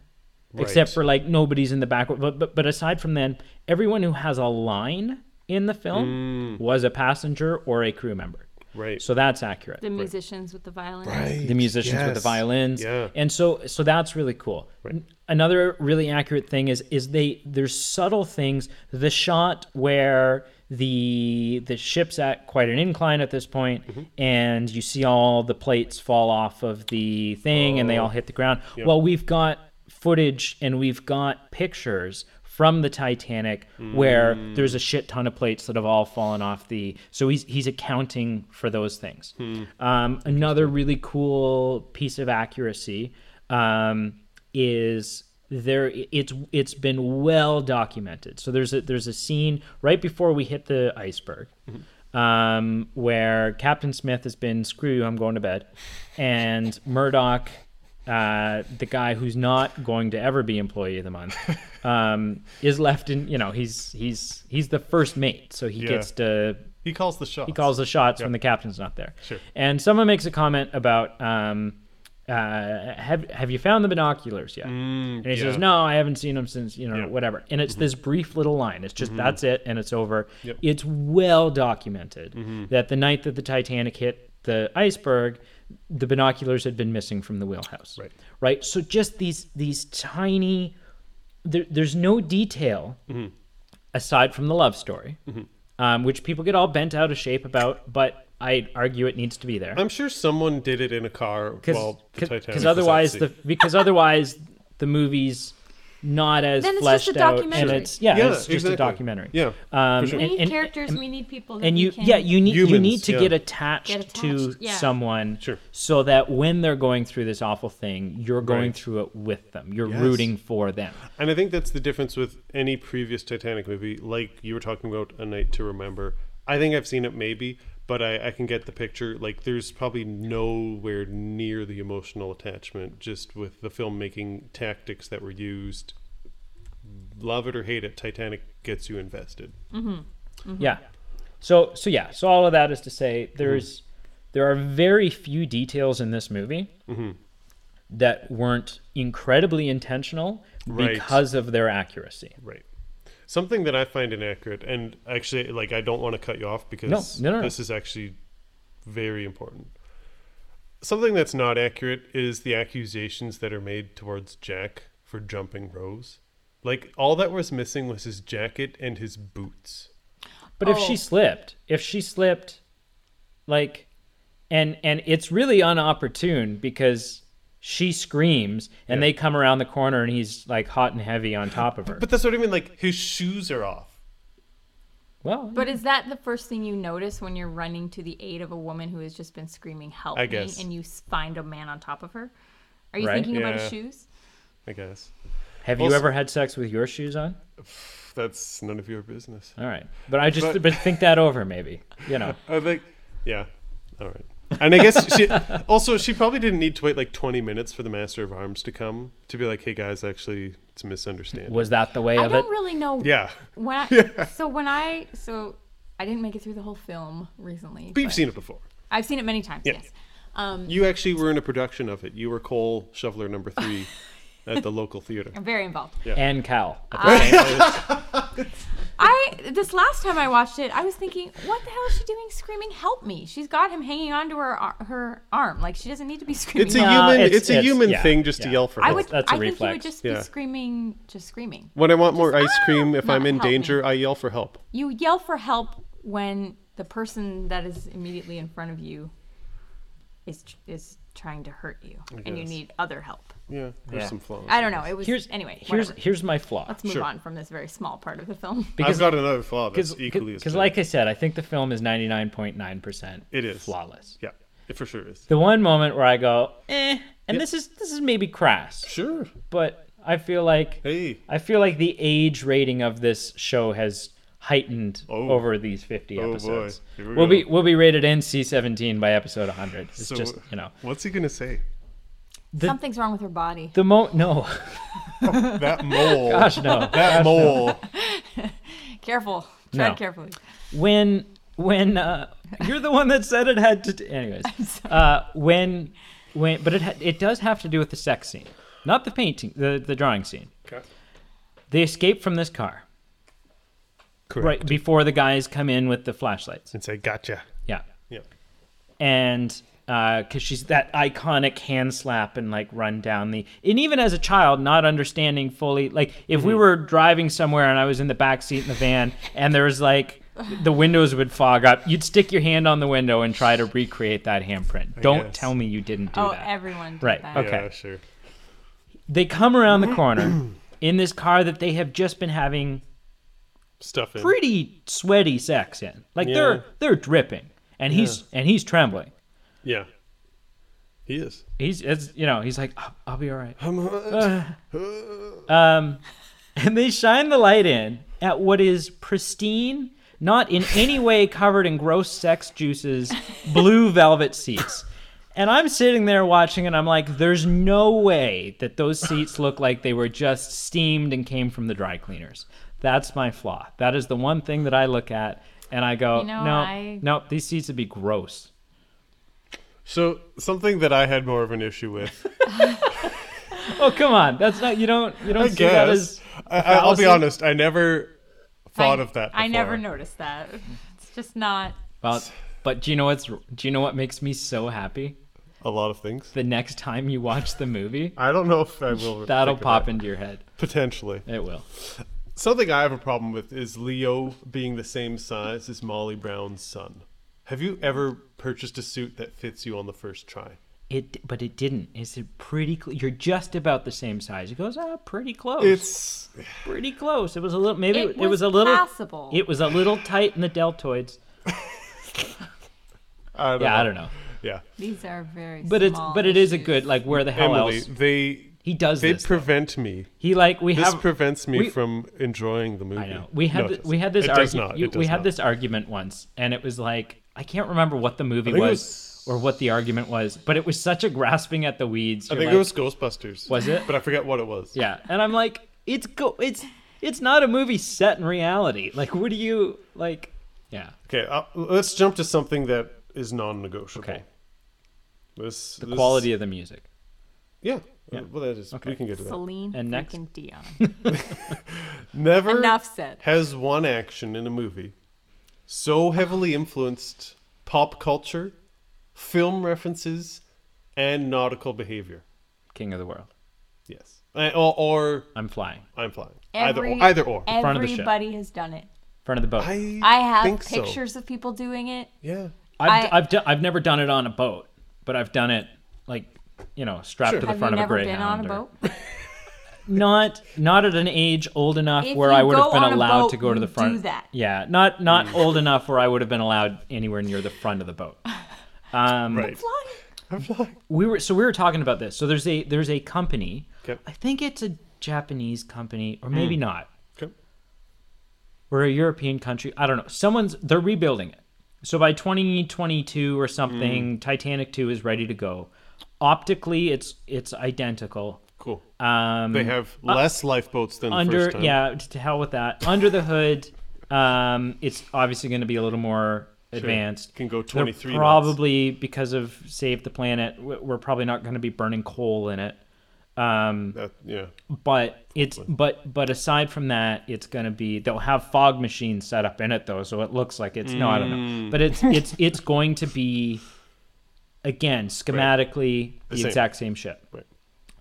except
Right.
for like nobody's in the back. But, but but aside from then, everyone who has a line in the film was a passenger or a crew member.
Mm. Right.
So that's accurate
the musicians with the violin
Right.
the musicians with the
yes.
violins
Yeah.
and so so that's really cool N- another really accurate thing is is they there's subtle things the shot where the the ship's at quite an incline at this point,
Mm-hmm.
and you see all the plates fall off of the thing and they
Oh.
all hit the ground well we've got footage and we've got pictures from the Titanic where there's a shit ton of plates that have all fallen off the so he's he's accounting for those things. Um, another really cool piece of accuracy um, is there it's it's been well documented. So there's a there's a scene right before we hit the iceberg um, where Captain Smith has been screw you I'm going to bed and Murdoch uh, the guy who's not going to ever be employee of the month um, is left in you know he's he's he's the first mate so he
Yeah.
gets to
He calls the shots.
he calls the shots when the captain's not there
Sure.
and someone makes a comment about um, uh, have have you found the binoculars yet and he says
Mm, yeah.
no i haven't seen them since you know
Yeah. Mm-hmm.
whatever and it's this brief little line it's just that's it and it's over
Yep. Mm-hmm.
it's well documented that the night that the titanic hit the iceberg the binoculars had been missing from the wheelhouse
Right.
right so just these these tiny there, there's no detail
Mm-hmm.
aside from the love story um, which people get all bent out of shape about but i argue it needs to be there
I'm sure someone did it in a car while the Titanic
because
was
otherwise
at sea.
the because otherwise the movie's not as
Then it's just
fleshed
a
out and
documentary.
it's yeah,
Yeah,
it's just a
exactly.
documentary
Yeah,
um,
for sure.
we
and,
need
and-
characters we need people that
and
we
you
can-
yeah you need you
Humans,
need to
yeah.
get attached,
Get attached,
to
yeah.
someone
Sure.
so that when they're going through this awful thing you're going
Right.
through it with them you're
Yes.
rooting for them
And I think that's the difference with any previous Titanic movie, like you were talking about A Night to Remember. I think I've seen it maybe, but I, I can get the picture. Like there's probably nowhere near the emotional attachment just with the filmmaking tactics that were used. Love it or hate it, Titanic gets you invested.
Yeah. So so yeah. So all of that is to say there's there are very few details in this movie that weren't incredibly intentional
Right.
because of their accuracy.
Right. Something that I find inaccurate, and actually, like, I don't want to cut you off because
no, no, no.
this is actually very important. Something that's not accurate is the accusations that are made towards Jack for jumping Rose. Like, all that was missing was his jacket and his boots.
But if
Oh.
she slipped, if she slipped like and and it's really unopportune because she screams and they come around the corner and he's like hot and heavy on top of her.
But that's what I mean. Like, his shoes are off.
well,
but is that the first thing you notice when you're running to the aid of a woman who has just been screaming help
I
me
guess.
and you s- find a man on top of her are you
Right.
thinking about
Yeah.
his shoes
I guess.
have you
also-
ever had sex with your shoes on?
That's none of your business.
All right. But I just
But-
but think that over maybe, you know.
I think, yeah. All right. And I guess she also she probably didn't need to wait like 20 minutes for the Master of Arms to come to be like, "Hey guys, actually, it's a misunderstanding."
Was that the way
I
of it?
don't really know.
yeah,
When I, So when I so I didn't make it through the whole film recently.
but you've
but
seen it before.
I've seen it many times.
Yeah.
Yes. Um,
You actually were in a production of it. You were Cole Shoveler number three at the local theater.
I'm very involved.
and Cal.
I this last time I watched it, I was thinking, what the hell is she doing screaming help me? She's got him hanging onto her ar- her arm. Like she doesn't need to be screaming.
It's a
help.
No,
human. It's,
it's-
a
it's-
human
yeah,
thing just to
yeah.
yell for
I
help.
would
That's a
I think you would
reflex.
just
Yeah.
be screaming just screaming.
when I want more
just,
ice
"Ah,
cream, if
not
I'm in
helping."
danger, I yell for help.
You yell for help when the person that is immediately in front of you is is trying to hurt you and you
guess.
need other help.
Yeah, there's
Yeah.
some flaws.
I don't know. It was
Here's
anyway.
Here's
whatever.
here's my flaw.
Let's move
sure.
on from this very small part of the film.
I've got another flaw that's equally as
because
bad.
like I said, I think the film is ninety nine point nine percent
It is.
flawless.
yeah, it for sure is.
The one moment where I go, eh, and this is this is maybe crass,
Sure.
but I feel like
Hey.
I feel like the age rating of this show has heightened
Oh.
over these 50
Oh, boy.
episodes.
Here we
will
go.
be we'll be rated NC-17 by episode 100. It's
So,
just, you know.
What's he gonna say?
The-
Something's wrong with her body.
The mo no,
That mole.
gosh no.
that mole.
Careful. Tread
No.
carefully.
When when uh you're the one that said it had to do, anyways. Uh when when but it ha- it does have to do with the sex scene. Not the painting, the the drawing scene.
Okay.
They escape from this car
Correct.
right before the guys come in with the flashlights.
And say, "Gotcha."
Yeah.
Yeah.
and because she's that iconic hand slap and like run down the and even as a child not understanding fully like if
Mm-hmm.
we were driving somewhere and i was in the back seat in the van and there was like the windows would fog up you'd stick your hand on the window and try to recreate that handprint don't
guess.
tell me you didn't do
Oh,
that
everyone did
Right,
that.
okay.
Yeah, sure.
they come around the corner in this car that they have just been having
Stuff in.
pretty sweaty sex in like
Yeah.
they're they're dripping and he's and he's trembling
Yeah. He is.
he's it's you know he's like "I'll- i'll be all right
That's
Um, and they shine the light in at what is pristine, not in any way covered in gross sex juices, blue velvet seats. And I'm sitting there watching, and I'm like, there's no way that those seats look like they were just steamed and came from the dry cleaners. That's my flaw. That is the one thing that I look at, and I go,
You know,
no,
I-
no, these seats would be gross.
So something that I had more of an issue with,
Oh, come on, that's not you don't you don't
I
see that
guess.
as
I, I- I'll
fallacy?
be honest. I never thought
I-
of that. Before.
I never noticed that. It's just not.
Well, but do you know what's do you know what makes me so happy?
a lot of things.
the next time you watch the movie,
I don't know if I will.
that'll
think of
pop
that.
into your head.
potentially.
It will.
Something I have a problem with is Leo being the same size as Molly Brown's son. Have you ever purchased a suit that fits you on the first try?
It, but it didn't. Is it pretty? Cl- you're just about the same size. It goes ah, pretty close.
It's
pretty close. It was a little. Maybe
It
it,
was
was, a little.
passable.
It was a little tight in the deltoids.
I don't
Yeah,
know.
I don't know.
Yeah,
These are very.
But it's
small
but it is a
issues.
good like where the hell
Emily,
else
they
he does
they
this.
prevent me.
he like we
This
have.
prevents me
we-
from enjoying the movie.
I know. We had
No, it
th- we had
doesn't.
this
It does
argument.
not.
you-
It does
We had
not.
this argument once, and it was like I can't remember what the movie was,
think it
or what the argument was, but it was such a grasping at the weeds.
I
You're
think
like,
it was Ghostbusters.
Was it?
But I forget what it was.
Yeah, and I'm like, it's go, it's it's not a movie set in reality. Like, what do you like? Yeah,
Okay, uh, let's jump to something that is non-negotiable.
Okay.
This
the quality of the music.
Yeah. Uh, Well, that is.
Okay.
We can get to that.
Celine
And
and
next-
freaking Dion.
Never
Enough said.
has one action in a movie so heavily influenced pop culture, film references, and nautical behavior.
King of the World.
Yes, Uh, or, or
I'm flying
I'm flying.
Every,
either or, either or.
front of the ship.
Everybody has done it.
in front of the boat. I,
I,
I have
think so.
pictures of people doing it.
Yeah.
have
I-
I've done, I've never done it on a boat, but I've done it like you know strapped
Sure.
to the
Have you
front of a
never
Greyhound.
been on a
or-
boat?
Not not at an age old enough
If
where
you
I would
go
have been
on a
allowed
boat,
to go to
you
the front.
do that.
Yeah, not not old enough where I would have been allowed anywhere near the front of the boat. Um,
Right.
Fly.
I'm flying.
we were so we were talking about this. So there's a there's a company.
Okay.
I think it's a Japanese company
Hmm.
or maybe not.
Okay.
Or a European country. I don't know. Someone's they're rebuilding it. So by 2022 or
Hmm.
something, Titanic 2 is ready to go. Optically, it's it's identical.
Cool.
Um,
they have less lifeboats than the
under
first time.
yeah t- to hell with that under the hood um it's obviously going to be a little more advanced
Can go
They're
23 knots.
probably because of save the planet w- we're probably not going to be burning coal in it um
That, yeah.
but it's but but aside from that it's going to be they'll have fog machines set up in it though so it looks like it's no i don't
Mm.
know but it's it's it's going to be again schematically the,
same.
exact same ship
Right.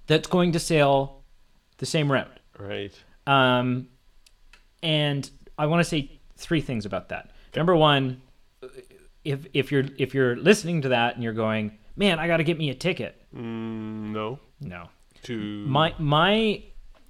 that's going to sail the same route
Right.
um, and I want to say three things about that. Number one, if if you're if you're listening to that and you're going, man, I got to get me a ticket.
Mm, No.
No,
To
my my.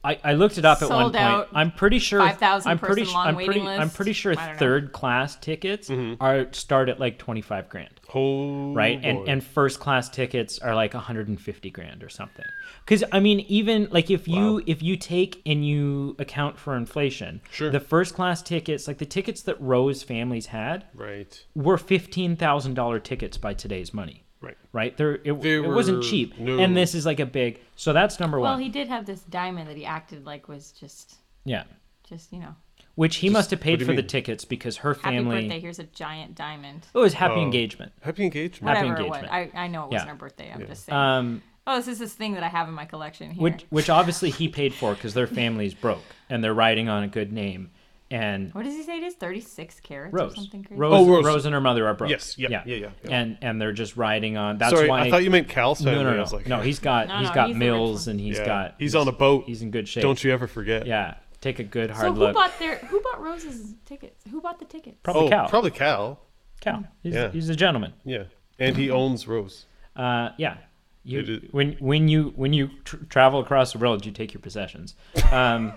I, I looked it up at one
Sold
point.
out,
I'm pretty sure
5,000
I'm pretty
person
su-
long
I'm
waiting
pretty I'm
list.
pretty sure
I don't know.
third class tickets
Mm-hmm.
are start at like 25 grand
whole
right
boy.
and and first class tickets are like 150 grand or something because i mean even like if you if you take and you account for inflation
Sure.
the first class tickets like the tickets that rose families had
right.
were $15000 tickets by today's money
Right.
right there it,
They
it wasn't
were-
cheap
no.
and this is like a big so that's number
Well,
one
he did have this diamond that he acted like was just,
yeah
just you know,
which he must have
what do
paid
you
for the
mean?
tickets because her
happy
family
birthday. Here's a giant diamond.
it was happy
Oh.
engagement
Happy engagement.
Happy
Whatever it was, I,
engagement.
I know it wasn't
Yeah.
her birthday. I'm
Yeah.
just saying.
um
oh, this is this thing that I have in my collection here.
which which obviously he paid for because their family's broke and they're riding on a good name and
what does he say? It is 36 carats
Rose,
or something crazy.
Rose,
Oh, Rose.
Rose and her mother are broke.
Yes, yeah, yeah, yeah, yeah.
And and they're just riding on. That's
Sorry,
why.
I thought you meant Cal's
no,
family.
no,
I
no,
was like,
no. He's got
No,
he's
no,
got
he's the rich
mills
one.
and he's
yeah.
got.
He's on a boat.
He's in good shape.
Don't you ever forget.
Yeah, take a good hard
So who
look.
bought their? Who bought Rose's tickets? Who bought the tickets?
Probably
Oh,
Cal.
probably Cal.
Cal. He's,
Yeah.
he's a gentleman.
Yeah. And he owns Rose.
Uh, yeah.
It
You
is-
when when you when you tr- travel across the world, you take your possessions. Um,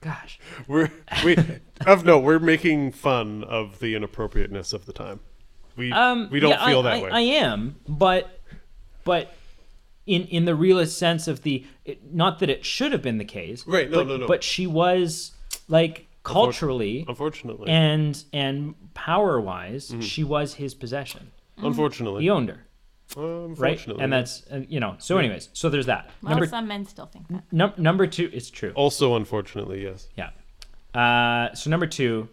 gosh.
We're we of no, we're making fun of the inappropriateness of the time. We
Um,
we don't
yeah,
feel
I,
that
I,
way.
I am, but but in in the realest sense of the it, not that it should have been the case,
Right, no,
but,
no, no.
But she was like culturally
unfortunately.
and and power wise,
Mm-hmm.
she was his possession.
unfortunately. Um,
He owned her, right?
unfortunately.
And that's and, you know. So, anyways, so there's that.
Well,
number
some men still think that.
num- number two, it's true.
also unfortunately, yes.
Yeah. Uh, so number two,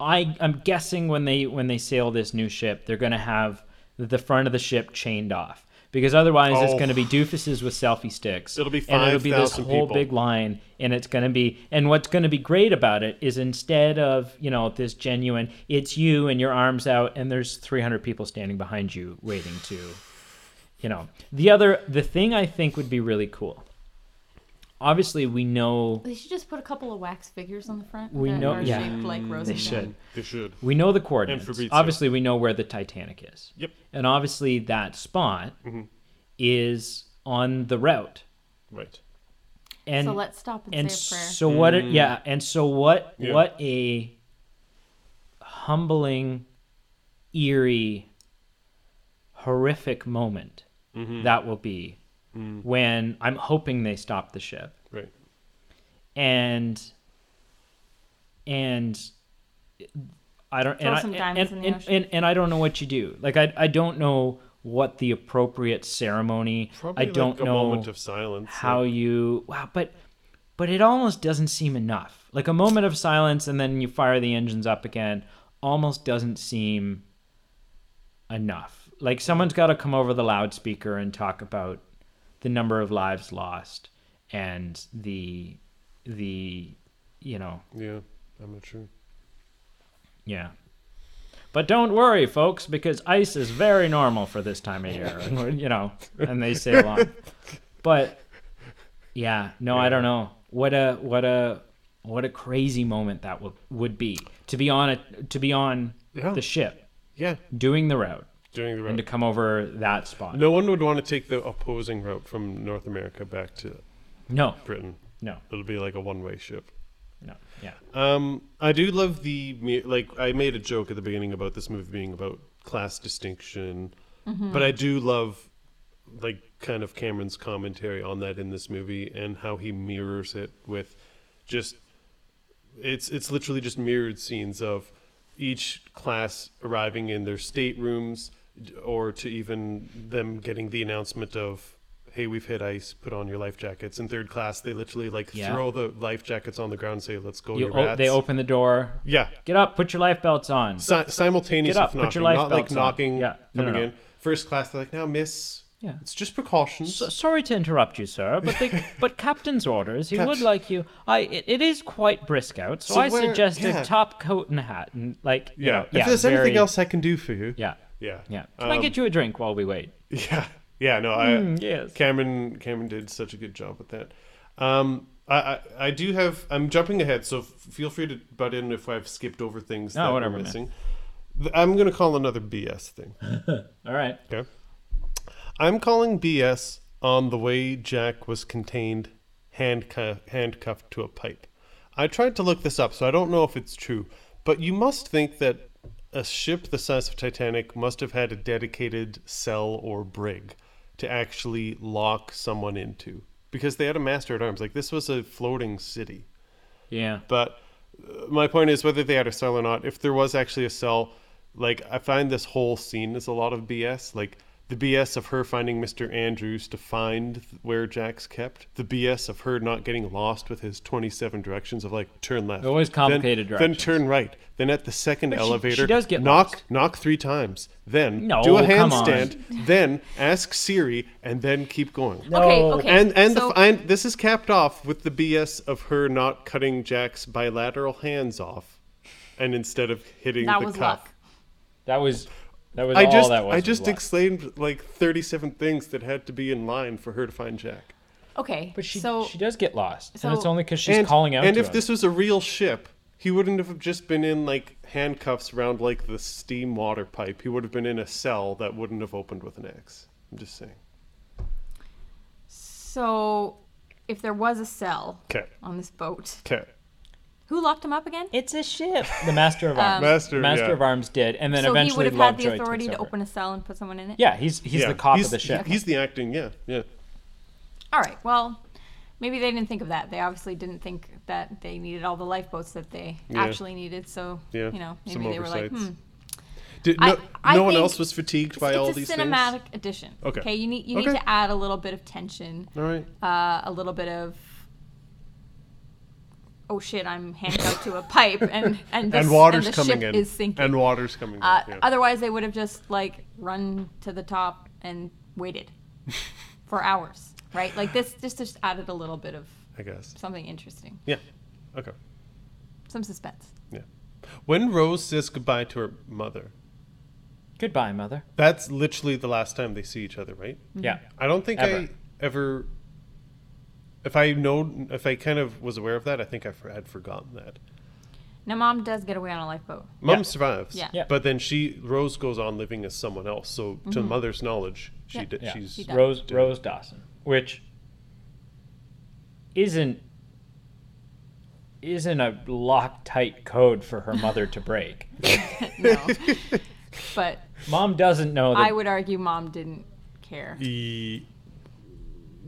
I I'm guessing when they when they sail this new ship, they're gonna have the front of the ship chained off because otherwise it's
Oh.
gonna be doofuses with selfie sticks.
It'll be
and it'll be this
5,000
whole
people.
big line, and it's gonna be and what's gonna be great about it is instead of you know this genuine, it's you and your arms out, and there's 300 people standing behind you waiting to, you know, the other the thing I think would be really cool. Obviously, we know
They should just put a couple of wax figures on the front.
We
that
know-
are
yeah.
shaped like Rose.
they should.
They should.
We know the coordinates.
Fabrizio.
Obviously, we know where the Titanic is.
Yep. Mm-hmm.
And obviously, that spot is on the route.
Right.
And
so let's stop and,
and
say a prayer.
so what? It, yeah. And so what?
Mm. Yeah.
What a humbling, eerie, horrific moment
Mm-hmm.
that will be
Mm.
when I'm hoping they stop the ship
Right.
and and I don't
Throw
and,
some
I,
diamonds
and,
in the
and,
ocean.
and and I don't know what you do. Like I I don't know what the appropriate ceremony.
Probably
I don't
like a
know
moment of silence.
how
like-
you wow, but but it almost doesn't seem enough. Like a moment of silence and then you fire the engines up again almost doesn't seem enough. Like someone's got to come over the loudspeaker and talk about the number of lives lost and the the you know
Yeah. I'm not sure.
yeah. But don't worry, folks, because ice is very normal for this time of year, and we're- you know, and they sail on. But yeah, no, I don't know. What a what a what a crazy moment that would would be to be on a to be on
Yeah.
the ship
Yeah.
doing the route
During the
and to
route.
come over that spot.
No one would want to take the opposing route from North America back to
no,
Britain.
no,
It'll be like a one-way ship.
no, yeah,
Um, I do love the mu- like. I made a joke at the beginning about this movie being about class distinction, but I do love like kind of Cameron's commentary on that in this movie and how he mirrors it with just it's it's literally just mirrored scenes of each class arriving in their staterooms or to even them getting the announcement of hey we've hit ice put on your life jackets in third class they literally like
Yeah.
throw the life jackets on the ground and say let's go
You
you
o-
rats.
they open the door.
yeah
Get up, put your life belts on.
Si- simultaneous
Get up,
with
put
knocking,
your life
not like
belts on.
knocking
Yeah, no,
coming
no, no.
in first class they're like now miss
Yeah.
it's just precautions
So, sorry to interrupt you, sir, but they, but captain's orders. He would like you. I it, it is quite brisk out, so,
So
I
where-
suggest
yeah.
a top coat and hat and like you
yeah
know,
if
yeah,
there's anything
very-
else i can do for you
Yeah,
yeah
yeah. Can I
Um,
get you a drink while we wait?
Yeah, yeah, no, I
Mm, yes.
Cameron Cameron did such a good job with that. Um, I, I I do have I'm jumping ahead, so f- feel free to butt in if I've skipped over things
No,
that
whatever,
we're
man.
missing. Th- I'm gonna call another BS thing.
All right.
Okay, I'm calling BS on the way Jack was contained, handcuff, handcuffed to a pipe. I tried to look this up, so I don't know if it's true, but you must think that a ship the size of Titanic must have had a dedicated cell or brig to actually lock someone into because they had a master at arms. Like this was a floating city.
Yeah.
But uh, my point is whether they had a cell or not. If there was actually a cell, like I find this whole scene is a lot of BS. Like the BS of her finding Mr. Andrews to find th- where Jack's kept. The BS of her not getting lost with his 27 directions of like turn left.
Always
then-
complicated
Then
directions.
turn right. Then at the second
she-
elevator,
she does get
knock
lost.
knock three times. Then
No,
do a
come on.
handstand. Then ask Siri, and then keep going.
Okay,
No.
okay.
And and,
so-
the, and this is capped off with the BS of her not cutting Jack's bilateral hands off, and instead of hitting
that
the
was
cuff.
luck.
That was that was
I
all
just
that was.
I
was
just
luck.
explained like thirty-seven things that had to be in line for her to find Jack.
Okay,
But she
so
she does get lost, and it's
so-
only because she's
and,
calling out.
And
to
if
him.
this was a real ship, he wouldn't have just been in like handcuffs around like the steam water pipe. He would have been in a cell that wouldn't have opened with an X. I'm just saying.
so if there was a cell
Okay.
on this boat,
Okay.
who locked him up again?
it's a ship, the master of
Um,
arms,
Master,
master
yeah.
of arms did, and then
so he
eventually
would have had the
Lovejoy
authority
takes
to
over.
open a cell and put someone in it.
Yeah, he's he's
yeah.
the cop
he's,
of the ship.
He's the acting. Yeah. Yeah.
All right. Well, maybe they didn't think of that. They obviously didn't think that they needed all the lifeboats that they
Yeah.
actually needed. So
Yeah,
you know, maybe
some
they were like,
oversights.
hmm.
Did,
I-
no
I
no one
think
else was fatigued
It's,
by all
it's
these
a cinematic addition.
Okay.
You need you need
Okay.
to add a little bit of tension,
things. All right.
uh, a little bit of. Oh shit! I'm handcuffed to a pipe, and and, the s-
and water's
the
coming
ship
in.
is sinking.
And water's coming
Uh,
in. Yeah.
Otherwise, they would have just like run to the top and waited for hours, right? Like this, this just added a little bit of
I guess.
something interesting,
Yeah. Okay.
some suspense.
Yeah. When Rose says goodbye to her mother,
Goodbye, mother.
that's literally the last time they see each other, right?
Mm-hmm.
Yeah.
I don't think I
Ever.
ever. If I know, if I kind of was aware of that, I think I for- had forgotten that.
Now, mom does get away on a lifeboat.
Mom
Yeah.
survives,
Yeah.
Yeah.
but then she Rose goes on living as someone else. So to mother's knowledge, she
Yeah.
did.
Yeah.
She's
Mm-hmm. She does.
Rose Rose Dawson, which isn't isn't a locktight code for her mother to break.
No, but
Mom doesn't know that
I would argue mom didn't care.
E-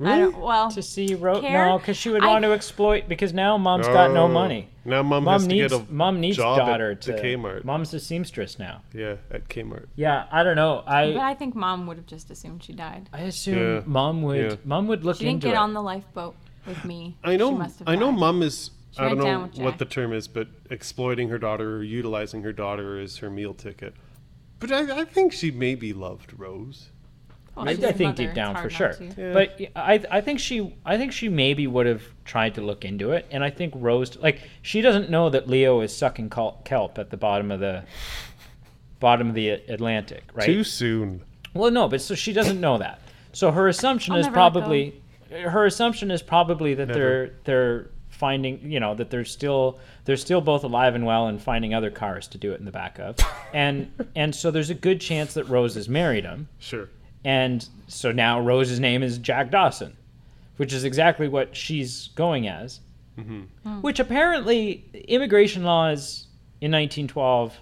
I
really
don't, well,
to see Rose
care.
no, because she would
I-
want to exploit because now mom's got no
Oh.
money.
Now mom,
Mom
has
needs
to get a
mom needs
job
daughter
at
to
the Kmart.
Mom's a seamstress now.
yeah, at Kmart.
Yeah, I don't know.
but
I
I think mom would have just assumed she died.
I assume
Yeah.
mom would
Yeah.
mom would look
She didn't
into
get
it.
on the lifeboat with me.
I
She
know.
must have
I know.
died.
Mom is. I
went
don't
down
know
with Jack.
what the term is, but exploiting her daughter or utilizing her daughter is her meal ticket. But I, I think she maybe loved Rose.
Well,
I, I
she's a
think
mother,
deep
it's
down for
hard
sure.
not to.
Yeah.
But I I think she I think she maybe would have tried to look into it, and I think Rose like she doesn't know that Leo is sucking kel- kelp at the bottom of the bottom of the Atlantic, right?
Too soon.
Well, no, but so she doesn't know that. So her assumption
I'll
is
never let
probably her assumption is probably that they're they're finding you know that they're still they're still both alive and well and finding other cars to do it in the back of and and so there's a good chance that Rose has married him
Sure.
and so now Rose's name is Jack Dawson, which is exactly what she's going as. Which apparently immigration laws in 1912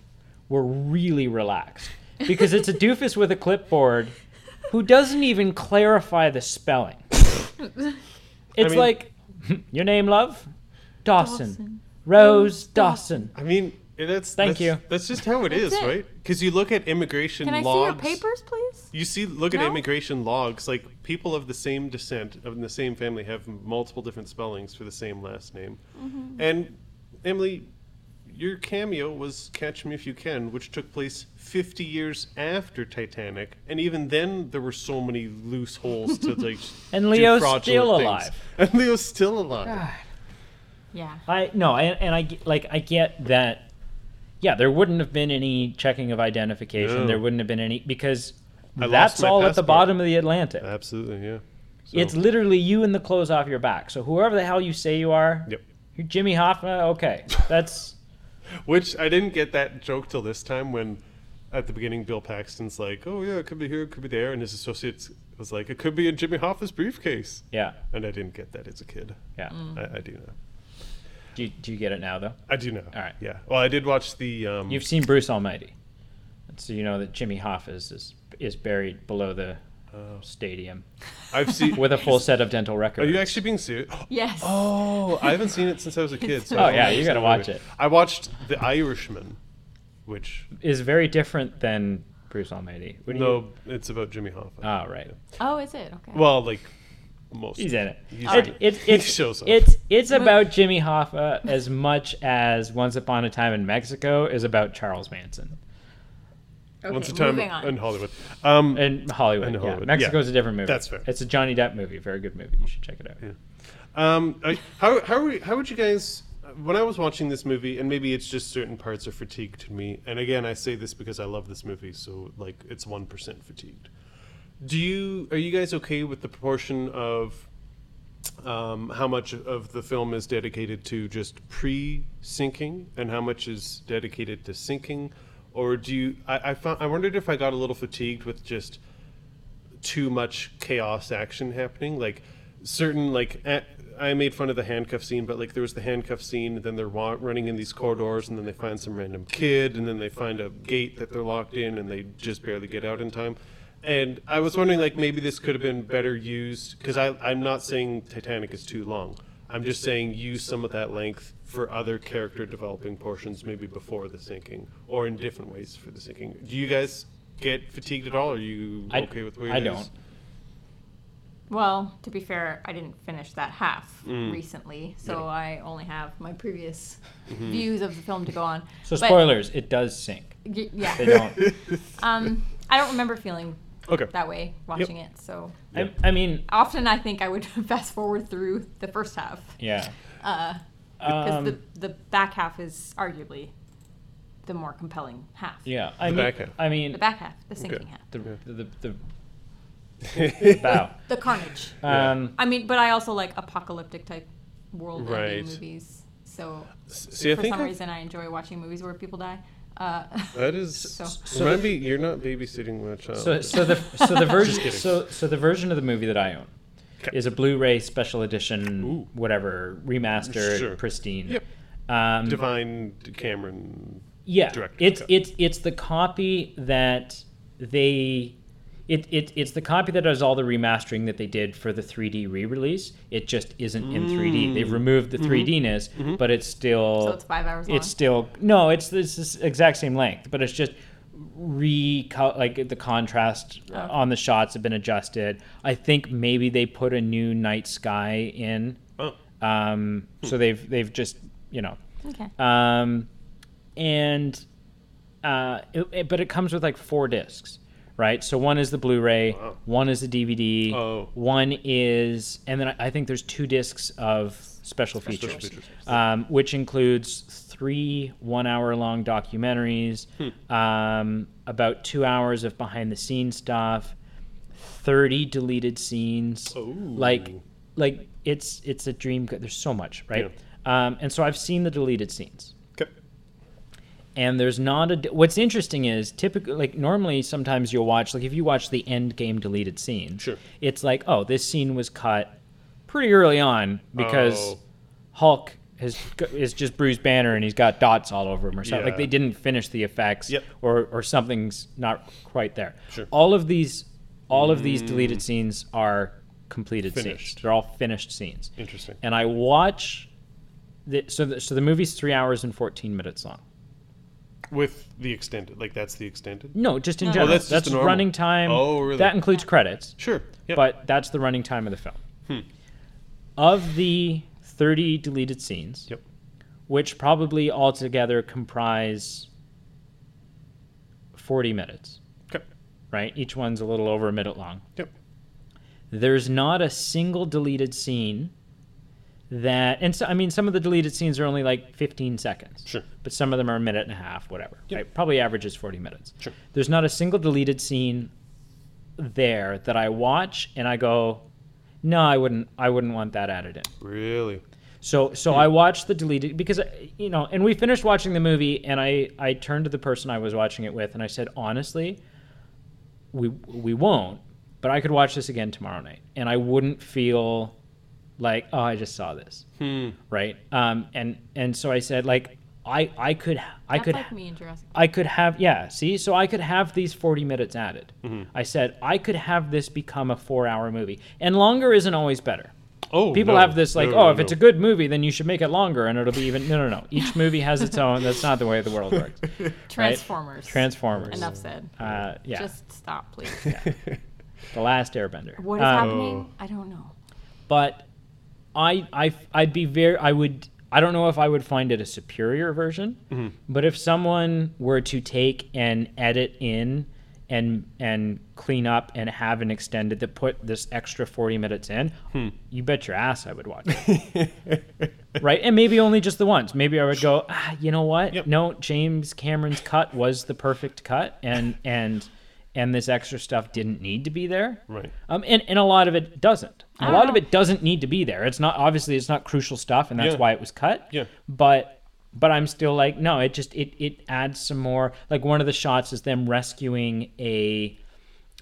were really relaxed because it's a doofus with a clipboard who doesn't even clarify the spelling. It's
mean-
like your name, love, Dawson, Rose Dawson.
I mean, And that's
Thank
that's-
you.
That's just how it is,
it.
right? Because you look at immigration
Can I see your
logs.
papers, please?
You see, look at
No?
immigration logs. Like people of the same descent, of the same family, have multiple different spellings for the same last name.
Mm-hmm.
And Emily, your cameo was "Catch Me If You Can," which took place 50 years after Titanic, and even then there were so many loose holes to like.
And
do
Leo's
fraudulent
still
things.
alive.
And Leo's still alive.
Yeah.
I no, and, and I get- like I get that. Yeah, there wouldn't have been any checking of identification.
No.
There wouldn't have been any because
I lost
that's
my
all at the
passport.
bottom of the Atlantic.
Absolutely, yeah. So,
It's literally you and the clothes off your back. So whoever the hell you say you are,
Yep.
you're Jimmy Hoffa. Okay, that's
Which I didn't get that joke till this time when at the beginning Bill Paxton's like, Oh yeah, it could be here, it could be there and his associates was like, It could be in Jimmy Hoffa's briefcase.
yeah,
And I didn't get that as a kid.
yeah.
I, I do know.
Do, you, do you get it now though?
I do know.
All right.
Yeah. Well I did watch the um
You've seen Bruce Almighty, so you know that Jimmy Hoffa is is, is buried below the stadium
I've seen
with a full set of dental
Oh. Are
records.
you actually being serious?
Yes.
Oh, I haven't seen it since I was a kid. So I
Oh,
don't
yeah,
know
you
what's
gotta
going on
watch
with
it.
I watched The Irishman, which
is very different than Bruce Almighty. What do you-
no, it's about Jimmy Hoffa.
Ah, right.
Oh, is it? Okay.
Well, like most.
He's in it.
He's
It-
in it.
it- it's,
shows up.
It's it's about Jimmy Hoffa as much as Once Upon a Time in Mexico is about Charles Manson
okay,
Once a time
moving on.
in Hollywood. Um,
and Hollywood.
And
yeah.
Hollywood,
Mexico's
yeah.
a different movie.
That's fair.
It's a Johnny Depp movie. Very good movie. You should check it out.
Um, I- how how are we, how would you guys? When I was watching this movie, and maybe it's just certain parts are fatigued to me. And again, I say this because I love this movie, so like it's one percent fatigued. Do you are you guys okay with the proportion of um, how much of the film is dedicated to just pre-sinking and how much is dedicated to sinking, or do you? I I, found, I wondered if I got a little fatigued with just too much chaos action happening. Like certain like a I I made fun of the handcuff scene, but like there was the handcuff scene, then they're wa- running in these corridors, and then they find some random kid, and then they find a gate that they're locked in, and they just barely get out in time. And I was wondering, like maybe this could have been better used because I I'm not saying Titanic is too long. I'm just saying use some of that length for other character developing portions, maybe before the sinking, or in different ways for the sinking. Do you guys get fatigued at all? Are you
I,
okay with where
I
it is?
don't.
Well, to be fair, I didn't finish that half
Mm.
recently, so I only have my previous
Mm-hmm.
views of the film to go on.
So
But-
spoilers. It does sink.
y-
They
yeah.
don't.
um, I don't remember feeling
Okay.
that way watching it. So
I, I mean,
often I think I would fast forward through the first half Uh,
yeah.
because
Um,
the the back half is arguably the more compelling half.
yeah. I mean,
back half.
I mean,
The back half, the sinking half,
the,
Yeah.
the, the, the, the bow.
the carnage.
Yeah.
Um,
I mean, but I also like apocalyptic type world
Right.
ending movies. So
See, I
for
think
some
I-
reason, I enjoy watching movies where people die. Uh,
that is.
So-
so-
Remind me, you're not babysitting um, my child.
So, so the so the version
kidding.
so so the version of the movie that I own
Okay.
is a Blu-ray special edition,
Ooh.
whatever remastered,
Sure.
pristine.
Yep.
Um,
Divine Cameron.
yeah,
director's
it's
cut.
it's it's the copy that they. It, it, it's the copy that does all the remastering that they did for the 3D re-release. It just isn't in 3D.
Mm.
They've removed the
Mm-hmm.
3Dness, but it's still
So it's five hours long?
It's still no, it's it's this exact same length, but it's just re like the contrast uh, on the shots have been adjusted. I think maybe they put a new night sky in.
Oh.
Um, so they've they've just you know,
okay.
um, and uh, it, it- but it comes with like four discs, right? So one is the Blu-ray,
Wow.
one is the DVD,
Oh.
one is, and then I, I think there's two discs of special, features,
features.
Um, which includes three one-hour-long documentaries,
Hmm.
um, about two hours of behind-the-scenes stuff, thirty deleted scenes, like
Ooh.
like it's it's a dream. co- There's so much, right?
Yeah.
Um, and so I've seen the deleted scenes
Okay.
and there's not a what's interesting is typically like normally sometimes you'll watch like if you watch the end game deleted scene
Sure.
it's like oh this scene was cut pretty early on because
Oh.
hulk has, is just bruised banner and he's got dots all over him or something like
Yeah.
they didn't finish the effects
Yep.
or or something's not quite there
Sure. Mm.
all of these all of these deleted scenes are completed
Finished.
scenes they're all finished scenes
Interesting.
and i watch the, so the, so the movie's 3 hours and 14 minutes long
with the extended. Like that's the extended.
No, just in
No.
general.
Oh, that's
that's
just the normal.
running time.
Oh, really?
That includes credits,
Sure. Yep. Hmm.
but that's the running time of the film. Of the 30 deleted scenes,
Yep.
which probably altogether comprise 40 minutes,
Okay.
right? Each one's a little over a minute long.
Yep.
there's not a single deleted scene that and so i mean some of the deleted scenes are only like 15 seconds
Sure.
but some of them are a minute and a half whatever right? probably averages 40 minutes
Sure.
there's not a single deleted scene there that i watch and i go no i wouldn't i wouldn't want that added in
Really.
so so I watched the deleted because uh, you know, and we finished watching the movie, and I I turned to the person I was watching it with, and I said, honestly, we we won't, but I could watch this again tomorrow night, and I wouldn't feel like oh I just saw this, right? Um, and and so I said like I I could I
That's
could
like me in Jurassic.
I could have, yeah, see, so I could have these 40 minutes added. I said, I could have this become a four hour movie. And longer isn't always better.
Oh,
People
no.
have this, like,
No,
oh,
no,
if it's
no.
a good movie, then you should make it longer and it'll be even. No, no, no. Each movie has its own. That's not the way the world works.
Transformers.
Transformers.
Enough said.
Uh, yeah.
Just stop, please.
the last airbender.
What is
Um,
happening? I don't know.
but I, I I'd be very I would I don't know if I would find it a superior version,
Mm-hmm.
but if someone were to take and edit in and and clean up and have an extended that put this extra 40 minutes in,
Hmm.
you bet your ass I would watch it. right? And maybe only just the once. Maybe I would go, ah, you know what?
Yep.
No, James Cameron's cut was the perfect cut and and and this extra stuff didn't need to be there.
Right.
Um, and, and a lot of it doesn't. A
don't
lot
know.
of it doesn't need to be there. It's not obviously it's not crucial stuff, and that's
Yeah.
why it was cut.
Yeah.
But but I'm still like no. It just it it adds some more. Like one of the shots is them rescuing a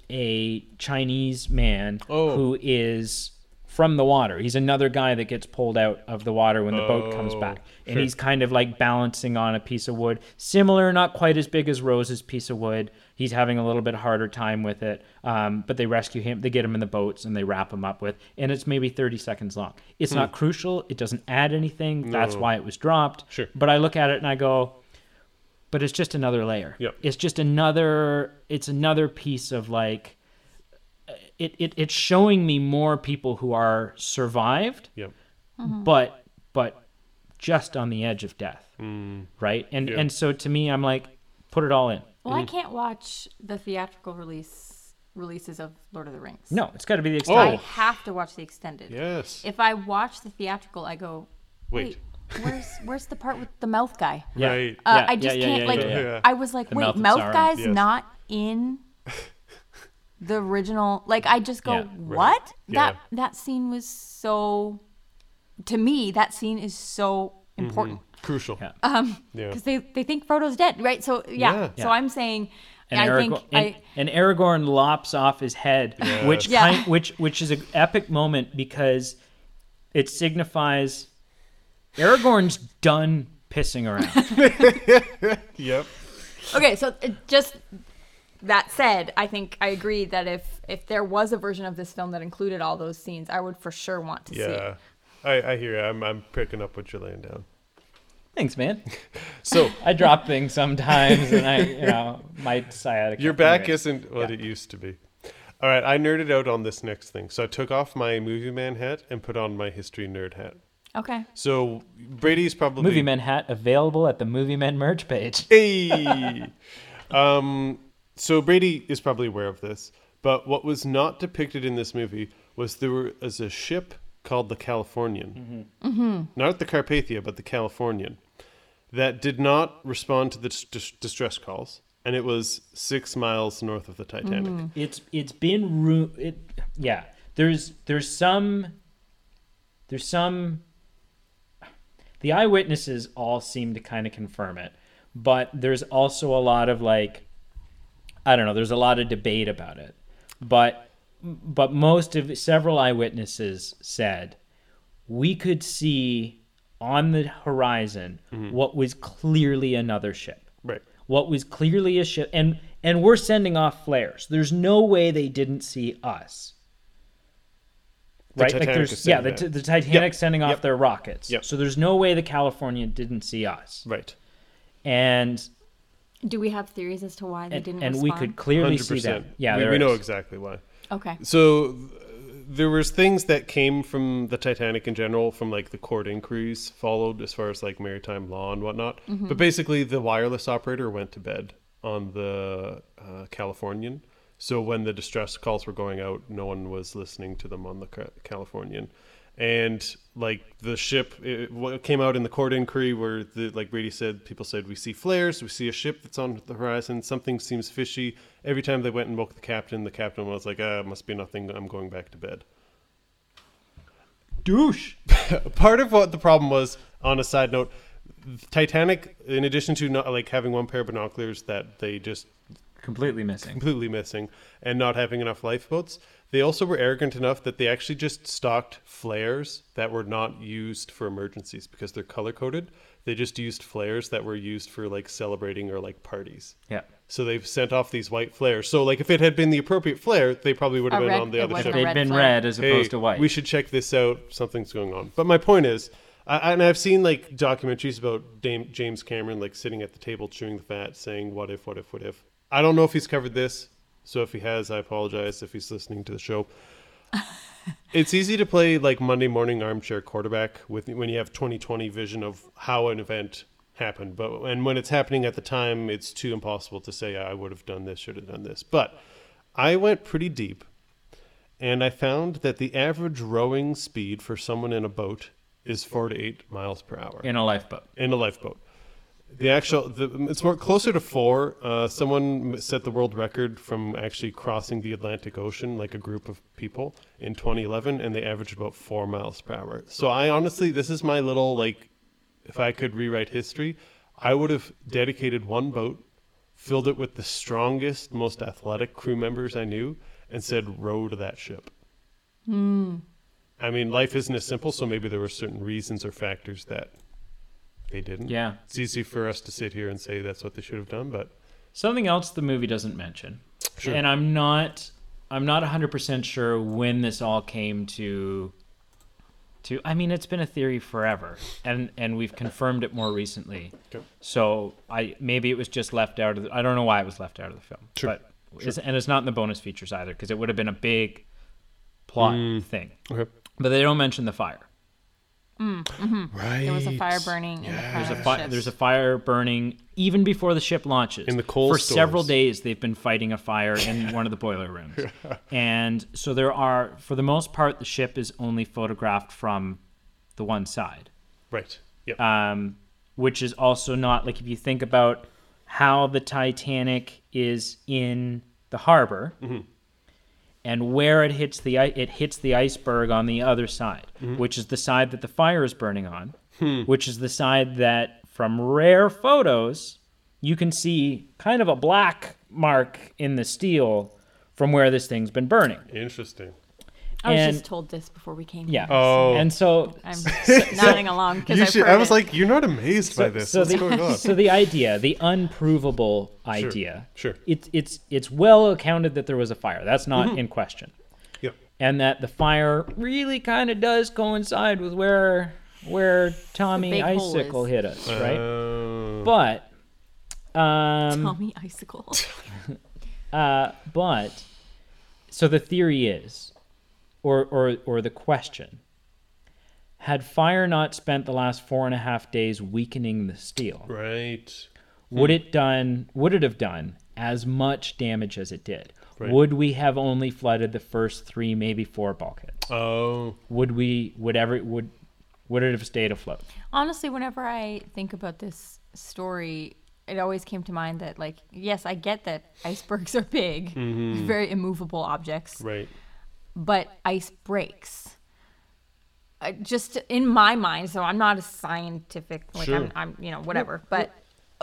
a Chinese man
Oh.
who is from the water. He's another guy that gets pulled out of the water when the boat comes
Oh,
back. And
sure.
he's kind of like balancing on a piece of wood, similar, not quite as big as Rose's piece of wood. He's having a little bit harder time with it. Um, but they rescue him, they get him in the boats and they wrap him up with, and it's maybe 30 seconds long. It's
Hmm.
not crucial. It doesn't add anything. That's why it was dropped.
Sure.
But I look at it and I go, but it's just another layer.
Yep.
It's just another, it's another piece of like, it, it, it's showing me more people who are survived
Yep.
Mm-hmm.
but but just on the edge of death right and
Mm. Yeah.
and so to me i'm like put it all in
Well, I can't watch the theatrical release releases of Lord of the Rings.
no Oh. it's got to be
Oh,
the
I
extended
have to watch the extended.
Yes.
If I watch the theatrical, I go,
Wait.
wait, where's where's the part with the mouth guy?
yeah.
Right.
Uh,
Yeah,
I
yeah,
just
yeah,
can't
yeah,
like.
yeah,
yeah.
I was like,
The mouth
wait,
of
mouth
Sauron,
guy's
yes.
not in the original. Like, I just go,
Yeah, right.
what? That
Yeah.
that scene was so. To me, that scene is so important
Crucial.
Mm-hmm. Yeah.
Yeah.
because they, they think Frodo's dead, right? So yeah.
Yeah.
Yeah.
So I'm saying,
and,
I
Aragorn,
think
and,
I
and Aragorn lops off his head, which
Yeah.
kind, which which is an epic moment because it signifies Aragorn's done pissing around.
Yep.
okay so uh, just that said i think i agree that if if there was a version of this film that included all those scenes i would for sure want to see
Yeah.
it
I, I hear you. I'm, I'm picking up what you're laying down.
Thanks, man.
So
I drop things sometimes, and I you know my sciatica.
your back
anyway.
isn't what it used to be. All right. I nerded out on this next thing. So I took off my movie man hat and put on my history nerd hat.
okay
So Brady's probably
Movie Men hat available at the Movie Men merch page.
Hey. um, so Brady is probably aware of this, but what was not depicted in this movie was there were- was a ship called the Californian, not the Carpathia, but the Californian, that did not respond to the dis- dis- distress calls, and it was six miles north of the Titanic.
it's it's been ru- it yeah there's there's some there's some the eyewitnesses all seem to kind of confirm it but there's also a lot of like i don't know there's a lot of debate about it but but most of several eyewitnesses said we could see on the horizon what was clearly another ship
Right.
what was clearly a ship and and we're sending off flares there's no way they didn't see us
The
right
Titanic
like
is
there's yeah
sending
the,
that.
t- the titanic
Yep.
sending off
Yep.
their rockets
Yep.
so there's no way the california didn't see us
Right.
and
Do we have theories as to why they
and,
didn't
and we
respond?
could clearly see that.
100%.
Yeah,
we,
there
we know
is.
exactly why.
Okay.
So th- there was things that came from the Titanic in general, from like the court inquiries followed as far as like maritime law and whatnot. But basically, the wireless operator went to bed on the uh, Californian. So when the distress calls were going out, no one was listening to them on the Ca- Californian. And like the ship, it, what came out in the court inquiry where the like Brady said, people said we see flares, we see a ship that's on the horizon, something seems fishy. Every time they went and woke the captain, the captain was like, "Ah, must be nothing. I'm going back to bed."
douche.
part of what the problem was on a side note titanic in addition to not like having one pair of binoculars that they just
Completely missing.
completely missing and not having enough lifeboats they also were arrogant enough that they actually just stocked flares that were not used for emergencies because they're color coded they just used flares that were used for like celebrating or like parties
Yeah.
so they've sent off these white flares so like if it had been the appropriate flare they probably would have
A
been
red-
on the
it
other ship
wasn't a
They'd
red
been
flag.
red as opposed
hey,
to white.
We should check this out. Something's going on. But my point is, I, and I've seen like documentaries about Dame, James Cameron like sitting at the table chewing the fat, saying "What if? What if? What if?" I don't know if he's covered this. So if he has, I apologize if he's listening to the show. it's easy to play like Monday morning armchair quarterback with when you have 2020 vision of how an event happened, but and when it's happening at the time, it's too impossible to say I would have done this, should have done this. But I went pretty deep and I found that the average rowing speed for someone in a boat is four to eight miles per hour
in a lifeboat.
in a lifeboat. The actual, the, it's more closer to four. Uh, someone set the world record from actually crossing the Atlantic Ocean, like a group of people, in 2011, and they averaged about four miles per hour. So I honestly, this is my little like, if I could rewrite history, I would have dedicated one boat, filled it with the strongest, most athletic crew members I knew, and said, "Row to that ship." I mean, life isn't as simple, so maybe there were certain reasons or factors that they didn't
Yeah.
it's easy for us to sit here and say that's what they should have done, but
Something else the movie doesn't mention.
Sure.
And I'm not I'm not 100% sure when this all came to to I mean it's been a theory forever and and we've confirmed it more recently.
Okay.
So I maybe it was just left out of the, I don't know why it was left out of the film.
Sure.
But it's- and it's not in the bonus features either because it would have been a big plot
Mm.
thing.
okay.
But they don't mention the fire.
right.
There was a fire burning in the front
There's a
of
fi-
the ship.
there's a fire burning even before the ship launches.
In the coal
for
stores.
several days, they've been fighting a fire in one of the boiler rooms, and so there are, for the most part, the ship is only photographed from the one side,
Right. Yep.
um, which is also not like if you think about how the Titanic is in the harbor. And where it hits the i- it hits the iceberg on the other side, which is the side that the fire is burning on, which is the side that from rare photos you can see kind of a black mark in the steel from where this thing's been burning.
Interesting.
I was
and-
just told this before we came.
Yeah.
here.
Oh.
And so
I'm nodding along because
You
I've
should,
heard
I was
it.
like, you're not amazed by this. What's
the,
going on?
so the idea, the unprovable idea,
sure.
It's it's it's well accounted that there was a fire. That's not
Mm-hmm.
in question,
Yep.
and that the fire really kind of does coincide with where where Tommy
big hole
Icicle
is.
hit us, right?
Uh,
But um,
Tommy Icicle.
Uh, but so the theory is, or or or the question: Had fire not spent the last four and a half days weakening the steel,
right.
would
Hmm.
it done? Would it have done as much damage as it did?
Right.
Would we have only flooded the first three, maybe four bulkheads?
Oh.
Would we? Would every? Would would it have stayed afloat?
Honestly, whenever I think about this story, it always came to mind that, like, yes, I get that icebergs are big,
Mm-hmm.
very immovable objects,
Right.
but ice breaks. Uh, just in my mind, so I'm not a scientific, like,
Sure.
I'm, I'm, you know, whatever, but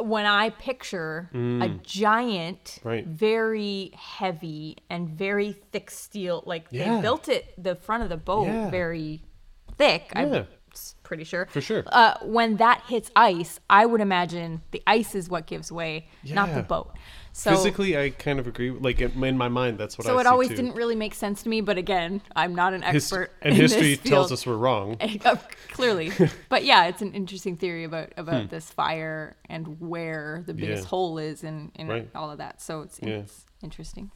when I picture a giant,
Mm. Right.
very heavy, and very thick steel, like,
Yeah.
they built it, the front of the boat,
Yeah.
very thick.
Yeah.
I'm s- pretty sure.
For sure.
Uh, when that hits ice, I would imagine the ice is what gives way, not
Yeah.
the boat. So
Physically, I kind of agree. Like in in my mind, that's what I.
so it
see,
always
too.
didn't really make sense to me. But again, I'm not an
His-
expert.
and
in this
history tells
field.
us we're wrong.
Uh, clearly but yeah it's an interesting theory about about this fire and where the biggest
Hmm. Yeah.
hole is and and
Right.
all of that so it's,
Yeah.
it's interesting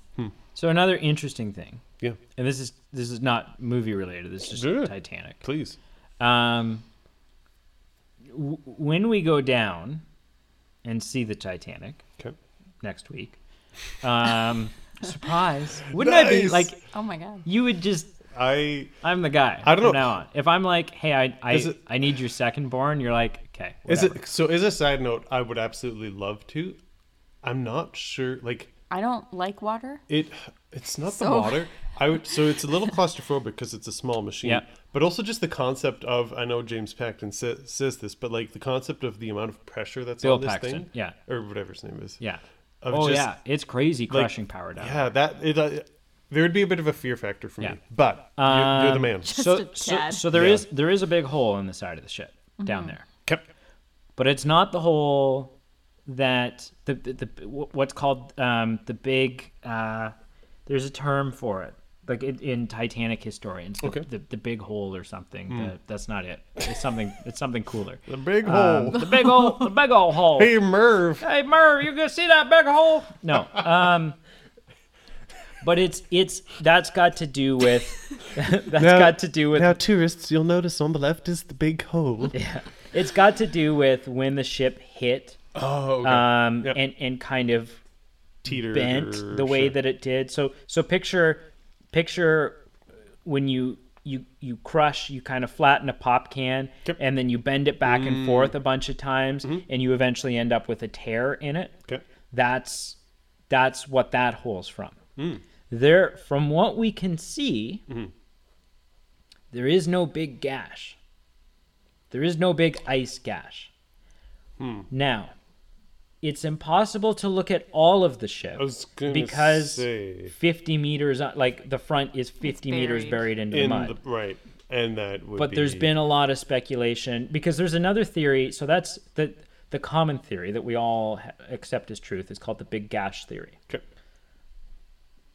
So another interesting thing,
Yeah,
and this is this is not movie related. This is just
Yeah.
Titanic.
please.
Um, w- when we go down and see the Titanic
Okay.
next week, um, surprise! Wouldn't I be
Nice.
like
oh my god
you would just?
I
I'm the guy.
I don't
from
know.
Now on, if I'm like, hey, I I,
Is it-
I need your second born, you're like, okay.
is
whatever."
it so? Is a side note. I would absolutely love to. I'm not sure. Like
i don't like water
it. It's not the
So-
water. I would, so it's a little claustrophobic because it's a small machine.
Yeah.
But also just the concept of I know James Paxton sa- says this, but like the concept of the amount of pressure that's
Bill
on this
Paxton,
thing.
yeah.
Or whatever his name is.
Yeah.
Of
oh
just-
yeah, it's crazy
like,
crushing power down.
Yeah, that it, uh, there would be a bit of a fear factor for
Yeah.
me. But you're, you're the
Um,
man.
So,
Just a
so,
tad.
so there
Yeah.
is- there is a big hole in the side of the ship down there.
Cap-
but it's not the whole that the, the, the what's called um, the big uh, there's a term for it like in, in Titanic historians the,
Okay. Hmm.
the, the big hole or something The- that's not it it's something it's something cooler
The big
Um,
hole.
the big old the big old hole
Hey Merv.
hey Murr, you gonna see that big hole? No. Um But it's it's that's got to do with that's got to do with
tourists, you'll notice on the left is the big hole.
it's got to do with when the ship hit
Oh, okay.
um
Yep.
and and kind of
Teeter
bent the way that it did. So so picture picture when you you you crush, you kind of flatten a pop can,
Yep. Mm. Mm-hmm.
and then you bend it back and forth a bunch of times, and you eventually end up with a tear in it.
Okay.
That's that's what that hole's from.
Hmm.
There, from what we can see,
Mm-hmm.
there is no big gash. There is no big ice gash.
Hmm.
Now, it's impossible to look at all of the ship
I was gonna
because
say.
50 meters, uh, like the front is 50 meters
buried.
buried into the
in
mud.
the right. And that would
but there's
be-
been a lot of speculation because there's another theory. So that's the the common theory that we all ha- accept as truth is called the big gash theory.
Okay.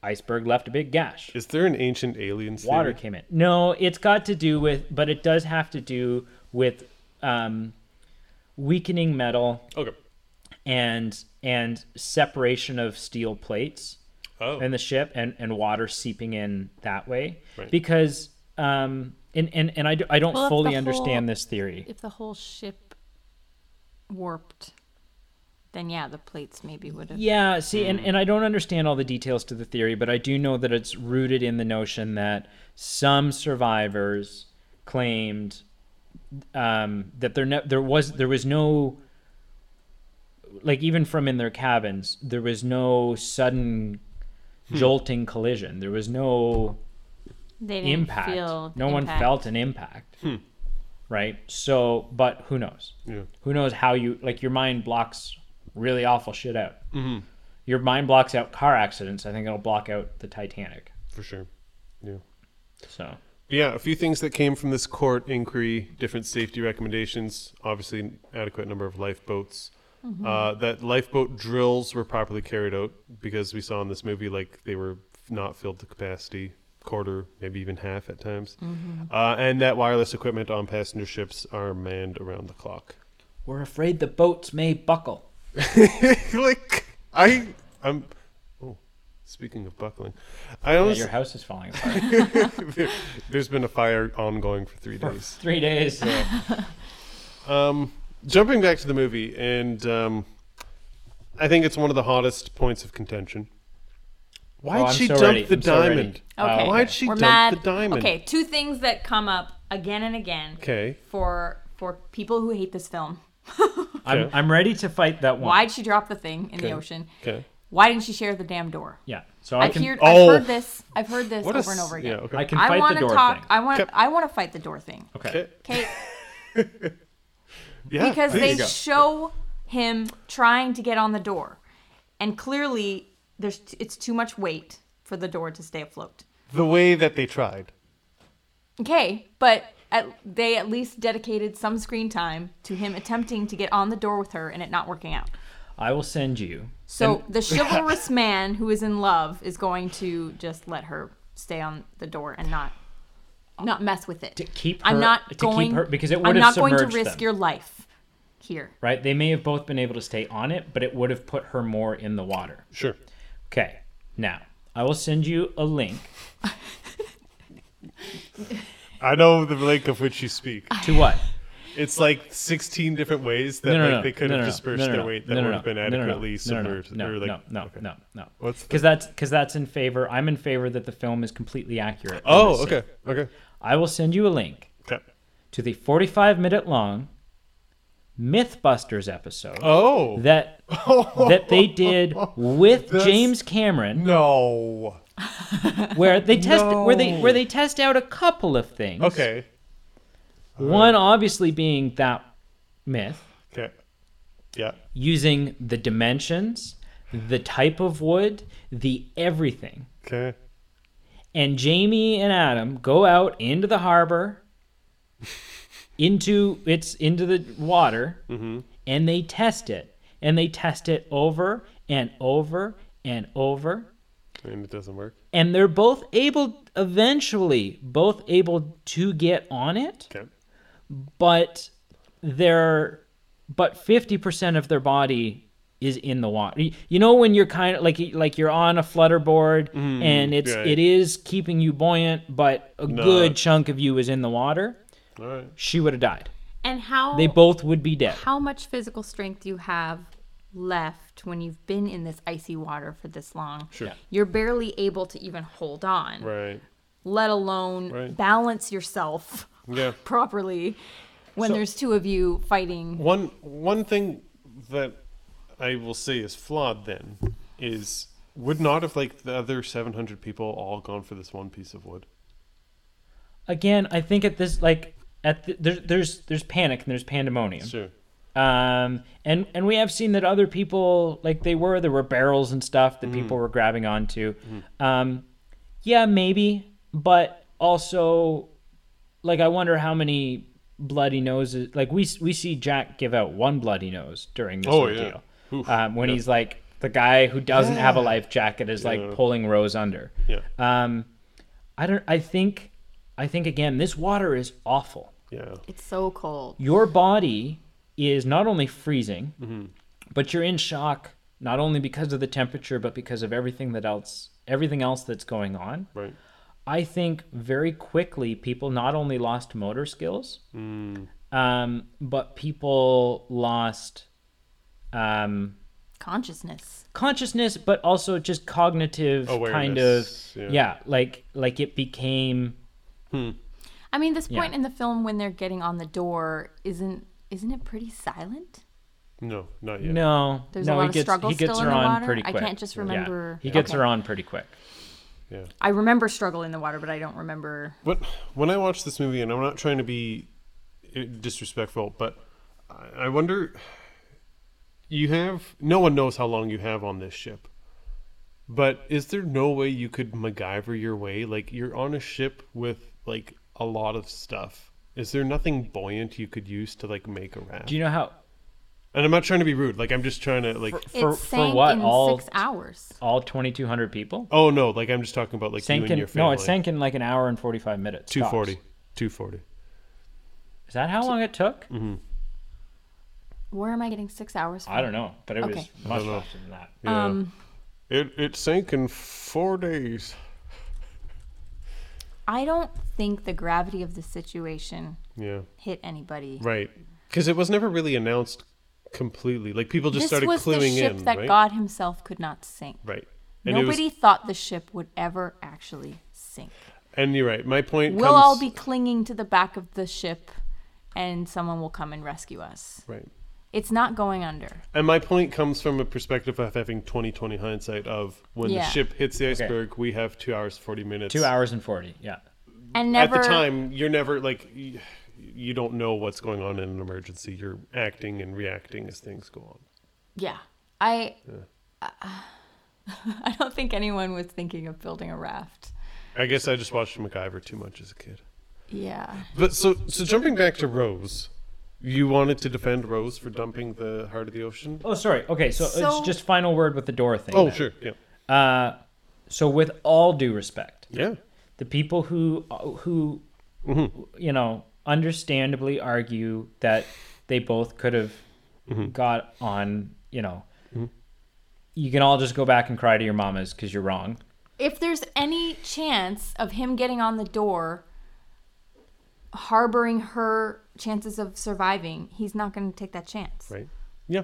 Iceberg left a big gash.
Is there an ancient aliens
water
theory?
came in. No, it's got to do with, but it does have to do with um, weakening metal
Okay.
and and separation of steel plates
Oh.
in the ship and, and water seeping in that way
Right.
because um and and, and I, do, I don't
Well, if
fully
the
understand
whole-
this theory
if the whole ship warped then yeah the plates maybe would have
Yeah, see, and, and I don't understand all the details to the theory, but I do know that it's rooted in the notion that some survivors claimed um, that there ne- there was there was no like even from in their cabins there was no sudden jolting collision. There was no
they didn't
impact.
feel the
no one
impact.
felt an impact. Right? So, but who knows?
Hmm. Yeah.
Who knows how you like your mind blocks really awful shit out.
Mm-hmm.
Your mind blocks out car accidents. I think it'll block out the Titanic.
For sure. Yeah.
So,
Yeah, a few things that came from this court inquiry, different safety recommendations, obviously an adequate number of lifeboats. Uh, that lifeboat drills were properly carried out because we saw in this movie like they were not filled to capacity, quarter, maybe even half at times. Uh, and that wireless equipment on passenger ships are manned around the clock.
we're afraid the boats may buckle.
like I, I'm. Oh, speaking of buckling, I
Yeah,
honestly,
your house is falling apart.
there, there's been a fire ongoing for three
For
days.
three days.
Um, jumping back to the movie, and um, I think it's one of the hottest points of contention. Why'd
Oh, I'm
she
so
dump
ready.
the
I'm so ready.
diamond? Oh,
okay
Why'd she
We're
dump
mad.
the diamond?
okay two things that come up again and again
Okay.
for for people who hate this film
I'm,
Okay.
I'm ready to fight that one.
why'd she drop the thing in
Okay.
the ocean
Okay.
why didn't she share the damn door
Yeah. So I
I've,
can
heard,
oh.
I've heard this. I've heard this over and
s-
over again.
Yeah, okay.
I can
I
fight
want
the
to
door
talk.
thing.
I want.
Okay.
I want to fight the door thing.
okay.
okay.
Okay,
Yeah,
because
please.
they show him trying to get on the door, and clearly there's t- it's too much weight for the door to stay afloat.
the way that they tried.
Okay, but at, they at least dedicated some screen time to him attempting to get on the door with her and it not working out.
I will send you.
So the chivalrous man who is in love is going to just let her stay on the door and not not mess with it.
To keep
I'm
her-
not
to keep
going
her- because it would
I'm
have
not going to
submerged
risk
them.
your life here.
Right? They may have both been able to stay on it, but it would have put her more in the water.
Sure.
Okay. Now, I will send you a link
I know the link of which you speak.
to what?
It's like 16 different ways that
No, no,
like
no,
they could
no, no,
have
no,
dispersed
no, no,
their
no,
weight
no, no,
that would
no,
have been
no, no,
adequately
no, no, no,
submerged.
No,
or,
no,
like,
no, no,
okay.
no, no.
What's the-
Because that's because that's in favor. I'm in favor that the film is completely accurate. on
Oh,
this
okay.
scene.
Okay.
I will send you a link
Okay.
to the 45 minute long MythBusters episode
Oh.
that that they did with
That's-
James Cameron,
No.
where they test where they
No.
where they test out a couple of things.
Okay.
One obviously being that myth
Okay. Yeah.
using the dimensions, the type of wood, the everything.
Okay.
And Jamie and Adam go out into the harbor, into it's into the water, and they test it. And they test it over and over and over.
And it doesn't work.
And they're both able eventually both able to get on it.
Okay.
but their but 50% of their body is in the water. Y- You know when you're kind of like like you're on a flutterboard and it's
right.
it is keeping you buoyant, but a good chunk of you is in the water.
All right.
She would have died.
And how
They both would be dead.
how much physical strength do you have left when you've been in this icy water for this long?
Sure. Yeah.
You're barely able to even hold on,
Right.
let alone
Right.
balance yourself
Yeah.
properly when
So-
there's two of you fighting.
One one thing that I will say is flawed then is would not have like the other 700 people all gone for this one piece of wood.
Again, I think at this like at the, there's there's there's panic and there's pandemonium.
Sure.
Um, and and we have seen that other people like they were there were barrels and stuff
Mm-hmm.
that people were grabbing onto. Um, yeah, maybe, but also, like I wonder how many bloody noses. Like we s- we see Jack give out one bloody nose during this
Oh, yeah.
ordeal.
Oof.
Um, when he's like the guy who doesn't have a life jacket is
Yeah.
like pulling Rose under.
Yeah.
Um, I don't. I think. I think again, this water is awful
Yeah.
It's so cold.
your body is not only freezing, but you're in shock not only because of the temperature, but because of everything that else, everything else that's going on.
Right.
I think very quickly people not only lost motor skills, um, but people lost um,
Consciousness.
consciousnness, but also just cognitive kind of
Awareness,
yeah.
yeah.
like like it became
I mean, this point
Yeah.
in the film when they're getting on the door isn't isn't it pretty silent?
No, not yet.
no
There's
no
a lot
he
of
gets
struggle
he gets
still
her
in the
on
water.
pretty
I
quick.
can't just
Yeah.
remember-
he gets
Okay.
her on pretty quick.
Yeah.
I remember struggle in the water, but I don't remember.
But when I watch this movie, and I'm not trying to be uh, disrespectful, but I- I wonder you have no one knows how long you have on this ship. But is there no way you could MacGyver your way? Like you're on a ship with like a lot of stuff. Is there nothing buoyant you could use to like make a raft?
Do you know how
and I'm not trying to be rude. Like I'm just trying to like.
for,
it
for
sank
what
in
all
six hours.
all 2200 people
Oh no! Like I'm just talking about like you
sank
and
in
your family.
no it sank in like an hour and 45 minutes
Two forty.
tops.
Two forty.
is that how long it took
Mm-hmm.
Where am I getting six hours from?
i don't know but it was
Okay.
much
don't know.
faster than that
Yeah. it it sank in four days.
I don't think the gravity of the situation
Yeah.
hit anybody.
Right. Because it was never really announced completely. Like people just
This
started
was the
cluing
ship
in,
that
right?
God Himself could not sink.
right. And it was-
Nobody thought the ship would ever actually sink.
and you're right. My point.
We'll all
comes-
be clinging to the back of the ship, and someone will come and rescue us.
right.
It's not going under.
And my point comes from a perspective of having 2020 hindsight of when
Yeah.
the ship hits the iceberg, we have two hours 40 minutes.
two hours and 40 yeah
And
At
never
the time, you're never like y- you don't know what's going on in an emergency. You're acting and reacting as things go on.
Yeah. I uh, I don't think anyone was thinking of building a raft.
I guess I just watched MacGyver too much as a kid.
Yeah.
But so so jumping back to Rose, You wanted to defend Rose for dumping the heart of the ocean?
Oh, sorry. Okay, so,
So-
it's just final word with the door thing.
Oh,
then.
sure. Yeah.
Uh, so with all due respect,
Yeah.
the people who uh, who
Mm-hmm.
you know understandably argue that they both could have
Mm-hmm.
got on you know you can all just go back and cry to your mamas because you're wrong
If there's any chance of him getting on the door, harboring her chances of surviving, he's not going to take that chance.
Right. Yeah.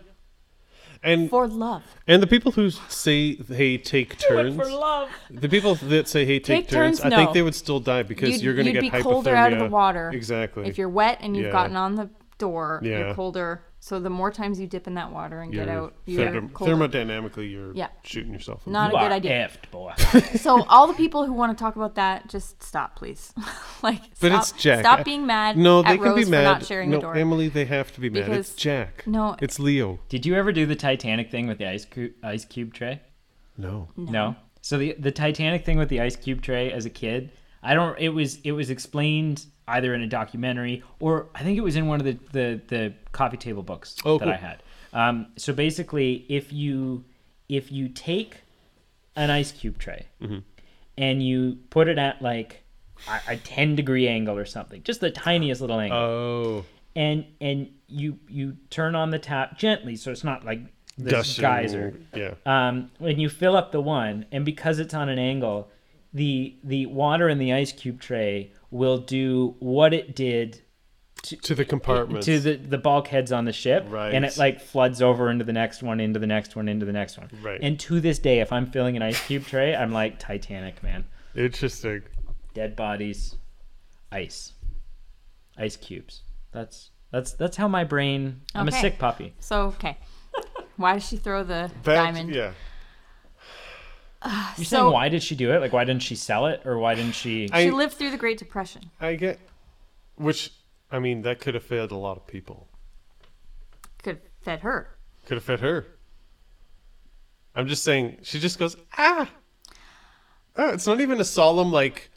And
For love.
and the people who say they take turns,
love
the people that say hey take,
Take turns,
I think
no.
they would still die because
you'd,
you're going to
you'd
get
be
hypothermia.
colder out of the water.
Exactly.
If you're wet and you've
Yeah.
gotten on the door,
Yeah.
you're colder. So the more times you dip in that water and get
You're
out, you're
thermo-
colder.
thermodynamically you're
Yeah.
shooting yourself. in
Not
you
a
are
good idea.
effed, boy
so all the people who want to talk about that, just stop, please. like,
But
stop,
it's Jack. I-
Stop being mad.
No, they
at
can
Rose
be mad.
for not sharing
no,
the door.
Emily, they have to be mad. It's
Because-
Jack.
no.
it's Leo.
did you ever do the titanic thing with the ice, cu- ice cube tray
No.
No. So the the Titanic thing with the ice cube tray as a kid, I don't. It was it was explained either in a documentary or I think it was in one of the the, the coffee table books
Oh,
that
cool.
I had. Um, so basically, if you if you take an ice cube tray
Mm-hmm.
and you put it at like a, a ten degree angle or something, just the tiniest little angle,
Oh,
and and you you turn on the tap gently, so it's not like this
Gushing.
geyser
Yeah.
um, when you fill up the one, and because it's on an angle, the the water in the ice cube tray will do what it did
To the compartment.
to the, the bulkheads on the ship,
Right.
and it like floods over into the next one, into the next one, into the next one.
Right.
And to this day, if I'm filling an ice cube tray, I'm like Titanic, man.
Interesting.
Dead bodies, ice, ice cubes. That's that's that's how my brain. I'm a
Okay.
sick puppy.
So okay. Why does she throw the
Back-
diamond?
Yeah.
You're
So-
saying why did she do it? Like why didn't she sell it, or why didn't she?
I-
She lived through the Great Depression.
I get. Which, I mean, that could have fed a lot of people.
Could have fed her.
Could have fed her. I'm just saying. She just goes ah. Ah, it's not even a solemn like.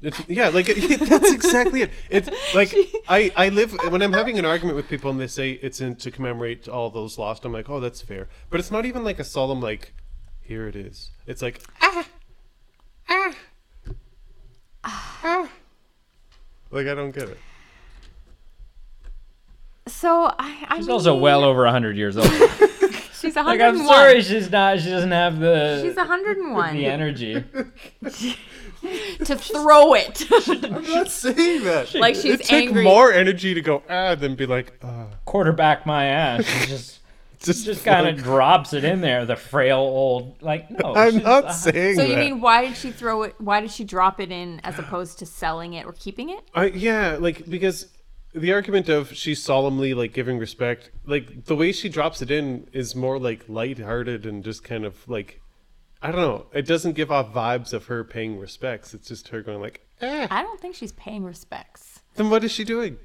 It's, yeah, like it, that's exactly it. It's like I, I live when I'm having an argument with people and they say it's in to commemorate all those lost. I'm like, oh, that's fair. But it's not even like a solemn like. Here it is. It's like ah, ah, ah. Like I don't get it.
So I, I
She's also well over 100 years old.
She's 101.
Like I'm sorry, she's not. She doesn't have the
She's 101.
the energy.
to throw it.
I'm not saying that.
Like she's
It'd take
angry.
more energy to go ah than be like ah.
Quarterback my ass. She just just kind of drops it in there. The frail old like no.
I'm
she's
not
a-
saying
so
that.
you mean why did she throw it? Why did she drop it in as opposed to selling it or keeping it?
I, yeah, like because the argument of she solemnly like giving respect, like the way she drops it in is more like lighthearted and just kind of like I don't know. It doesn't give off vibes of her paying respects. It's just her going like, eh.
I don't think she's paying respects.
Then what is she doing?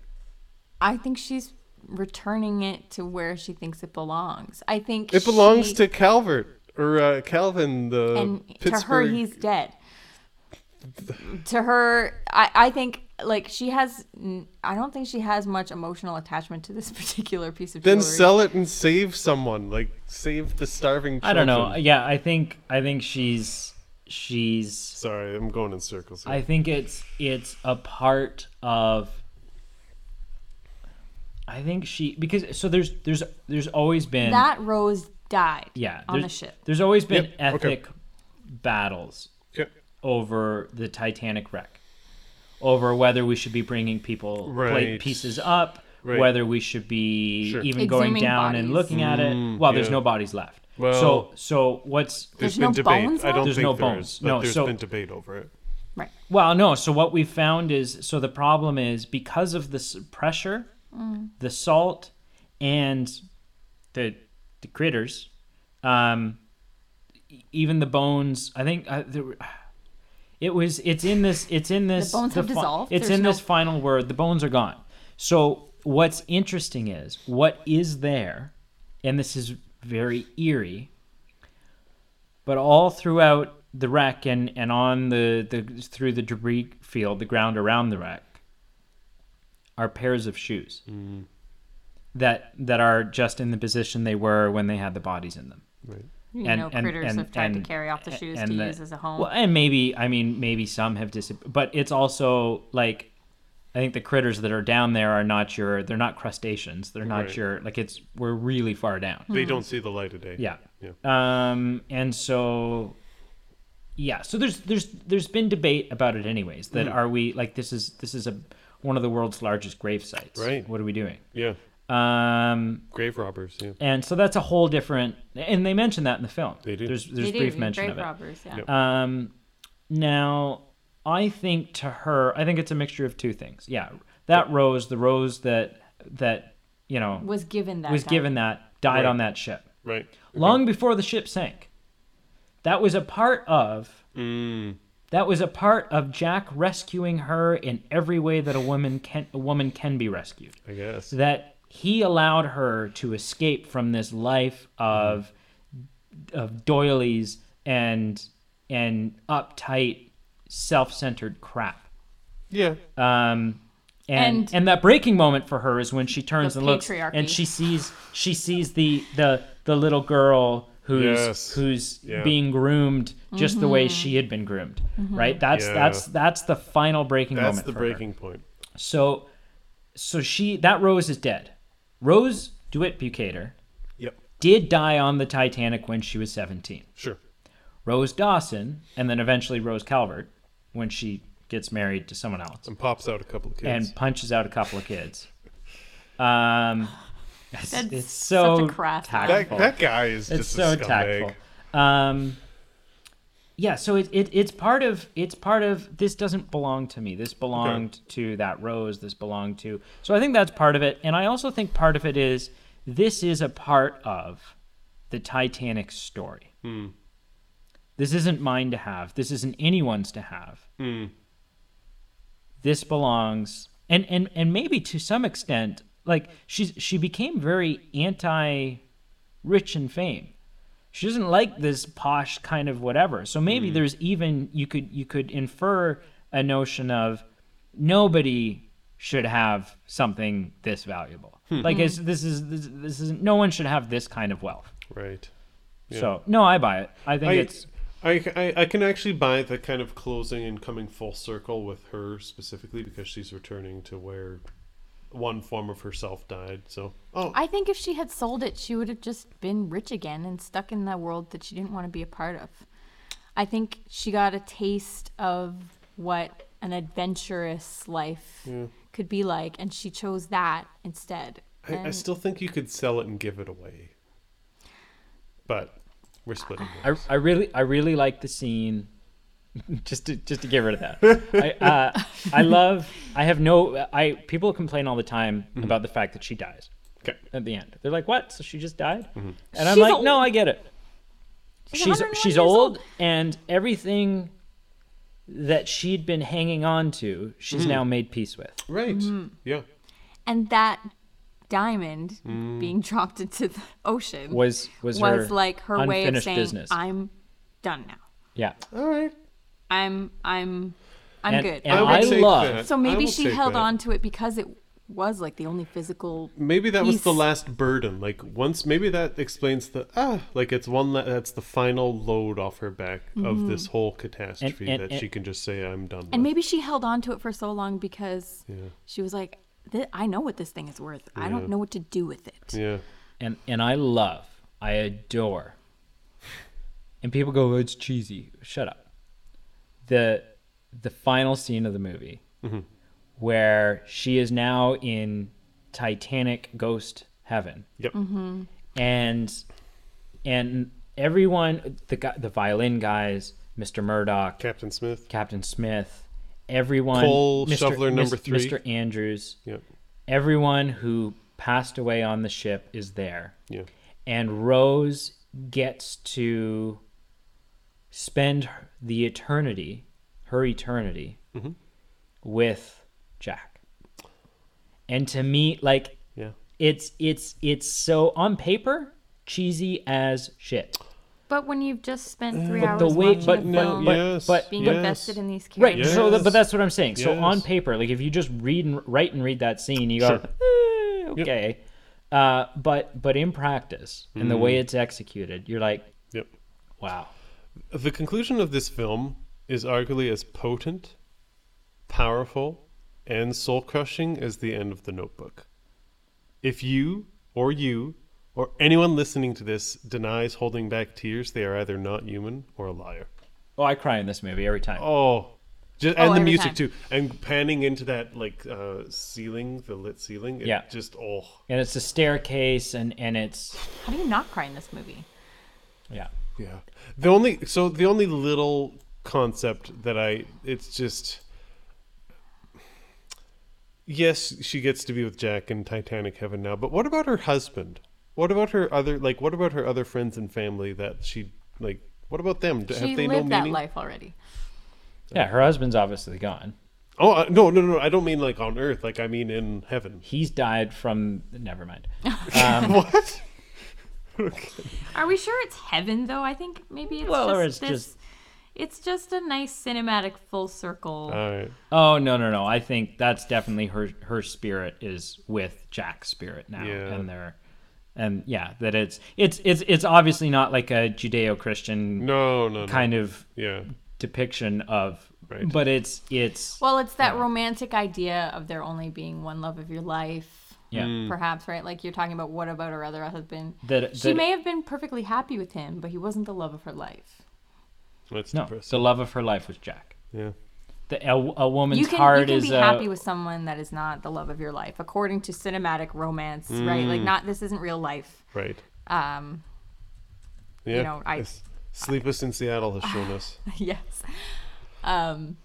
I think she's returning it to where she thinks it belongs. I think
It belongs
she-
to Calvert or uh, Calvin the
and
Pittsburgh.
to her he's dead to her I, I think like she has n- i don't think she has much emotional attachment to this particular piece of
then
jewelry.
sell it and save someone, like save the starving.
I don't know.
children.
Yeah, I think I think she's she's.
Sorry, I'm going in circles. Here.
I think it's it's a part of. I think she because so there's there's there's always been
that rose died
yeah
on the
there's-
ship
There's always been
Yep, okay.
ethic battles
Yeah.
over the Titanic wreck, over whether we should be bringing people
Right.
plate pieces up,
Right.
whether we should be
Sure. Mm,
even going
Exhuming
down and
bodies.
looking at it. Well, there's
yeah.
no bodies left.
Well-
so so what's
There's
been
no
debate.
bones
I
left?
don't think
There's no
there
bones.
is, but
No,
there's
so-
been debate over it.
right
well no. So what we found is so the problem is because of this pressure, the salt, and the the critters, um, e- even the bones. I think uh, there were. It was. It's in this. It's in this.
bones have dissolved.
It's
There's
in
no-
this final word. The bones are gone. So what's interesting is what is there, and this is very eerie. But all throughout the wreck and and on the the through the debris field, the ground around the wreck, are pairs of shoes. that that are just in the position they were when they had the bodies in them.
Right.
You
And-
know,
and-
critters
and-
have tried
and-
to carry off the shoes to
and the-
use as a home.
Well, and maybe I mean maybe some have disappeared, but it's also like I think the critters that are down there are not your they're not crustaceans. They're not
Right.
your like it's we're really far down.
Hmm.
They don't see the light of day.
Yeah.
Yeah.
Um and so yeah, so there's there's there's been debate about it anyways that
Hmm.
are we like this is this is a one of the world's largest grave sites.
Right.
What are we doing?
Yeah.
Um
Grave robbers. Yeah.
and so that's a whole different and they mention that in the film.
They do.
There's there's
They do,
brief
they're
mention
grave
of it.
robbers, yeah.
Yep.
Um, now, I think to her, I think it's a mixture of two things. Yeah, that rose, the rose that that you know was,
Was given that. time.
given that died
Right.
on that ship
Right.
long before the ship sank. That was a part of.
Mm.
That was a part of Jack rescuing her in every way that a woman can a woman can be rescued
I guess.
that he allowed her to escape from this life of of doilies and and uptight self-centered crap
Yeah.
um and, and
And-
that breaking moment for her is when she turns
The
and looks
patriarchy.
and she sees she sees the the the little girl who's
Yes.
who's
Yeah.
being groomed just the
Mm-hmm.
way she had been groomed right that's
Yeah.
that's that's the final breaking
That's
moment
the
for her.
breaking point.
So, so she that Rose is dead. Rose DeWitt Bucator
Yep.
did die on the Titanic when she was 17.
Sure.
Rose Dawson, and then eventually Rose Calvert, when she gets married to someone else
And pops out a couple of kids.
and punches out a couple of kids. Um, it's,
That's
it's so
such a crass line.
that,
tactful.
that guy is
it's
just a
so
scumbag.
tactful. Um, yeah, so it, it it's part of it's part of this doesn't belong to me. This belonged to that rose. This belonged to. So I think that's part of it, and I also think part of it is this is a part of the Titanic story.
Hmm.
This isn't mine to have. This isn't anyone's to have. This belongs, and and and maybe to some extent, like she's she became very anti rich and fame. She doesn't like this posh kind of whatever. So maybe
Hmm.
there's even you could you could infer a notion of nobody should have something this valuable.
Hmm.
Like it's, this is this, this is no one should have this kind of wealth.
Right. Yeah.
So no, I buy it. I think
I,
it's
I, I, I can actually buy the kind of closing and coming full circle with her specifically because she's returning to where one form of herself died. So, oh,
I think if she had sold it, she would have just been rich again and stuck in that world that she didn't want to be a part of. I think she got a taste of what an adventurous life could be like, and she chose that instead.
I, I
And-
still think you could sell it and give it away. But we're splitting. hairs.
I, I really I really like the scene. Just to just to get rid of that, I uh, I love. I have no. I people complain all the time about the fact that she dies
Okay.
at the end. They're like, "What? So she just died?" And I'm
She's
like,
old.
"No, I get it.
She's
She's
101
she's
years
old,
old.
and everything that she'd been hanging on to, she's now made peace with."
Right.
Mm-hmm.
Yeah.
and that diamond being dropped into the ocean
Mm. Was was her
was like her way of
unfinished
saying,
business.
"I'm done now.
yeah,
All right.
I'm I'm I'm
And-
good."
and I
take
love-
so
I
maybe
will
she
take
held
that.
on to it because it was like the only physical
Maybe that was the
Peace.
last burden. Like once, maybe that explains the ah, like it's one la- that's the final load off her back of this whole catastrophe
and-
that
and-
she can just say, "I'm done."
Mm-hmm. And
with.
maybe she held on to it for so long because she was like, "Th- I know what this thing is worth. I don't know what to do with it.
yeah,
and and I love, I adore. And people go, "Oh, "It's cheesy." Shut up. The the final scene of the movie,
Mm-hmm.
where she is now in Titanic ghost heaven.
yep,
Mm-hmm.
and and everyone the guy, the violin guys, Mr. Murdoch,
Captain Smith.
Captain Smith, everyone,
Cole Shoveler number three.
Mr. Andrews,
Yep,
everyone who passed away on the ship is there,
yeah,
and Rose gets to spend her- the eternity, her eternity,
Mm-hmm.
with Jack, and to me, like
yeah.
it's it's it's so on paper cheesy as shit.
But when you've just spent three
But
hours
the way,
watching
but
a
but,
film,
but,
Yes.
but
being
yes.
invested in these
right.
characters,
So, the,
Yes.
but that's what I'm saying. So on
Yes.
paper, like if you just read and write and read that scene, you go,
Sure.
"Eh, okay. Uh, but but in practice and the
Hmm.
way it's executed, you're like,
Yep.
wow.
The conclusion of this film is arguably as potent, powerful, and soul crushing as the end of the notebook. If you, or you, or anyone listening to this denies holding back tears, they are either not human or a liar.
Oh, I cry in this movie every time.
Oh, just
Oh,
and the
every
music
time.
too, and panning into that like uh, ceiling, the lit ceiling. It
Yeah.
just oh,
And it's a staircase, and and it's
How do you not cry in this movie?
yeah.
Yeah. The only so the only little concept that I it's just Yes, she gets to be with Jack in Titanic Heaven now, but what about her husband? What about her other like what about her other friends and family that she like what about them? Do-
she lived that life already.
Yeah, her husband's obviously gone.
Oh, I- no, no, no. I don't mean like on earth, like I mean in heaven.
He's died from never mind. Um,
what?
Are we sure it's heaven though? I think maybe it's
Well,
just
or it's
this.
just-
It's just a nice cinematic full circle.
All right.
Oh no no no! I think that's definitely her her spirit is with Jack's spirit now,
Yeah.
and they're and yeah that it's it's it's it's obviously not like a Judeo Christian
No, no, no.
kind of
Yeah.
depiction of,
Mm-hmm. Right.
but it's it's
well, it's that romantic idea of there only being one love of your life,
yeah
perhaps, right? Like you're talking about what about her other husband?
that
She
that-
may have been perfectly happy with him, but he wasn't the love of her life.
That's
no
depressing.
the love of her life was Jack.
Yeah.
The, a, a woman's
You can,
heart
you can
is
be
a,
happy with someone that is not the love of your life, according to cinematic romance, right?
Mm.
Like, not this isn't real life.
Right.
Um,
Yeah.
know, I-
Yes. Sleepless in Seattle has shown us.
yes. Um,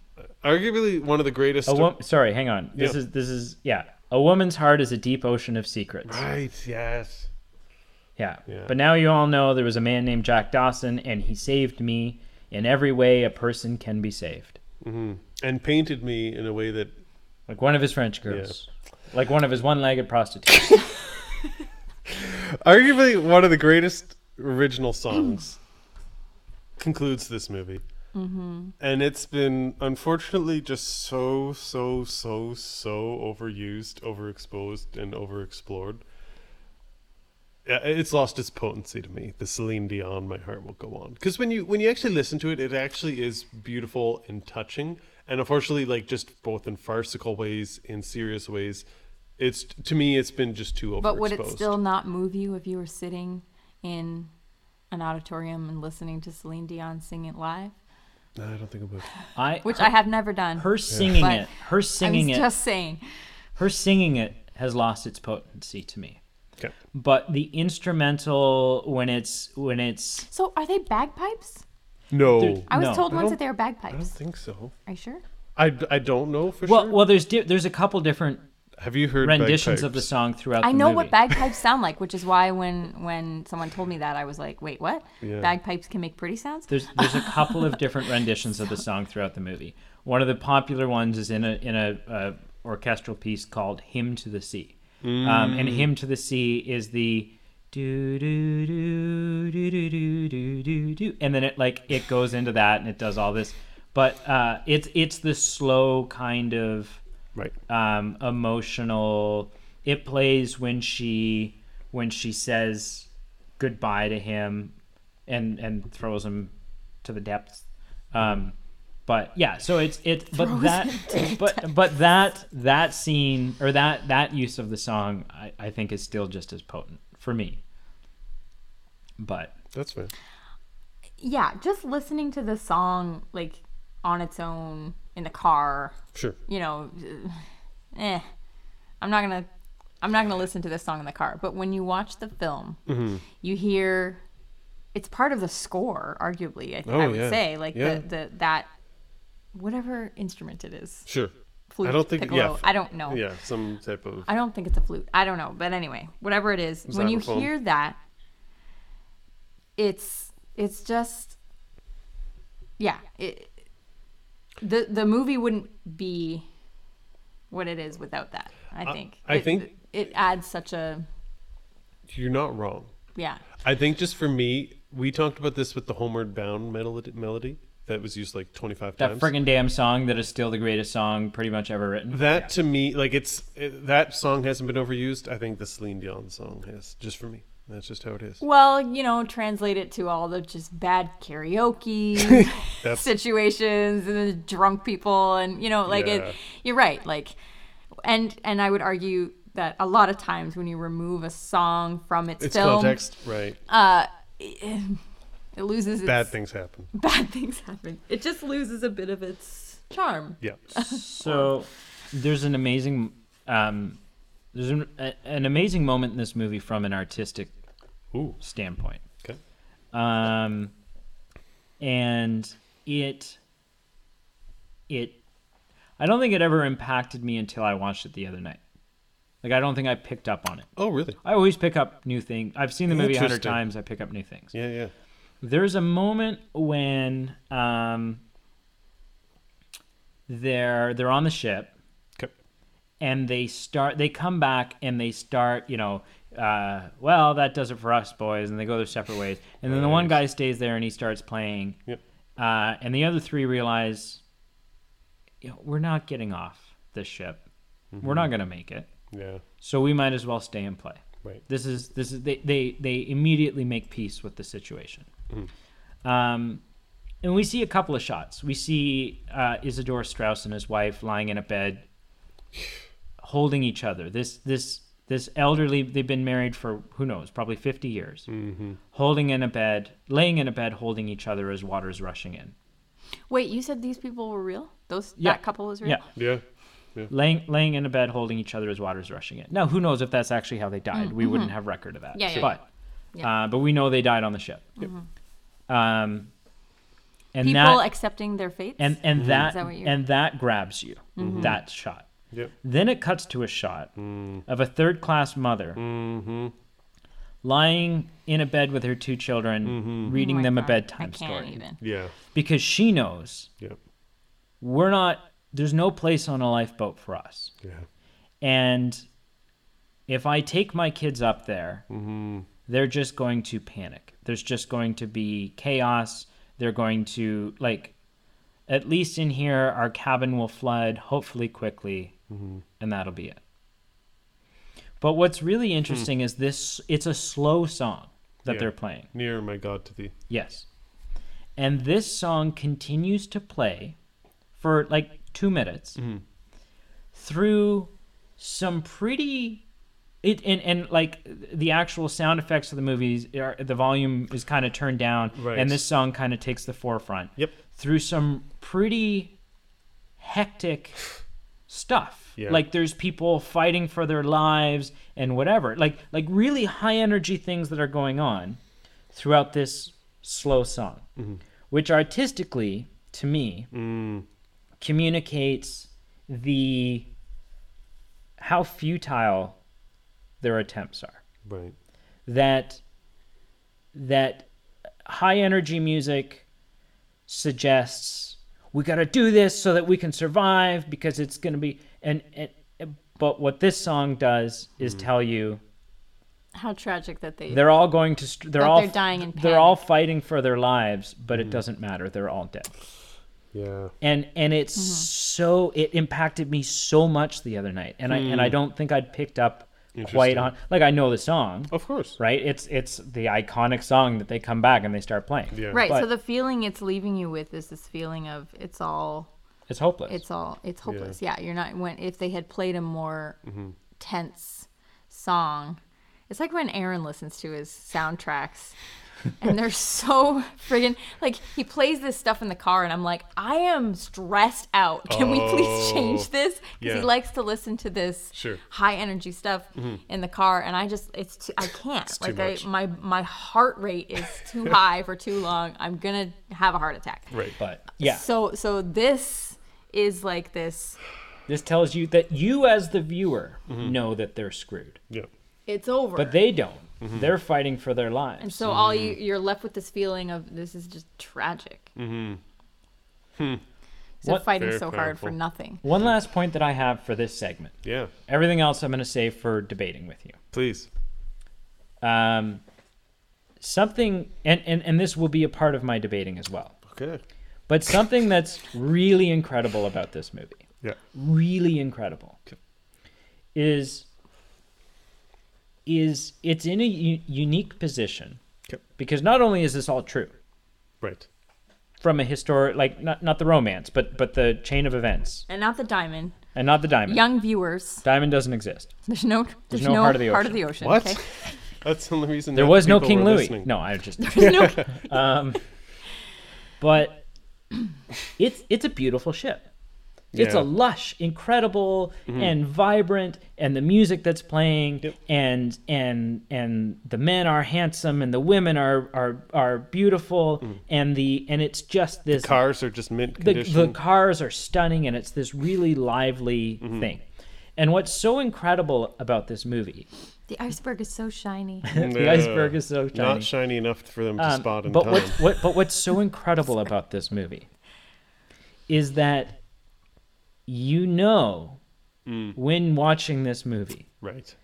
Arguably one of the greatest
a wo- sorry hang on this
Yeah.
is this is yeah a woman's heart is a deep ocean of secrets.
Right, yes.
Yeah.
Yeah.
But now you all know there was a man named Jack Dawson, and he saved me in every way a person can be saved.
And painted me in a way that
Like one of his French girls, like one of his one legged prostitutes.
arguably one of the greatest original songs concludes this movie. Mm-hmm. And it's been unfortunately just so, so, so, so overused, overexposed, and overexplored. Yeah, It's lost its potency to me. The Celine Dion, "My Heart Will Go On," because when you when you actually listen to it, it actually is beautiful and touching. And unfortunately, like just both in farcical ways, in serious ways, it's to me it's been just too overexposed.
but would it still not move you if you were sitting in an auditorium and listening to Celine Dion sing it live?
No, I don't think it would.
I
Which I have never done.
her singing
But
it, her singing
I
it,
was just saying.
her singing it has lost its potency to me.
Okay.
But the instrumental when it's when it's
So, are they bagpipes?
No,
Dude,
I was
No.
told
I
once
don't-
that they were
I don't
bagpipes.
think so.
Are you sure?
I, d- I don't know for
well
sure.
well there's di- there's a couple different
Have you heard
renditions of the
bagpipes?
song throughout.
I
the
know
movie.
what bagpipes sound like, which is why when when someone told me that, I was like, "Wait, what?
Yeah.
Bagpipes can make pretty sounds."
There's there's a couple of different renditions of the song throughout the movie. One of the popular ones is in a in a, uh orchestral piece called "Hymn to the Sea," um, and "Hymn to the Sea" is the do do do do do do do do do, and then it like it goes into that and it does all this, but uh, it's it's the slow kind of
Right.
um, emotional. It plays when she when she says goodbye to him and and throws him to the depths. Um, but yeah, so it's it but that but but that that scene or that that use of the song I, I think is still just as potent for me. But
That's fair.
yeah, just listening to the song like on its own in the car,
Sure.
you know, eh, I'm not gonna, I'm not gonna listen to this song in the car. But when you watch the film,
Mm-hmm.
you hear, it's part of the score, arguably. I, th- I
Oh,
would
yeah.
say, like
Yeah.
the, the that, whatever instrument it is,
Sure.
flute,
I don't think.
piccolo,
Yeah.
I don't know.
Yeah. Some type of.
I don't think it's a flute. I don't know. But anyway, whatever it is, when you
Xylophone.
hear that, it's it's just yeah, it, the the movie wouldn't be what it is without that, I think.
I
It-
think-
it adds such a
You're not wrong.
yeah.
I think just for me, we talked about this with the Homeward Bound melody. melody that was used like 25
That
times.
friggin' damn song that is still the greatest song pretty much ever written.
that to me, like it's it, that song hasn't been overused. I think the Celine Dion song has, just for me. That's just how it is.
Well, you know, translate it to all the just bad karaoke
That's-
situations and the drunk people and you know, like
Yeah.
it you're right, like and and I would argue that a lot of times when you remove a song from its,
It's
film,
context, right?
Uh,
it loses its
Bad things happen.
bad things happen. It just loses a bit of its charm.
Yeah.
So there's an amazing um, there's an, a, an amazing moment in this movie from an artistic
Ooh.
standpoint.
Okay.
um, and it it I don't think it ever impacted me until I watched it the other night. Like I don't think I picked up on it.
Oh, really?
I always pick up new things. I've seen the movie a hundred
Interesting.
times. I pick up new things.
Yeah, yeah.
There's a moment when um, they're they're on the ship
Okay.
and they start they come back and they start you know uh, well that does it for us boys and they go their separate ways and then the one guy stays there and he starts playing
Yep.
uh, and the other three realize you know, we're not getting off this ship we're not going to make it
Yeah.
so we might as well stay and play
Right.
this is this is they they, they immediately make peace with the situation um, and we see a couple of shots we see uh, isidore strauss and his wife lying in a bed holding each other this this this elderly they've been married for who knows probably 50 years holding in a bed laying in a bed holding each other as water's rushing in
Wait, you said these people were real? Those
Yeah.
that couple was real?
yeah
Yeah.
laying laying in a bed holding each other as water's rushing in. Now, who knows if that's actually how they died? We wouldn't have record of that.
Mm-hmm. Yeah, yeah,
but
yeah. Mm-hmm.
Uh, but we know they died on the ship. Um, and
People
that
accepting their fates?
and and that,
that what you're- Mm-hmm.
and that grabs you. That shot.
Yep.
Then it cuts to a shot of a third class mother lying in a bed with her two children, reading
Oh my
them a
God,
bedtime
I can't
story.
even.
Yeah.
Because she knows
Yep.
we're not, there's no place on a lifeboat for us.
Yeah.
And if I take my kids up there,
Mm-hmm.
they're just going to panic. There's just going to be chaos. They're going to, like, at least in here, our cabin will flood, hopefully quickly, and that'll be it. But what's really interesting is this it's a slow song that
Yeah.
they're playing.
Near my God to thee.
Yes. And this song continues to play for like two minutes through some pretty. It, and, and like the actual sound effects of the movies, are, the volume is kind of turned down,
Right.
and this song kind of takes the forefront.
Yep.
Through some pretty hectic stuff.
Yeah.
Like there's people fighting for their lives and whatever. Like like really high energy things that are going on throughout this slow song, which artistically to me communicates the how futile their attempts are
Right.
that that high energy music suggests we got to do this so that we can survive because it's going to be and, and but what this song does is tell you
How tragic that they
they're all going to str- they're
That
all
they're dying in
they're all fighting for their lives but it doesn't matter they're all dead
Yeah.
and and it's
Mm-hmm.
so it impacted me so much the other night and i and i don't think i'd picked up quite
Interesting.
on like i know the song
Of course.
right? It's it's the iconic song that they come back and they start playing.
Yeah.
Right. so
But-
the feeling it's leaving you with is this feeling of it's all
It's hopeless.
it's all it's hopeless. Yeah, you're not when if they had played a more
Mm-hmm.
tense song. It's like when Aaron listens to his soundtracks and they're so friggin' like he plays this stuff in the car and I'm like, I am stressed out. Can we please change this? Because
Oh. yeah.
he likes to listen to this
Sure. Mm-hmm.
high energy stuff in the car and I just it's too, I can't.
too
like I
much.
my my heart rate is too high for too long. I'm gonna have a heart attack.
Right.
but yeah,
So so this is like this
this tells you that you as the viewer know that they're screwed,
Yeah.
it's over.
but they don't. They're fighting for their lives.
and so all you you're left with this feeling of this is just tragic. Mm-hmm. So
What-
fighting
Very
so hard for
powerful.
nothing.
One last point that I have for this segment.
Yeah.
Everything else I'm going to save for debating with you.
Please.
Um, something, and, and, and this will be a part of my debating as well.
Okay.
But something that's really incredible about this movie,
Yeah.
really incredible, is is it's in a u- unique position
Okay.
because not only is this all true
Right.
from a historic like not not the romance but but the chain of events
and not the diamond.
and not the diamond.
Young viewers,
Diamond doesn't exist.
there's no there's,
no Heart of the Ocean.
What?
okay?
That's the only reason
There
that
was no
people
King
were
Louis.
listening.
No, I just Um,
There's no
but it's it's a beautiful ship. It's
Yeah. Mm-hmm.
a lush, incredible, and vibrant, and the music that's playing,
Yep.
and and and the men are handsome, and the women are are are beautiful,
Mm.
and the and it's just this
Cars are just mint
the,
condition.
the cars are stunning and it's this really lively
Mm-hmm.
thing and what's so incredible about this movie
The iceberg is so shiny.
the iceberg is so tiny
Not shiny enough for them to
Um,
spot in
but
time.
what's what but what's so incredible about this movie is that you know
Mm.
when watching this movie
Right.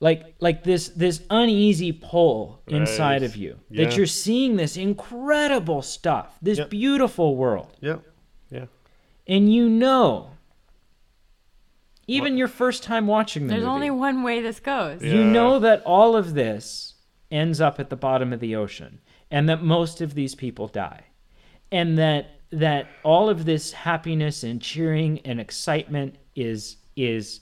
like like this this uneasy pull inside
Right.
of you
Yeah.
that you're seeing this incredible stuff this
Yep.
beautiful world
Yeah. Yeah.
and you know even your first time watching the
There's
movie,
only one way this goes.
Yeah.
you know that all of this ends up at the bottom of the ocean and that most of these people die and that that all of this happiness and cheering and excitement is is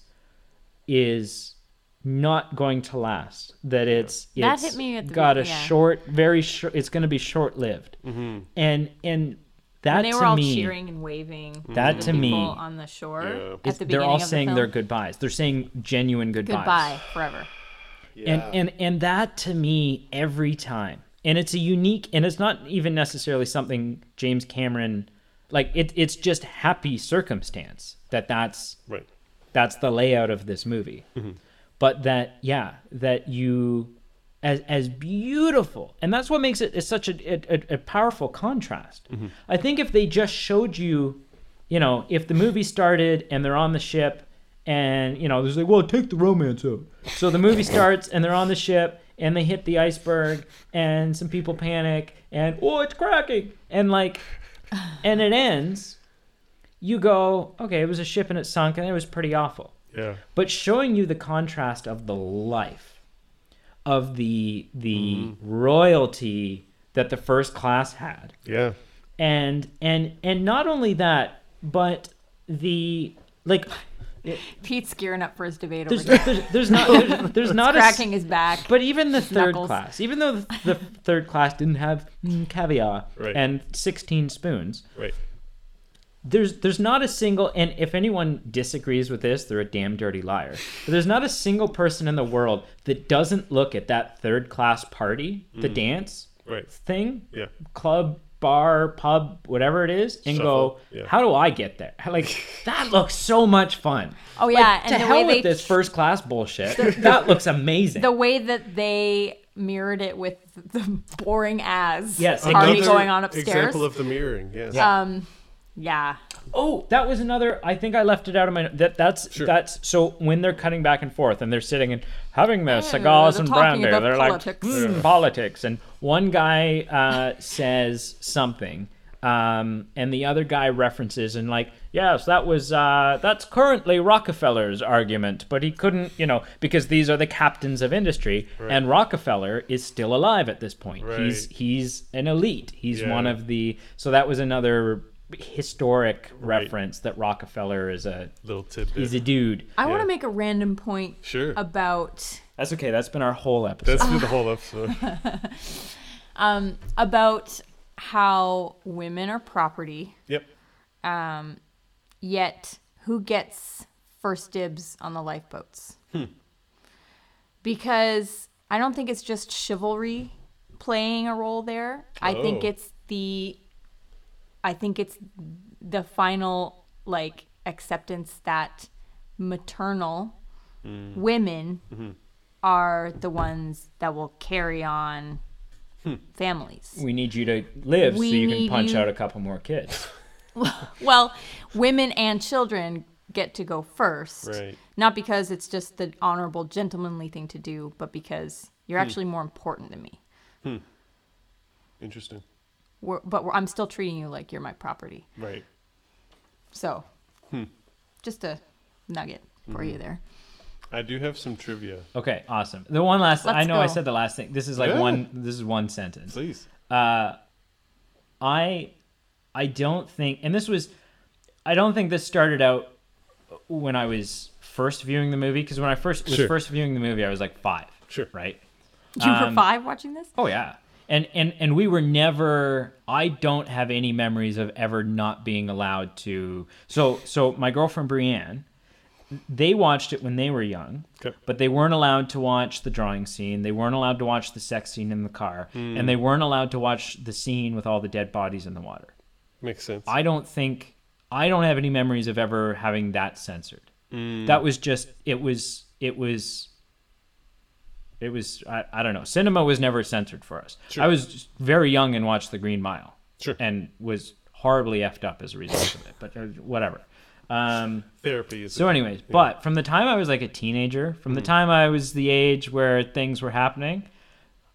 is not going to last that it's
That
it's
hit me at the
got a
be- yeah.
short very short it's going to be short lived and and that
And they
to
were all
me
cheering and waving.
That
the
to
people
me
on the shore
Mm. Yeah.
is-
at the beginning
they're all
of the
saying
film.
their goodbyes. They're saying genuine goodbyes.
goodbye forever.
And and and that to me every time. And it's a unique and it's not even necessarily something James Cameron like it it's just happy circumstance that that's
Right.
that's the layout of this movie. But that yeah, that you as as beautiful. And that's what makes it it's such a a, a- a powerful contrast. I think if they just showed you, you know, if the movie started and they're on the ship and you know, there's like, well, take the romance out. So the movie starts and they're on the ship and they hit the iceberg and some people panic and oh, it's cracking and like and it ends. You go, okay, it was a ship and it sunk and it was pretty awful
Yeah.
but showing you the contrast of the life of the the royalty that the first class had
Yeah.
and and and not only that but the like
Pete's gearing up for his debate over
there's
here.
there's, there's not there's, there's not a s-
Oh cracking his back.
but even the third
Knuckles.
class even though the, the third class didn't have mm, caviar
Right.
and 16 spoons
Right.
there's there's not a single and if anyone disagrees with this they're a damn dirty liar but there's not a single person in the world that doesn't look at that third class party the dance
Right.
thing
Mm. Yeah.
club bar pub whatever it is and
Shuffle,
go
yeah.
how do i get there like that looks so much fun
Oh
Like,
yeah, and
to
the
hell
way
with
they
this first class bullshit that looks amazing
the way that they mirrored it with the boring as
Yes,
party
Another
going on upstairs.
Example of the mirroring. Yes.
um, yeah,
Oh, that was another. I think I left it out of my. That that's that's. So when they're cutting back and forth and they're sitting and having their cigars
they're
and
talking
brandy,
about
they're
politics.
like "Hmm, politics. And one guy uh, says something, um, and the other guy references and like, yes, that was uh, that's currently Rockefeller's argument, but he couldn't, you know, because these are the captains of industry, and Rockefeller is still alive at this point. He's
Right.
he's an elite. He's
Yeah.
one of the. So that was another historic reference that Rockefeller is a
Little tidbit.
he's a dude.
I want
Yeah.
to make a random point
Sure.
about
That's okay. That's been our whole episode.
That's been the whole episode.
um, about how women are property,
Yep.
yet who gets first dibs on the lifeboats? Because I don't think it's just chivalry playing a role there. I think
Oh.
it's the I think it's the final like acceptance that maternal women are the ones that will carry on families.
we need you to live
We
so you can
need
punch
you-
out a couple more kids.
Well, women and children get to go first.
Right.
Not because it's just the honorable, gentlemanly thing to
Hmm.
do, but because you're actually more important than me.
Interesting.
we're, but we're, I'm still treating you like you're my property.
Right.
So,
Hmm.
just a nugget for you there.
I do have some trivia.
Okay, awesome. The one last I
Let's
know I
go.
said the last thing. This is like
Yeah.
one this is one sentence.
Please.
I I don't think and this was I don't think this started out when I was first viewing the movie because when I first was
Sure.
first viewing the movie I was like 5.
Sure.
Right?
You
Um,
were five watching this?
Oh yeah. And and and we were never I don't have any memories of ever not being allowed to so so my girlfriend Brienne they watched it when they were young,
Okay.
but they weren't allowed to watch the drawing scene. They weren't allowed to watch the sex scene in the car, and they weren't allowed to watch the scene with all the dead bodies in the water.
Makes sense.
I don't think I don't have any memories of ever having that censored. That was just it was it was it was I, I don't know. Cinema was never censored for us. I was just very young and watched The Green Mile.
Sure.
And was horribly effed up as a result of it, but uh, whatever. Um,
Therapy is
so, anyways, but from the time I was like a teenager, from the time I was the age where things were happening,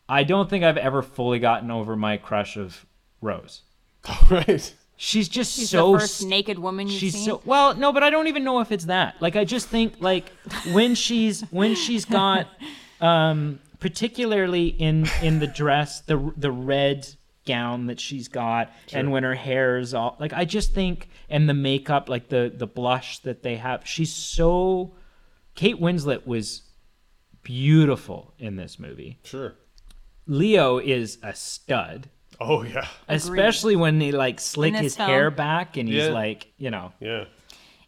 I don't think I've ever fully gotten over my crush of Rose.
right.
She's just
She's
so
the first
s-
naked woman you've
she's
seen.
so well no but i don't even know if it's that like i just think like when she's when she's got um particularly in in the dress the the red gown that she's got and when her hair is all like i just think and the makeup like the the blush that they have she's so kate winslet was beautiful in this movie
Sure.
leo is a stud
Oh yeah.
especially when they like slick
this
his
film.
hair back and he's
Yeah.
like you know
Yeah.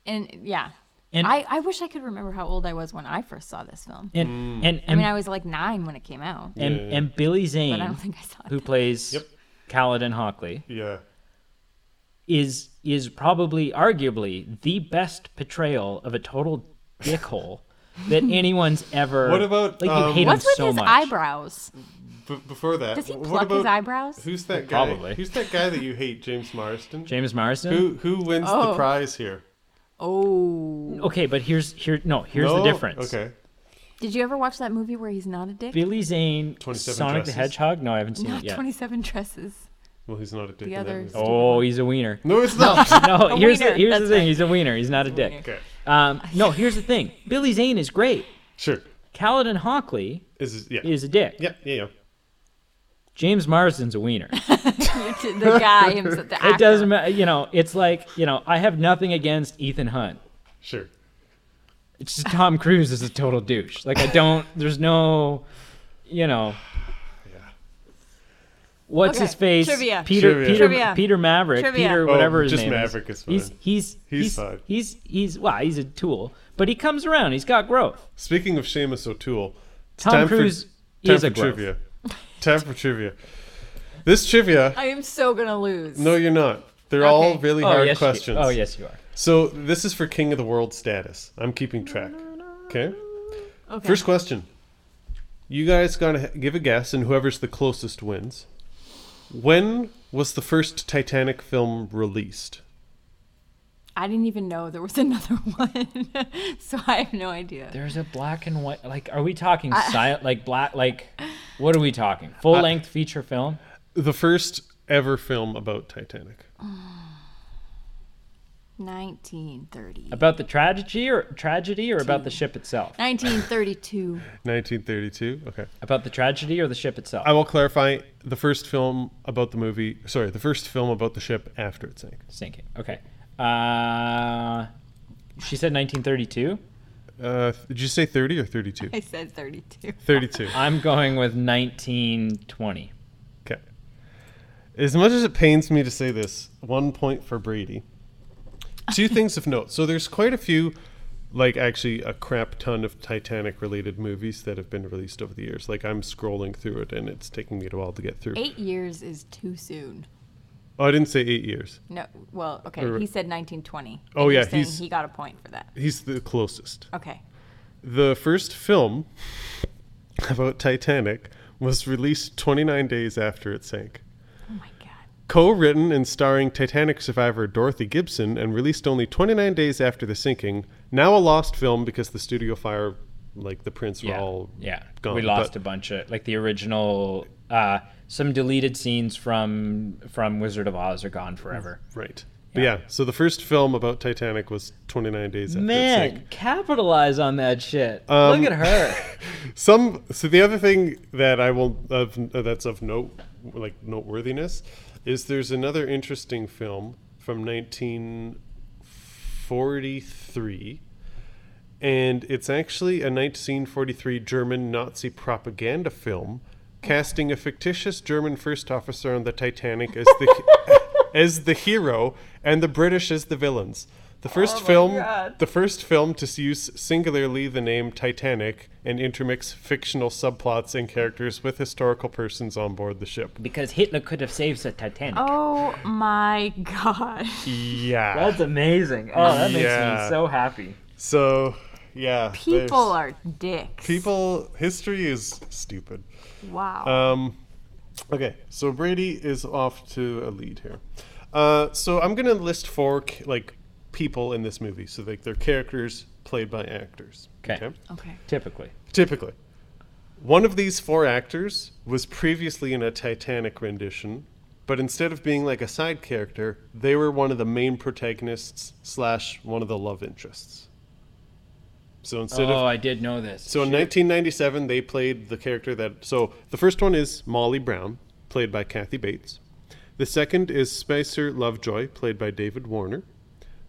and yeah.
And-
I, I wish I could remember how old I was when I first saw this film.
and and
I
and
mean, I was like nine when it came out.
and,
Yeah.
and Billy Zane,
But I don't think I saw it
who
then.
plays
Yep.
Kaladin Hockley,
Yeah.
is is probably arguably the best portrayal of a total dickhole that anyone's ever.
What about,
like you
um,
hate
What's
him
with
so
his
much?
eyebrows?
B- before that,
Does he
wh- what
pluck his
about-
eyebrows?
Who's that guy?
Probably.
Who's that guy that you hate, James Marston?
James Marsden.
Who who wins the
Oh.
prize here?
Oh.
Okay, but here's here no here's
No?
the difference.
Oh, Okay.
Did you ever watch that movie where he's not a dick?
Billy Zane,
27
Sonic
Dresses.
the Hedgehog. No, I haven't seen
Not
it yet.
27 dresses.
Well, he's not a dick.
The
in that
other-
movie.
Oh.
Oh, he's a wiener.
No, it's not.
No,
A
here's the,
wiener,
here's the
that's
thing.
right.
He's a wiener. He's not a dick.
okay.
Um, no, here's the thing. Billy Zane is great.
Sure.
Kaladin Hockley
Is is- yeah.
is a dick.
yeah. Yeah. Yeah.
James Marsden's a wiener.
the guy himself. The actor.
It doesn't matter. You know, it's like you know, I have nothing against Ethan Hunt.
Sure.
It's just Tom Cruise is a total douche. Like I don't. There's no, you know. What's
Okay,
his face?
trivia.
Peter
Trivia.
Peter
Trivia.
Peter Maverick.
Trivia.
Peter
Oh,
whatever his
just
name
Maverick
is.
is fine.
He's he's
He's
he's
fine.
he's he's wow. He's a tool, but he comes around. He's got growth.
Speaking of Seamus O'Toole, it's
Tom
time
Cruise
for, time
is a
for
growth.
trivia. time for trivia. This trivia.
I am so going to lose.
No, you're not. They're all
Okay.
really
Oh
hard
yes, you-
questions.
oh yes, you are.
So this is for King of the World status. I'm keeping track. Okay.
Okay.
First question. You guys gotta h- give a guess, and whoever's the closest wins. When was the first Titanic film released?
I didn't even know there was another one. so I have no idea.
There's a black and white. Like, are we talking silent? Like black? Like, what are we talking? Full length feature film?
The first ever film about Titanic.
1930.
About the tragedy or tragedy or about the ship itself?
1932.
1932. Okay.
About the tragedy or the ship itself?
I will clarify the first film about the movie. Sorry, the first film about the ship after it sank.
Sinking. Okay. Uh, she said 1932.
Uh, th- did you say 30 or 32?
I said 32.
32.
I'm going with 1920.
Okay. As much as it pains me to say this, one point for Brady. Two things of note. So there's quite a few, like actually a crap ton of Titanic related movies that have been released over the years. Like I'm scrolling through it and it's taking me a while to get through.
Eight years is too soon.
Oh, I didn't say eight years.
No, well, okay.
Or-
He said 1920.
Oh,
You're
yeah,
saying
he's-
he got a point for that.
He's the closest.
Okay.
The first film about Titanic was released 29 days after it sank.
Oh my god.
Co-written and starring Titanic survivor Dorothy Gibson and released only 29 days after the sinking, now a lost film because the studio fire like the prints were
yeah.
all
yeah
gone,
we lost
but-
a bunch of like the original uh some deleted scenes from from wizard of oz are gone forever
right. But yeah, so the first film about Titanic was 29 Days After Its Sink.
man capitalize on that shit
Um,
look at her
Some so the other thing that I will of that's of note like noteworthiness is there's another interesting film from 1943 and it's actually a 1943 German Nazi propaganda film casting a fictitious German first officer on the Titanic as the as the hero and the British as the villains. The first
Oh
film, the first film to use singularly the name Titanic and intermix fictional subplots and characters with historical persons on board the ship.
because hitler could have saved the titanic
Oh my god.
Yeah.
that's amazing oh that makes
Yeah.
me so happy
so, yeah. there's-
People are dicks.
people history is stupid.
Wow.
Um, okay, so Brady is off to a lead here. Uh, so I'm gonna list four ca- like people in this movie, so like their characters played by actors.
'Kay.
okay.
typically
Typically, one of these four actors was previously in a Titanic rendition, but instead of being like a side character, they were one of the main protagonists slash one of the love interests. So instead of
oh i did know this
so in 1997, they played the character that. So the first one is Molly Brown, played by Kathy Bates. The second is Spicer Lovejoy, played by David Warner.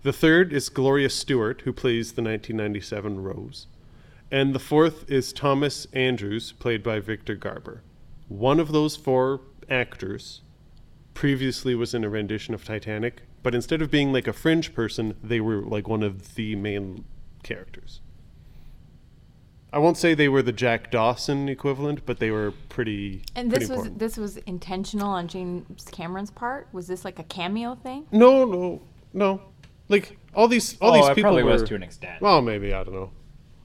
The third is Gloria Stewart, who plays the 1997 Rose. And the fourth is Thomas Andrews, played by Victor Garber. One of those four actors previously was in a rendition of Titanic, but instead of being like a fringe person, they were like one of the main characters. I won't say they were the Jack Dawson equivalent, but they were pretty.
And this
pretty
was
important.
this was intentional on James Cameron's part. Was this like a cameo thing?
no, no, no. Like all these, all
oh,
these
it
people
probably
were.
was to an extent
Well, maybe I don't know.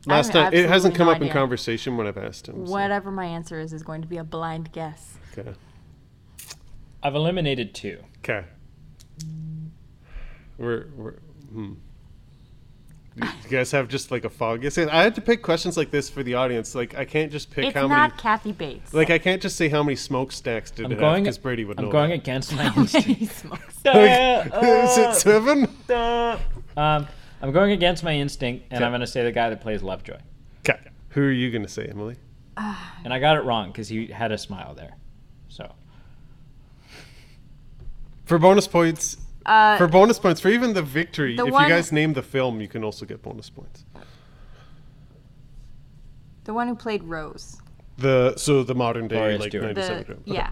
I have
Last time it hasn't
absolutely
come
no
up in
idea.
conversation when I've asked him. so-
Whatever my answer is is going to be a blind guess.
Okay.
i've eliminated two
Okay. We're, we're hmm. You guys have just like a fog. Yes, I had to pick questions like this for the audience. Like I can't just pick
it's
how
not
many.
Kathy Bates.
Like I can't just say how many smokestacks did
i'm
it
going
because Brady would
i'm
know.
going
that.
against my instinct
he smokes.
Is
uh,
it seven?
um, i'm going against my instinct and i'm going to say the guy that plays lovejoy
Okay. Who are you gonna say, Emily?
and I got it wrong because he had a smile there. So
For bonus points.
Uh,
for bonus points, for even the victory,
the
if
one-
you guys name the film, you can also get bonus points.
The one who played Rose.
The so the modern day
Gloria
like
Stewart.
The
97 group.
yeah.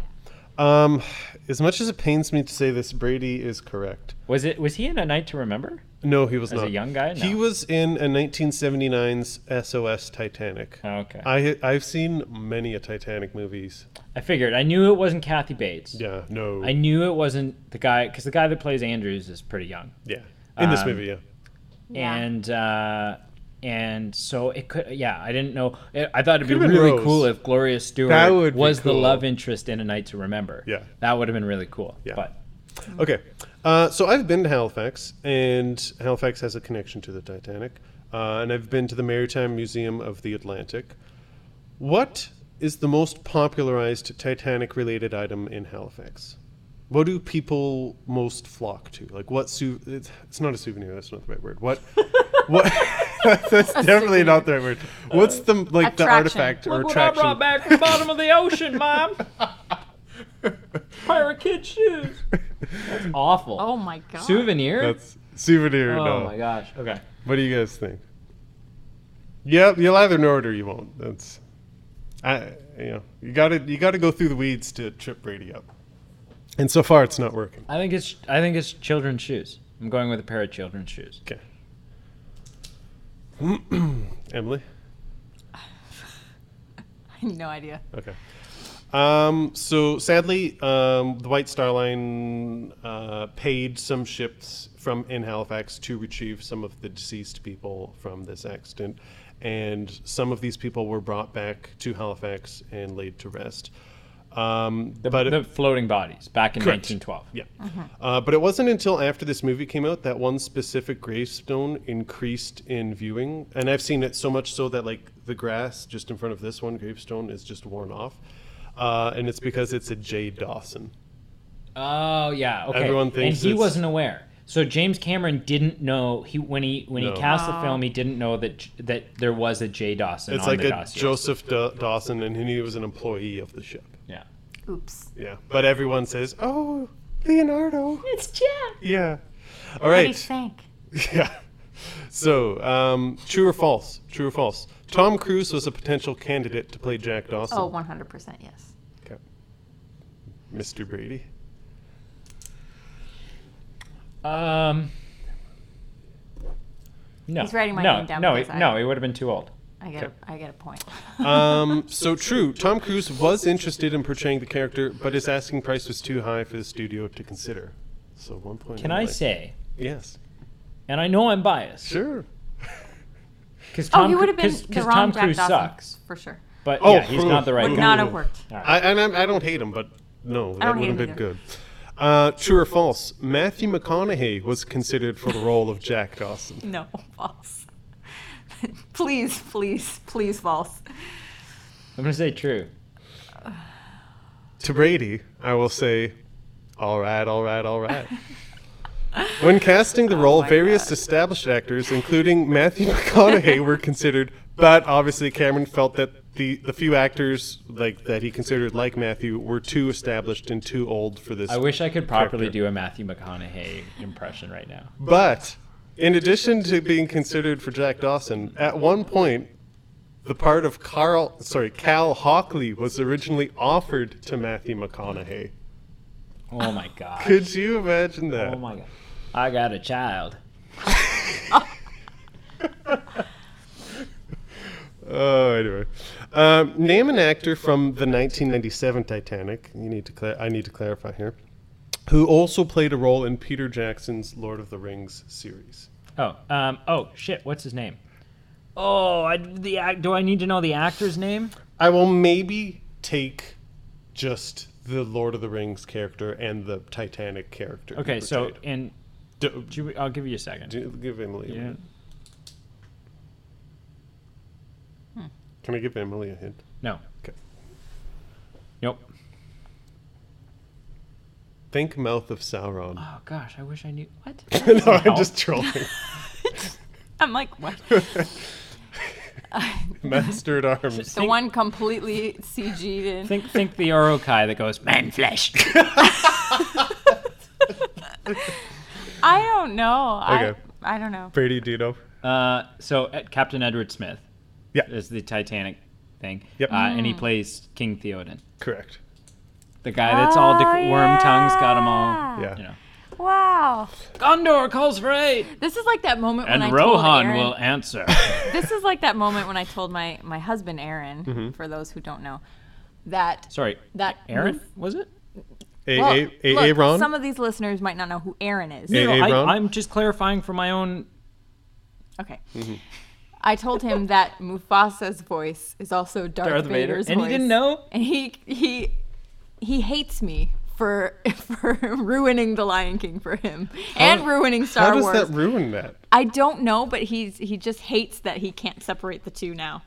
Um, as much as it pains me to say this, Brady is correct.
was it was he in A Night to Remember?
No, he was
As a
not
young guy?
He
No.
was in a 1979's SOS Titanic.
Oh, Okay, I,
I I've seen many a Titanic movies.
figured. I knew it wasn't Kathy Bates.
Yeah, no,
I knew it wasn't the guy because the guy that plays Andrews is pretty young,
yeah, in this
Um,
movie, yeah.
Yeah.
and uh, and so it could. Yeah, I didn't know. I- I thought it'd be
Could've been
really
Rose.
cool if Gloria Stewart
That would be
was the
cool.
love interest in A Night to Remember.
Yeah.
that would have been really cool.
Yeah.
but
Okay. Uh, so I've been to Halifax, and Halifax has a connection to the Titanic. Uh, and I've been to the Maritime Museum of the Atlantic. What is the most popularized Titanic related item in Halifax? What do people most flock to? Like, what? Su- it's, it's not a souvenir. That's not the right word. What? what? that's definitely not the right word. What's the like the
Attraction.
artifact or
Look what I
attraction?
brought back from the bottom of the ocean, Mom. Pair of kid shoes. That's awful.
Oh my god.
Souvenir?
That's souvenir.
oh
no.
my gosh. Okay.
What do you guys think? Yep, you'll either know it or you won't. That's I you know, you gotta you gotta go through the weeds to trip Brady up. And so far it's not working.
I think it's I think it's children's shoes. I'm going with a pair of children's shoes.
Okay. Emily?
I have no idea.
Okay. Um, so sadly, um, the White Star Line uh, paid some ships from in Halifax to retrieve some of the deceased people from this accident, and some of these people were brought back to Halifax and laid to rest. Um,
The,
but it-
the floating bodies back in
Correct.
1912.
yeah. Uh, but it wasn't until after this movie came out that one specific gravestone increased in viewing. And I've seen it so much so that, like, the grass just in front of this one gravestone is just worn off, uh, and it's because it's a J. Dawson.
Oh yeah, okay.
Everyone thinks
and he
it's-
wasn't aware. So James Cameron didn't know he when he when
No.
he cast the film he didn't know that J- that there was a J Dawson.
It's
on
like
the
a
dossier.
Joseph Da Dawson, and he was an employee of the ship.
Yeah.
Oops.
Yeah, but everyone says, "Oh, Leonardo."
It's Jack.
Yeah. All
What do you
right.
think?
Yeah. So, um, true or false? True or false? Tom Cruise was a potential candidate to play Jack Dawson.
Oh, 100% yes.
Okay. Mr. Brady.
Um. No.
He's writing my
no,
name down
No,
because
it,
I-
no, he would have been too old.
I get,
Okay.
a, I get a point.
Uh,
Oh,
Um, so true. Tom Cruise was interested in portraying the character, but his asking price was too high for the studio to consider. So one point.
Can
in
I
life-
say?
yes?
And I know I'm biased
Sure.
because
oh,
Tom,
he
Cru-
would have been
'cause-
the
'cause
wrong
Tom
Jack
Cruise
Dawson
sucks,
for sure.
but
Oh,
yeah, he's not the right
Would
guy.
not have worked.
All right.
I, and I'm, I don't hate him, but no, that
don't
would
hate
have been
him either.
good. Uh, true or false? Matthew McConaughey was considered for the role of Jack Dawson.
No, false. please, please, please, false.
I'm gonna say true.
to Brady, I will say, all right, all right, all right. when casting the role,
Oh my
various
God.
established actors, including Matthew McConaughey, were considered, but obviously Cameron felt that the, the few actors like that he considered like Matthew were too established and too old for this.
I wish I could properly
Character.
do a Matthew McConaughey impression right now.
But in addition to being considered for Jack Dawson, at one point, the part of Carl, sorry, Cal Hockley was originally offered to Matthew McConaughey.
Oh my god.
Could you imagine that?
Oh my god. I got a child.
Oh, anyway, um, name an actor from the 1997 Titanic. You need to. Cla- I need to clarify here. Who also played a role in Peter Jackson's Lord of the Rings series?
Oh, um, oh shit! What's his name? Oh, I, the ac- do I need to know the actor's name?
I will maybe take just the Lord of the Rings character and the Titanic character.
Okay, so
portrayed.
in
Do-
do we- I'll give you a second.
do- give Emily. a
Yeah.
minute. Can I give Emily a hint?
No.
Okay.
Nope.
Think mouth of Sauron.
Oh gosh, I wish I knew. What?
no, I'm just trolling.
I'm like, what?
Master at Arms.
The one completely CG'd in.
think think the Orokai that goes man flesh.
I don't know.
Okay.
I, I don't know.
Brady, do you know?
uh, so uh, Captain Edward Smith.
Yeah.
Is the Titanic thing.
Yep.
Uh, And
Hmm.
he plays King Theoden,
Correct.
the guy that's all dec-
Oh,
worm tongues got him all.
Yeah.
You know.
Wow.
Gondor calls for aid,
This is like that moment
and
when I told
Rohan
Aaron,
will answer.
This is like that moment when I told my my husband Aaron,
Mm-hmm.
for those who don't know, that
Sorry,
that
Aaron was it?
A-
Well,
A- A-
look,
Aaron?
Some of these listeners might not know who Aaron is.
Yeah.
No,
AA
no,
Brown?
I, I'm just clarifying for my own.
Okay.
Mm-hmm.
I told him that Mufasa's voice is also Darth,
Darth Vader.
Vader's
And he
voice.
didn't know?
And he he he hates me for for ruining the Lion King for him and ruining Star
How does
Wars.
that ruin that?
I don't know, but he's he just hates that he can't separate the two now.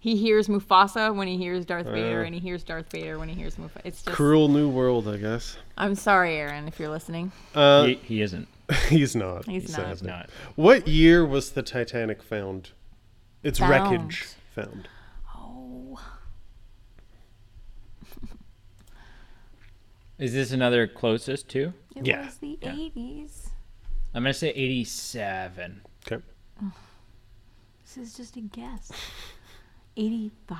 He hears Mufasa when he hears Darth Vader,
Uh.
and he hears Darth Vader when he hears Mufasa. It's just
Cruel New World, I guess.
I'm sorry, Aaron, if you're listening.
Uh,
he, he isn't.
he's not.
He's not.
He's not.
What year was the Titanic found? Its
Found.
wreckage found.
Oh,
Is this another closest to?
it
Yeah.
was the
Yeah.
80s.
I'm gonna say 87.
Okay.
This is just a guess. 85.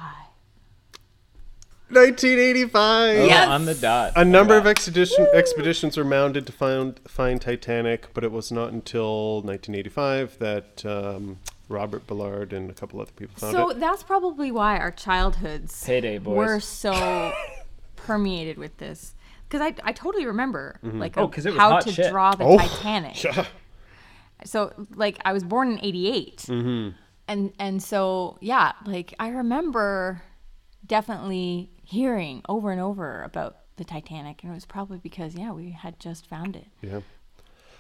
1985.
Yes!
on the dot.
A number of expedition, expeditions were mounted to find find Titanic, but it was not until 1985 that um, Robert Ballard and a couple other people found
So
it.
that's probably why our childhoods
Payday, boys.
were so permeated with this. Because I, I totally remember like
Oh,
of
'cause it was
how
hot
to
shit.
draw the
Oh.
Titanic. So like I was born in '88,
Mm-hmm.
and and so yeah, like I remember definitely hearing over and over about the Titanic, and it was probably because yeah we had just found it.
Yeah.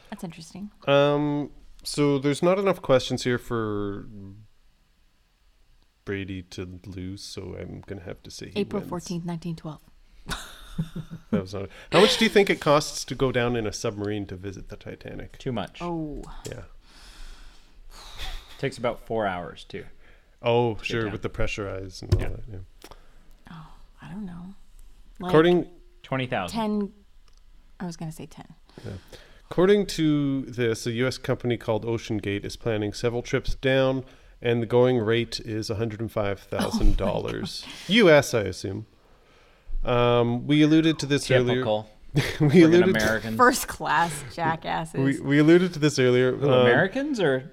That's interesting.
Um, so there's not enough questions here for Brady to lose, so I'm gonna have to say he
April
wins.
fourteenth, nineteen twelve.
That was not. How much do you think it costs to go down in a submarine to visit the Titanic?
Too much.
Oh,
Yeah.
Takes about four hours too.
Oh, sure,
down.
with the pressurized and all
Yeah.
that. Yeah.
I don't know. Like
According
Twenty thousand.
ten, I was gonna say ten.
According to this, a U.S. company called Ocean Gate is planning several trips down, and the going rate is $105,000. U.S., I assume. Um, we alluded to this
Typical.
earlier. we,
friggin'
alluded to,
Americans.
First class jackasses.
we, we alluded to this earlier.
Who,
um,
Americans or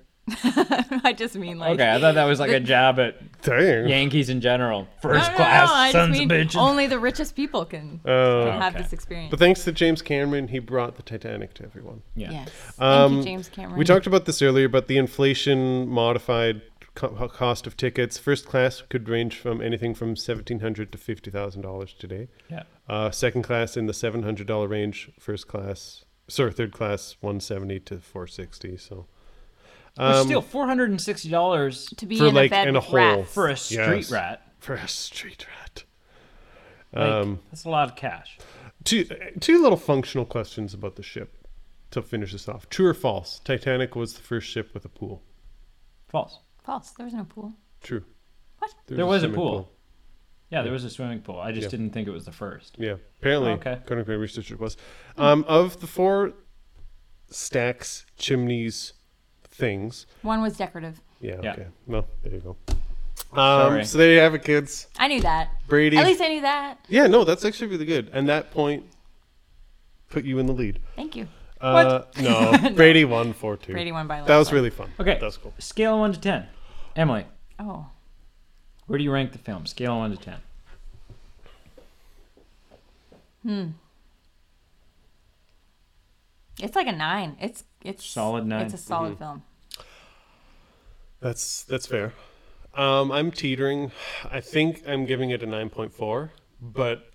I just mean like
okay? I thought that was like a jab at
Dang.
Yankees in general. First
No, no,
class
no, I just
sons of
mean
bitches. Oh,
Only the richest people can
Uh,
have
Okay.
this experience.
but thanks to James Cameron, he brought the Titanic to everyone.
yeah.
Yes. Thank
Um,
you, James Cameron.
We talked about this earlier, but the inflation modified co- cost of tickets. First class could range from anything from $1,700 to $50,000 today.
Yeah.
Uh, second class in the seven hundred dollar range. First class, sorry, third class one seventy to four sixty. So
But
Um,
still, four hundred and sixty dollars
to be
for,
in
like,
a bed
in a
with
hole.
rats.
for a street
Yes.
rat.
for a street rat,
Like, that's a lot of cash.
two two little functional questions about the ship to finish this off. True or false? Titanic was the first ship with a pool.
False.
False. There was no pool.
True.
What?
There was a
swimming
pool. Yeah, there was a swimming pool. I just
Yeah.
didn't think it was the first.
Yeah, apparently,
Oh, Okay.
according to my research, it was. Um, of the four stacks, chimneys, things.
One was decorative.
Yeah.
Yeah.
Okay. Well, there you go.
Sorry.
Um, So there you have it, kids.
I knew that.
Brady.
At least I knew that.
Yeah, no, that's actually really good. And that point put you in the lead.
Thank you.
Uh, no, Brady won 4 2.
Brady won by a
That
little
was
bit.
really fun.
Okay.
That was cool.
Scale of one to ten. Emily,
Oh,
where do you rank the film? Scale of one to ten.
it's like a nine. It's it's
Solid nine. Mm-hmm.
It's a solid film.
That's that's fair. Um, I'm teetering. I think I'm giving it a 9.4, but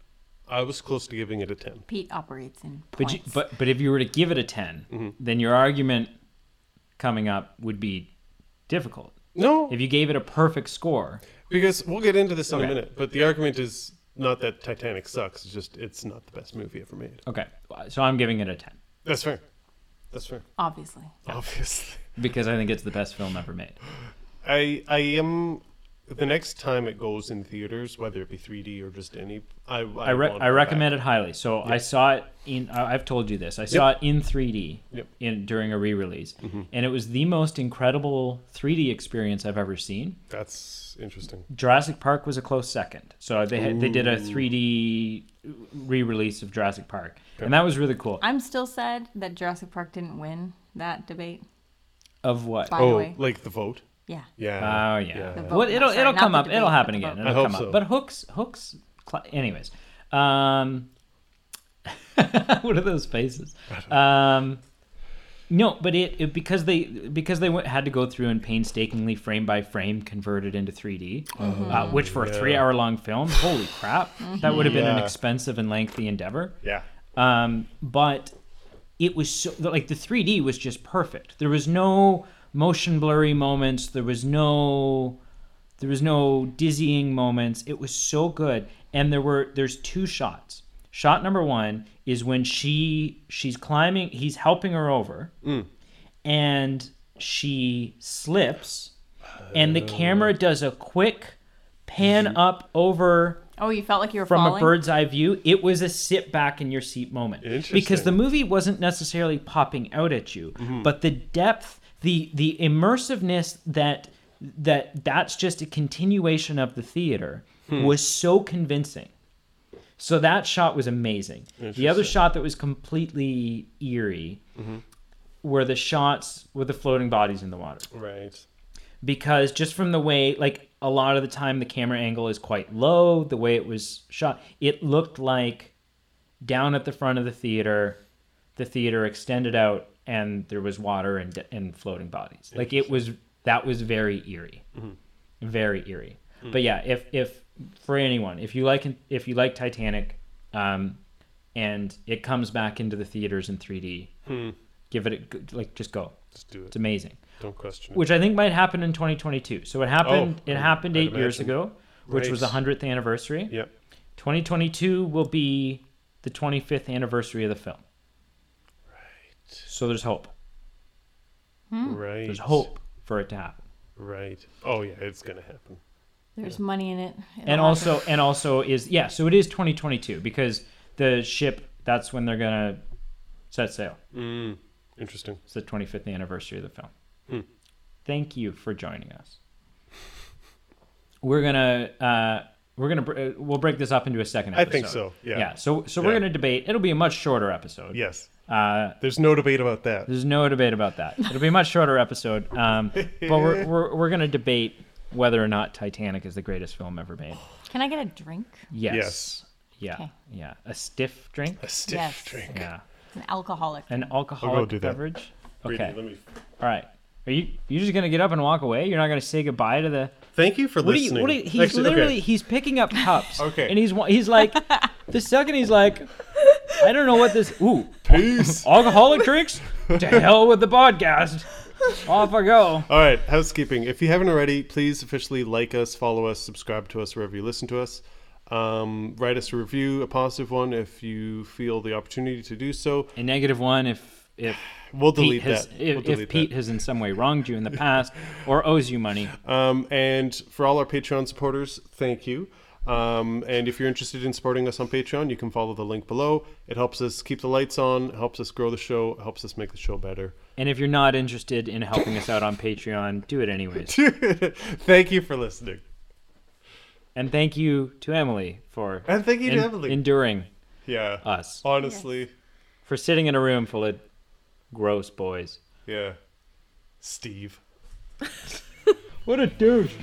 I was close to giving it a 10.
Pete operates in
But, you,
points.
but but if you were to give it a 10
Mm-hmm.
then your argument coming up would be difficult.
No,
If you gave it a perfect score,
because we'll get into this in a
Okay.
minute, but the argument is not that Titanic sucks, it's just it's not the best movie ever made.
okay, so I'm giving it a ten
That's fair. That's fair.
obviously,
Obviously.
because I think it's the best film ever made.
I I am the next time it goes in theaters, whether it be 3D or just any, I I,
I, re-
want
I
it
recommend
back.
it highly. So I saw it in. I- I've told you this. I saw it in 3D
Yep. Mm-hmm.
in during a re-release, and it was the most incredible 3D experience I've ever seen.
That's interesting.
Jurassic Park was a close second. So they had, they did a 3D re-release of Jurassic Park, and that was really cool.
I'm still sad that Jurassic Park didn't win that debate.
Of what?
By the
Oh, Uh,
way,
like the vote?
yeah.
Yeah.
Oh yeah.
yeah.
vote,
Well, it'll
sorry,
it'll
not
come
the
up.
debate,
It'll
but
happen
the
again.
vote.
It'll
I hope
come
so.
up. But hooks hooks. Cl- anyways, um, what are those faces? Um, no, but it, it because they because they went, had to go through and painstakingly frame by frame convert it into 3D,
Mm-hmm.
uh, which for a three hour long film, holy crap, that would have been an
Yeah.
expensive and lengthy endeavor.
yeah.
Um, but it was so like the 3D was just perfect. There was no motion blurry moments. There was no there was no dizzying moments. It was so good. And there were there's two shots. Shot number one is when she she's climbing. He's helping her over, and she slips, and the camera does a quick pan up over
Oh, you felt like you were
from
falling.
a bird's eye view, it was a sit back in your seat moment. Because
Interesting.
the movie wasn't necessarily popping out at you, but the depth, the the immersiveness that that that's just a continuation of the theater was so convincing. So that shot was amazing. The other shot that was completely eerie were the shots with the floating bodies in the water
Right.
because just from the way like a lot of the time the camera angle is quite low the way it was shot it looked like down at the front of the theater the theater extended out and there was water and and floating bodies like it was that was very eerie very eerie but yeah if if for anyone if you like if you like titanic um and it comes back into the theaters in 3d give it a, g- like just go.
Just do
It's
it.
amazing.
Don't question it.
Which I think might happen in 2022. So it happened.
Oh,
it happened
I'd
eight years
imagine.
ago, which was the
Right.
hundredth anniversary.
yeah.
2022 will be the 25th anniversary of the film. Right. So there's hope. Hmm.
Right.
There's hope for it to happen.
Right. Oh yeah, it's gonna happen.
There's money in it.
and also and also is yeah so it is 2022 because the ship that's when they're gonna set sail
Interesting.
it's the 25th anniversary of the film
Hmm.
thank you for joining us we're gonna uh we're gonna br- uh, we'll break this up into a second
I
episode.
think so, yeah.
yeah so so
Yeah.
we're gonna debate it'll be a much shorter episode
Yes.
uh
There's no debate about that.
there's no debate about that it'll be a much shorter episode um but we're we're, we're gonna debate whether or not titanic is the greatest film ever made
Can I get a drink?
Yes.
Oh, Yes.
Yeah.
Okay.
Yeah. A stiff drink.
A stiff
Yes.
drink.
Yeah.
An alcoholic.
An alcoholic
do that.
beverage.
Brady,
Okay.
let me-
All right. Are you you just gonna get up and walk away? You're not gonna say goodbye to the.
Thank you for
What do
listening.
you? What do you? He's
Actually, okay.
literally he's picking up cups.
Okay.
And he's wa- he's like, the second he's like, I don't know what this. Ooh,
Peace.
alcoholic drinks. to hell with the podcast. Off I go.
All right, housekeeping. If you haven't already, please officially like us, follow us, subscribe to us wherever you listen to us. Um, write us a review, a positive one, if you feel the opportunity to do so.
A negative one if if
We'll
Pete
delete
has
that.
if,
we'll
if
delete
Pete
that.
has in some way wronged you in the past or owes you money.
Um, and for all our Patreon supporters, thank you. Um, and if you're interested in supporting us on Patreon, you can follow the link below. It helps us keep the lights on, helps us grow the show, helps us make the show better.
And if you're not interested in helping us out on Patreon, do it anyways.
thank you for listening.
and thank you to Emily for
And thank you to Emily.
enduring
Yeah.
us
Honestly,
for sitting in a room full of gross boys.
yeah. Steve.
What a douche.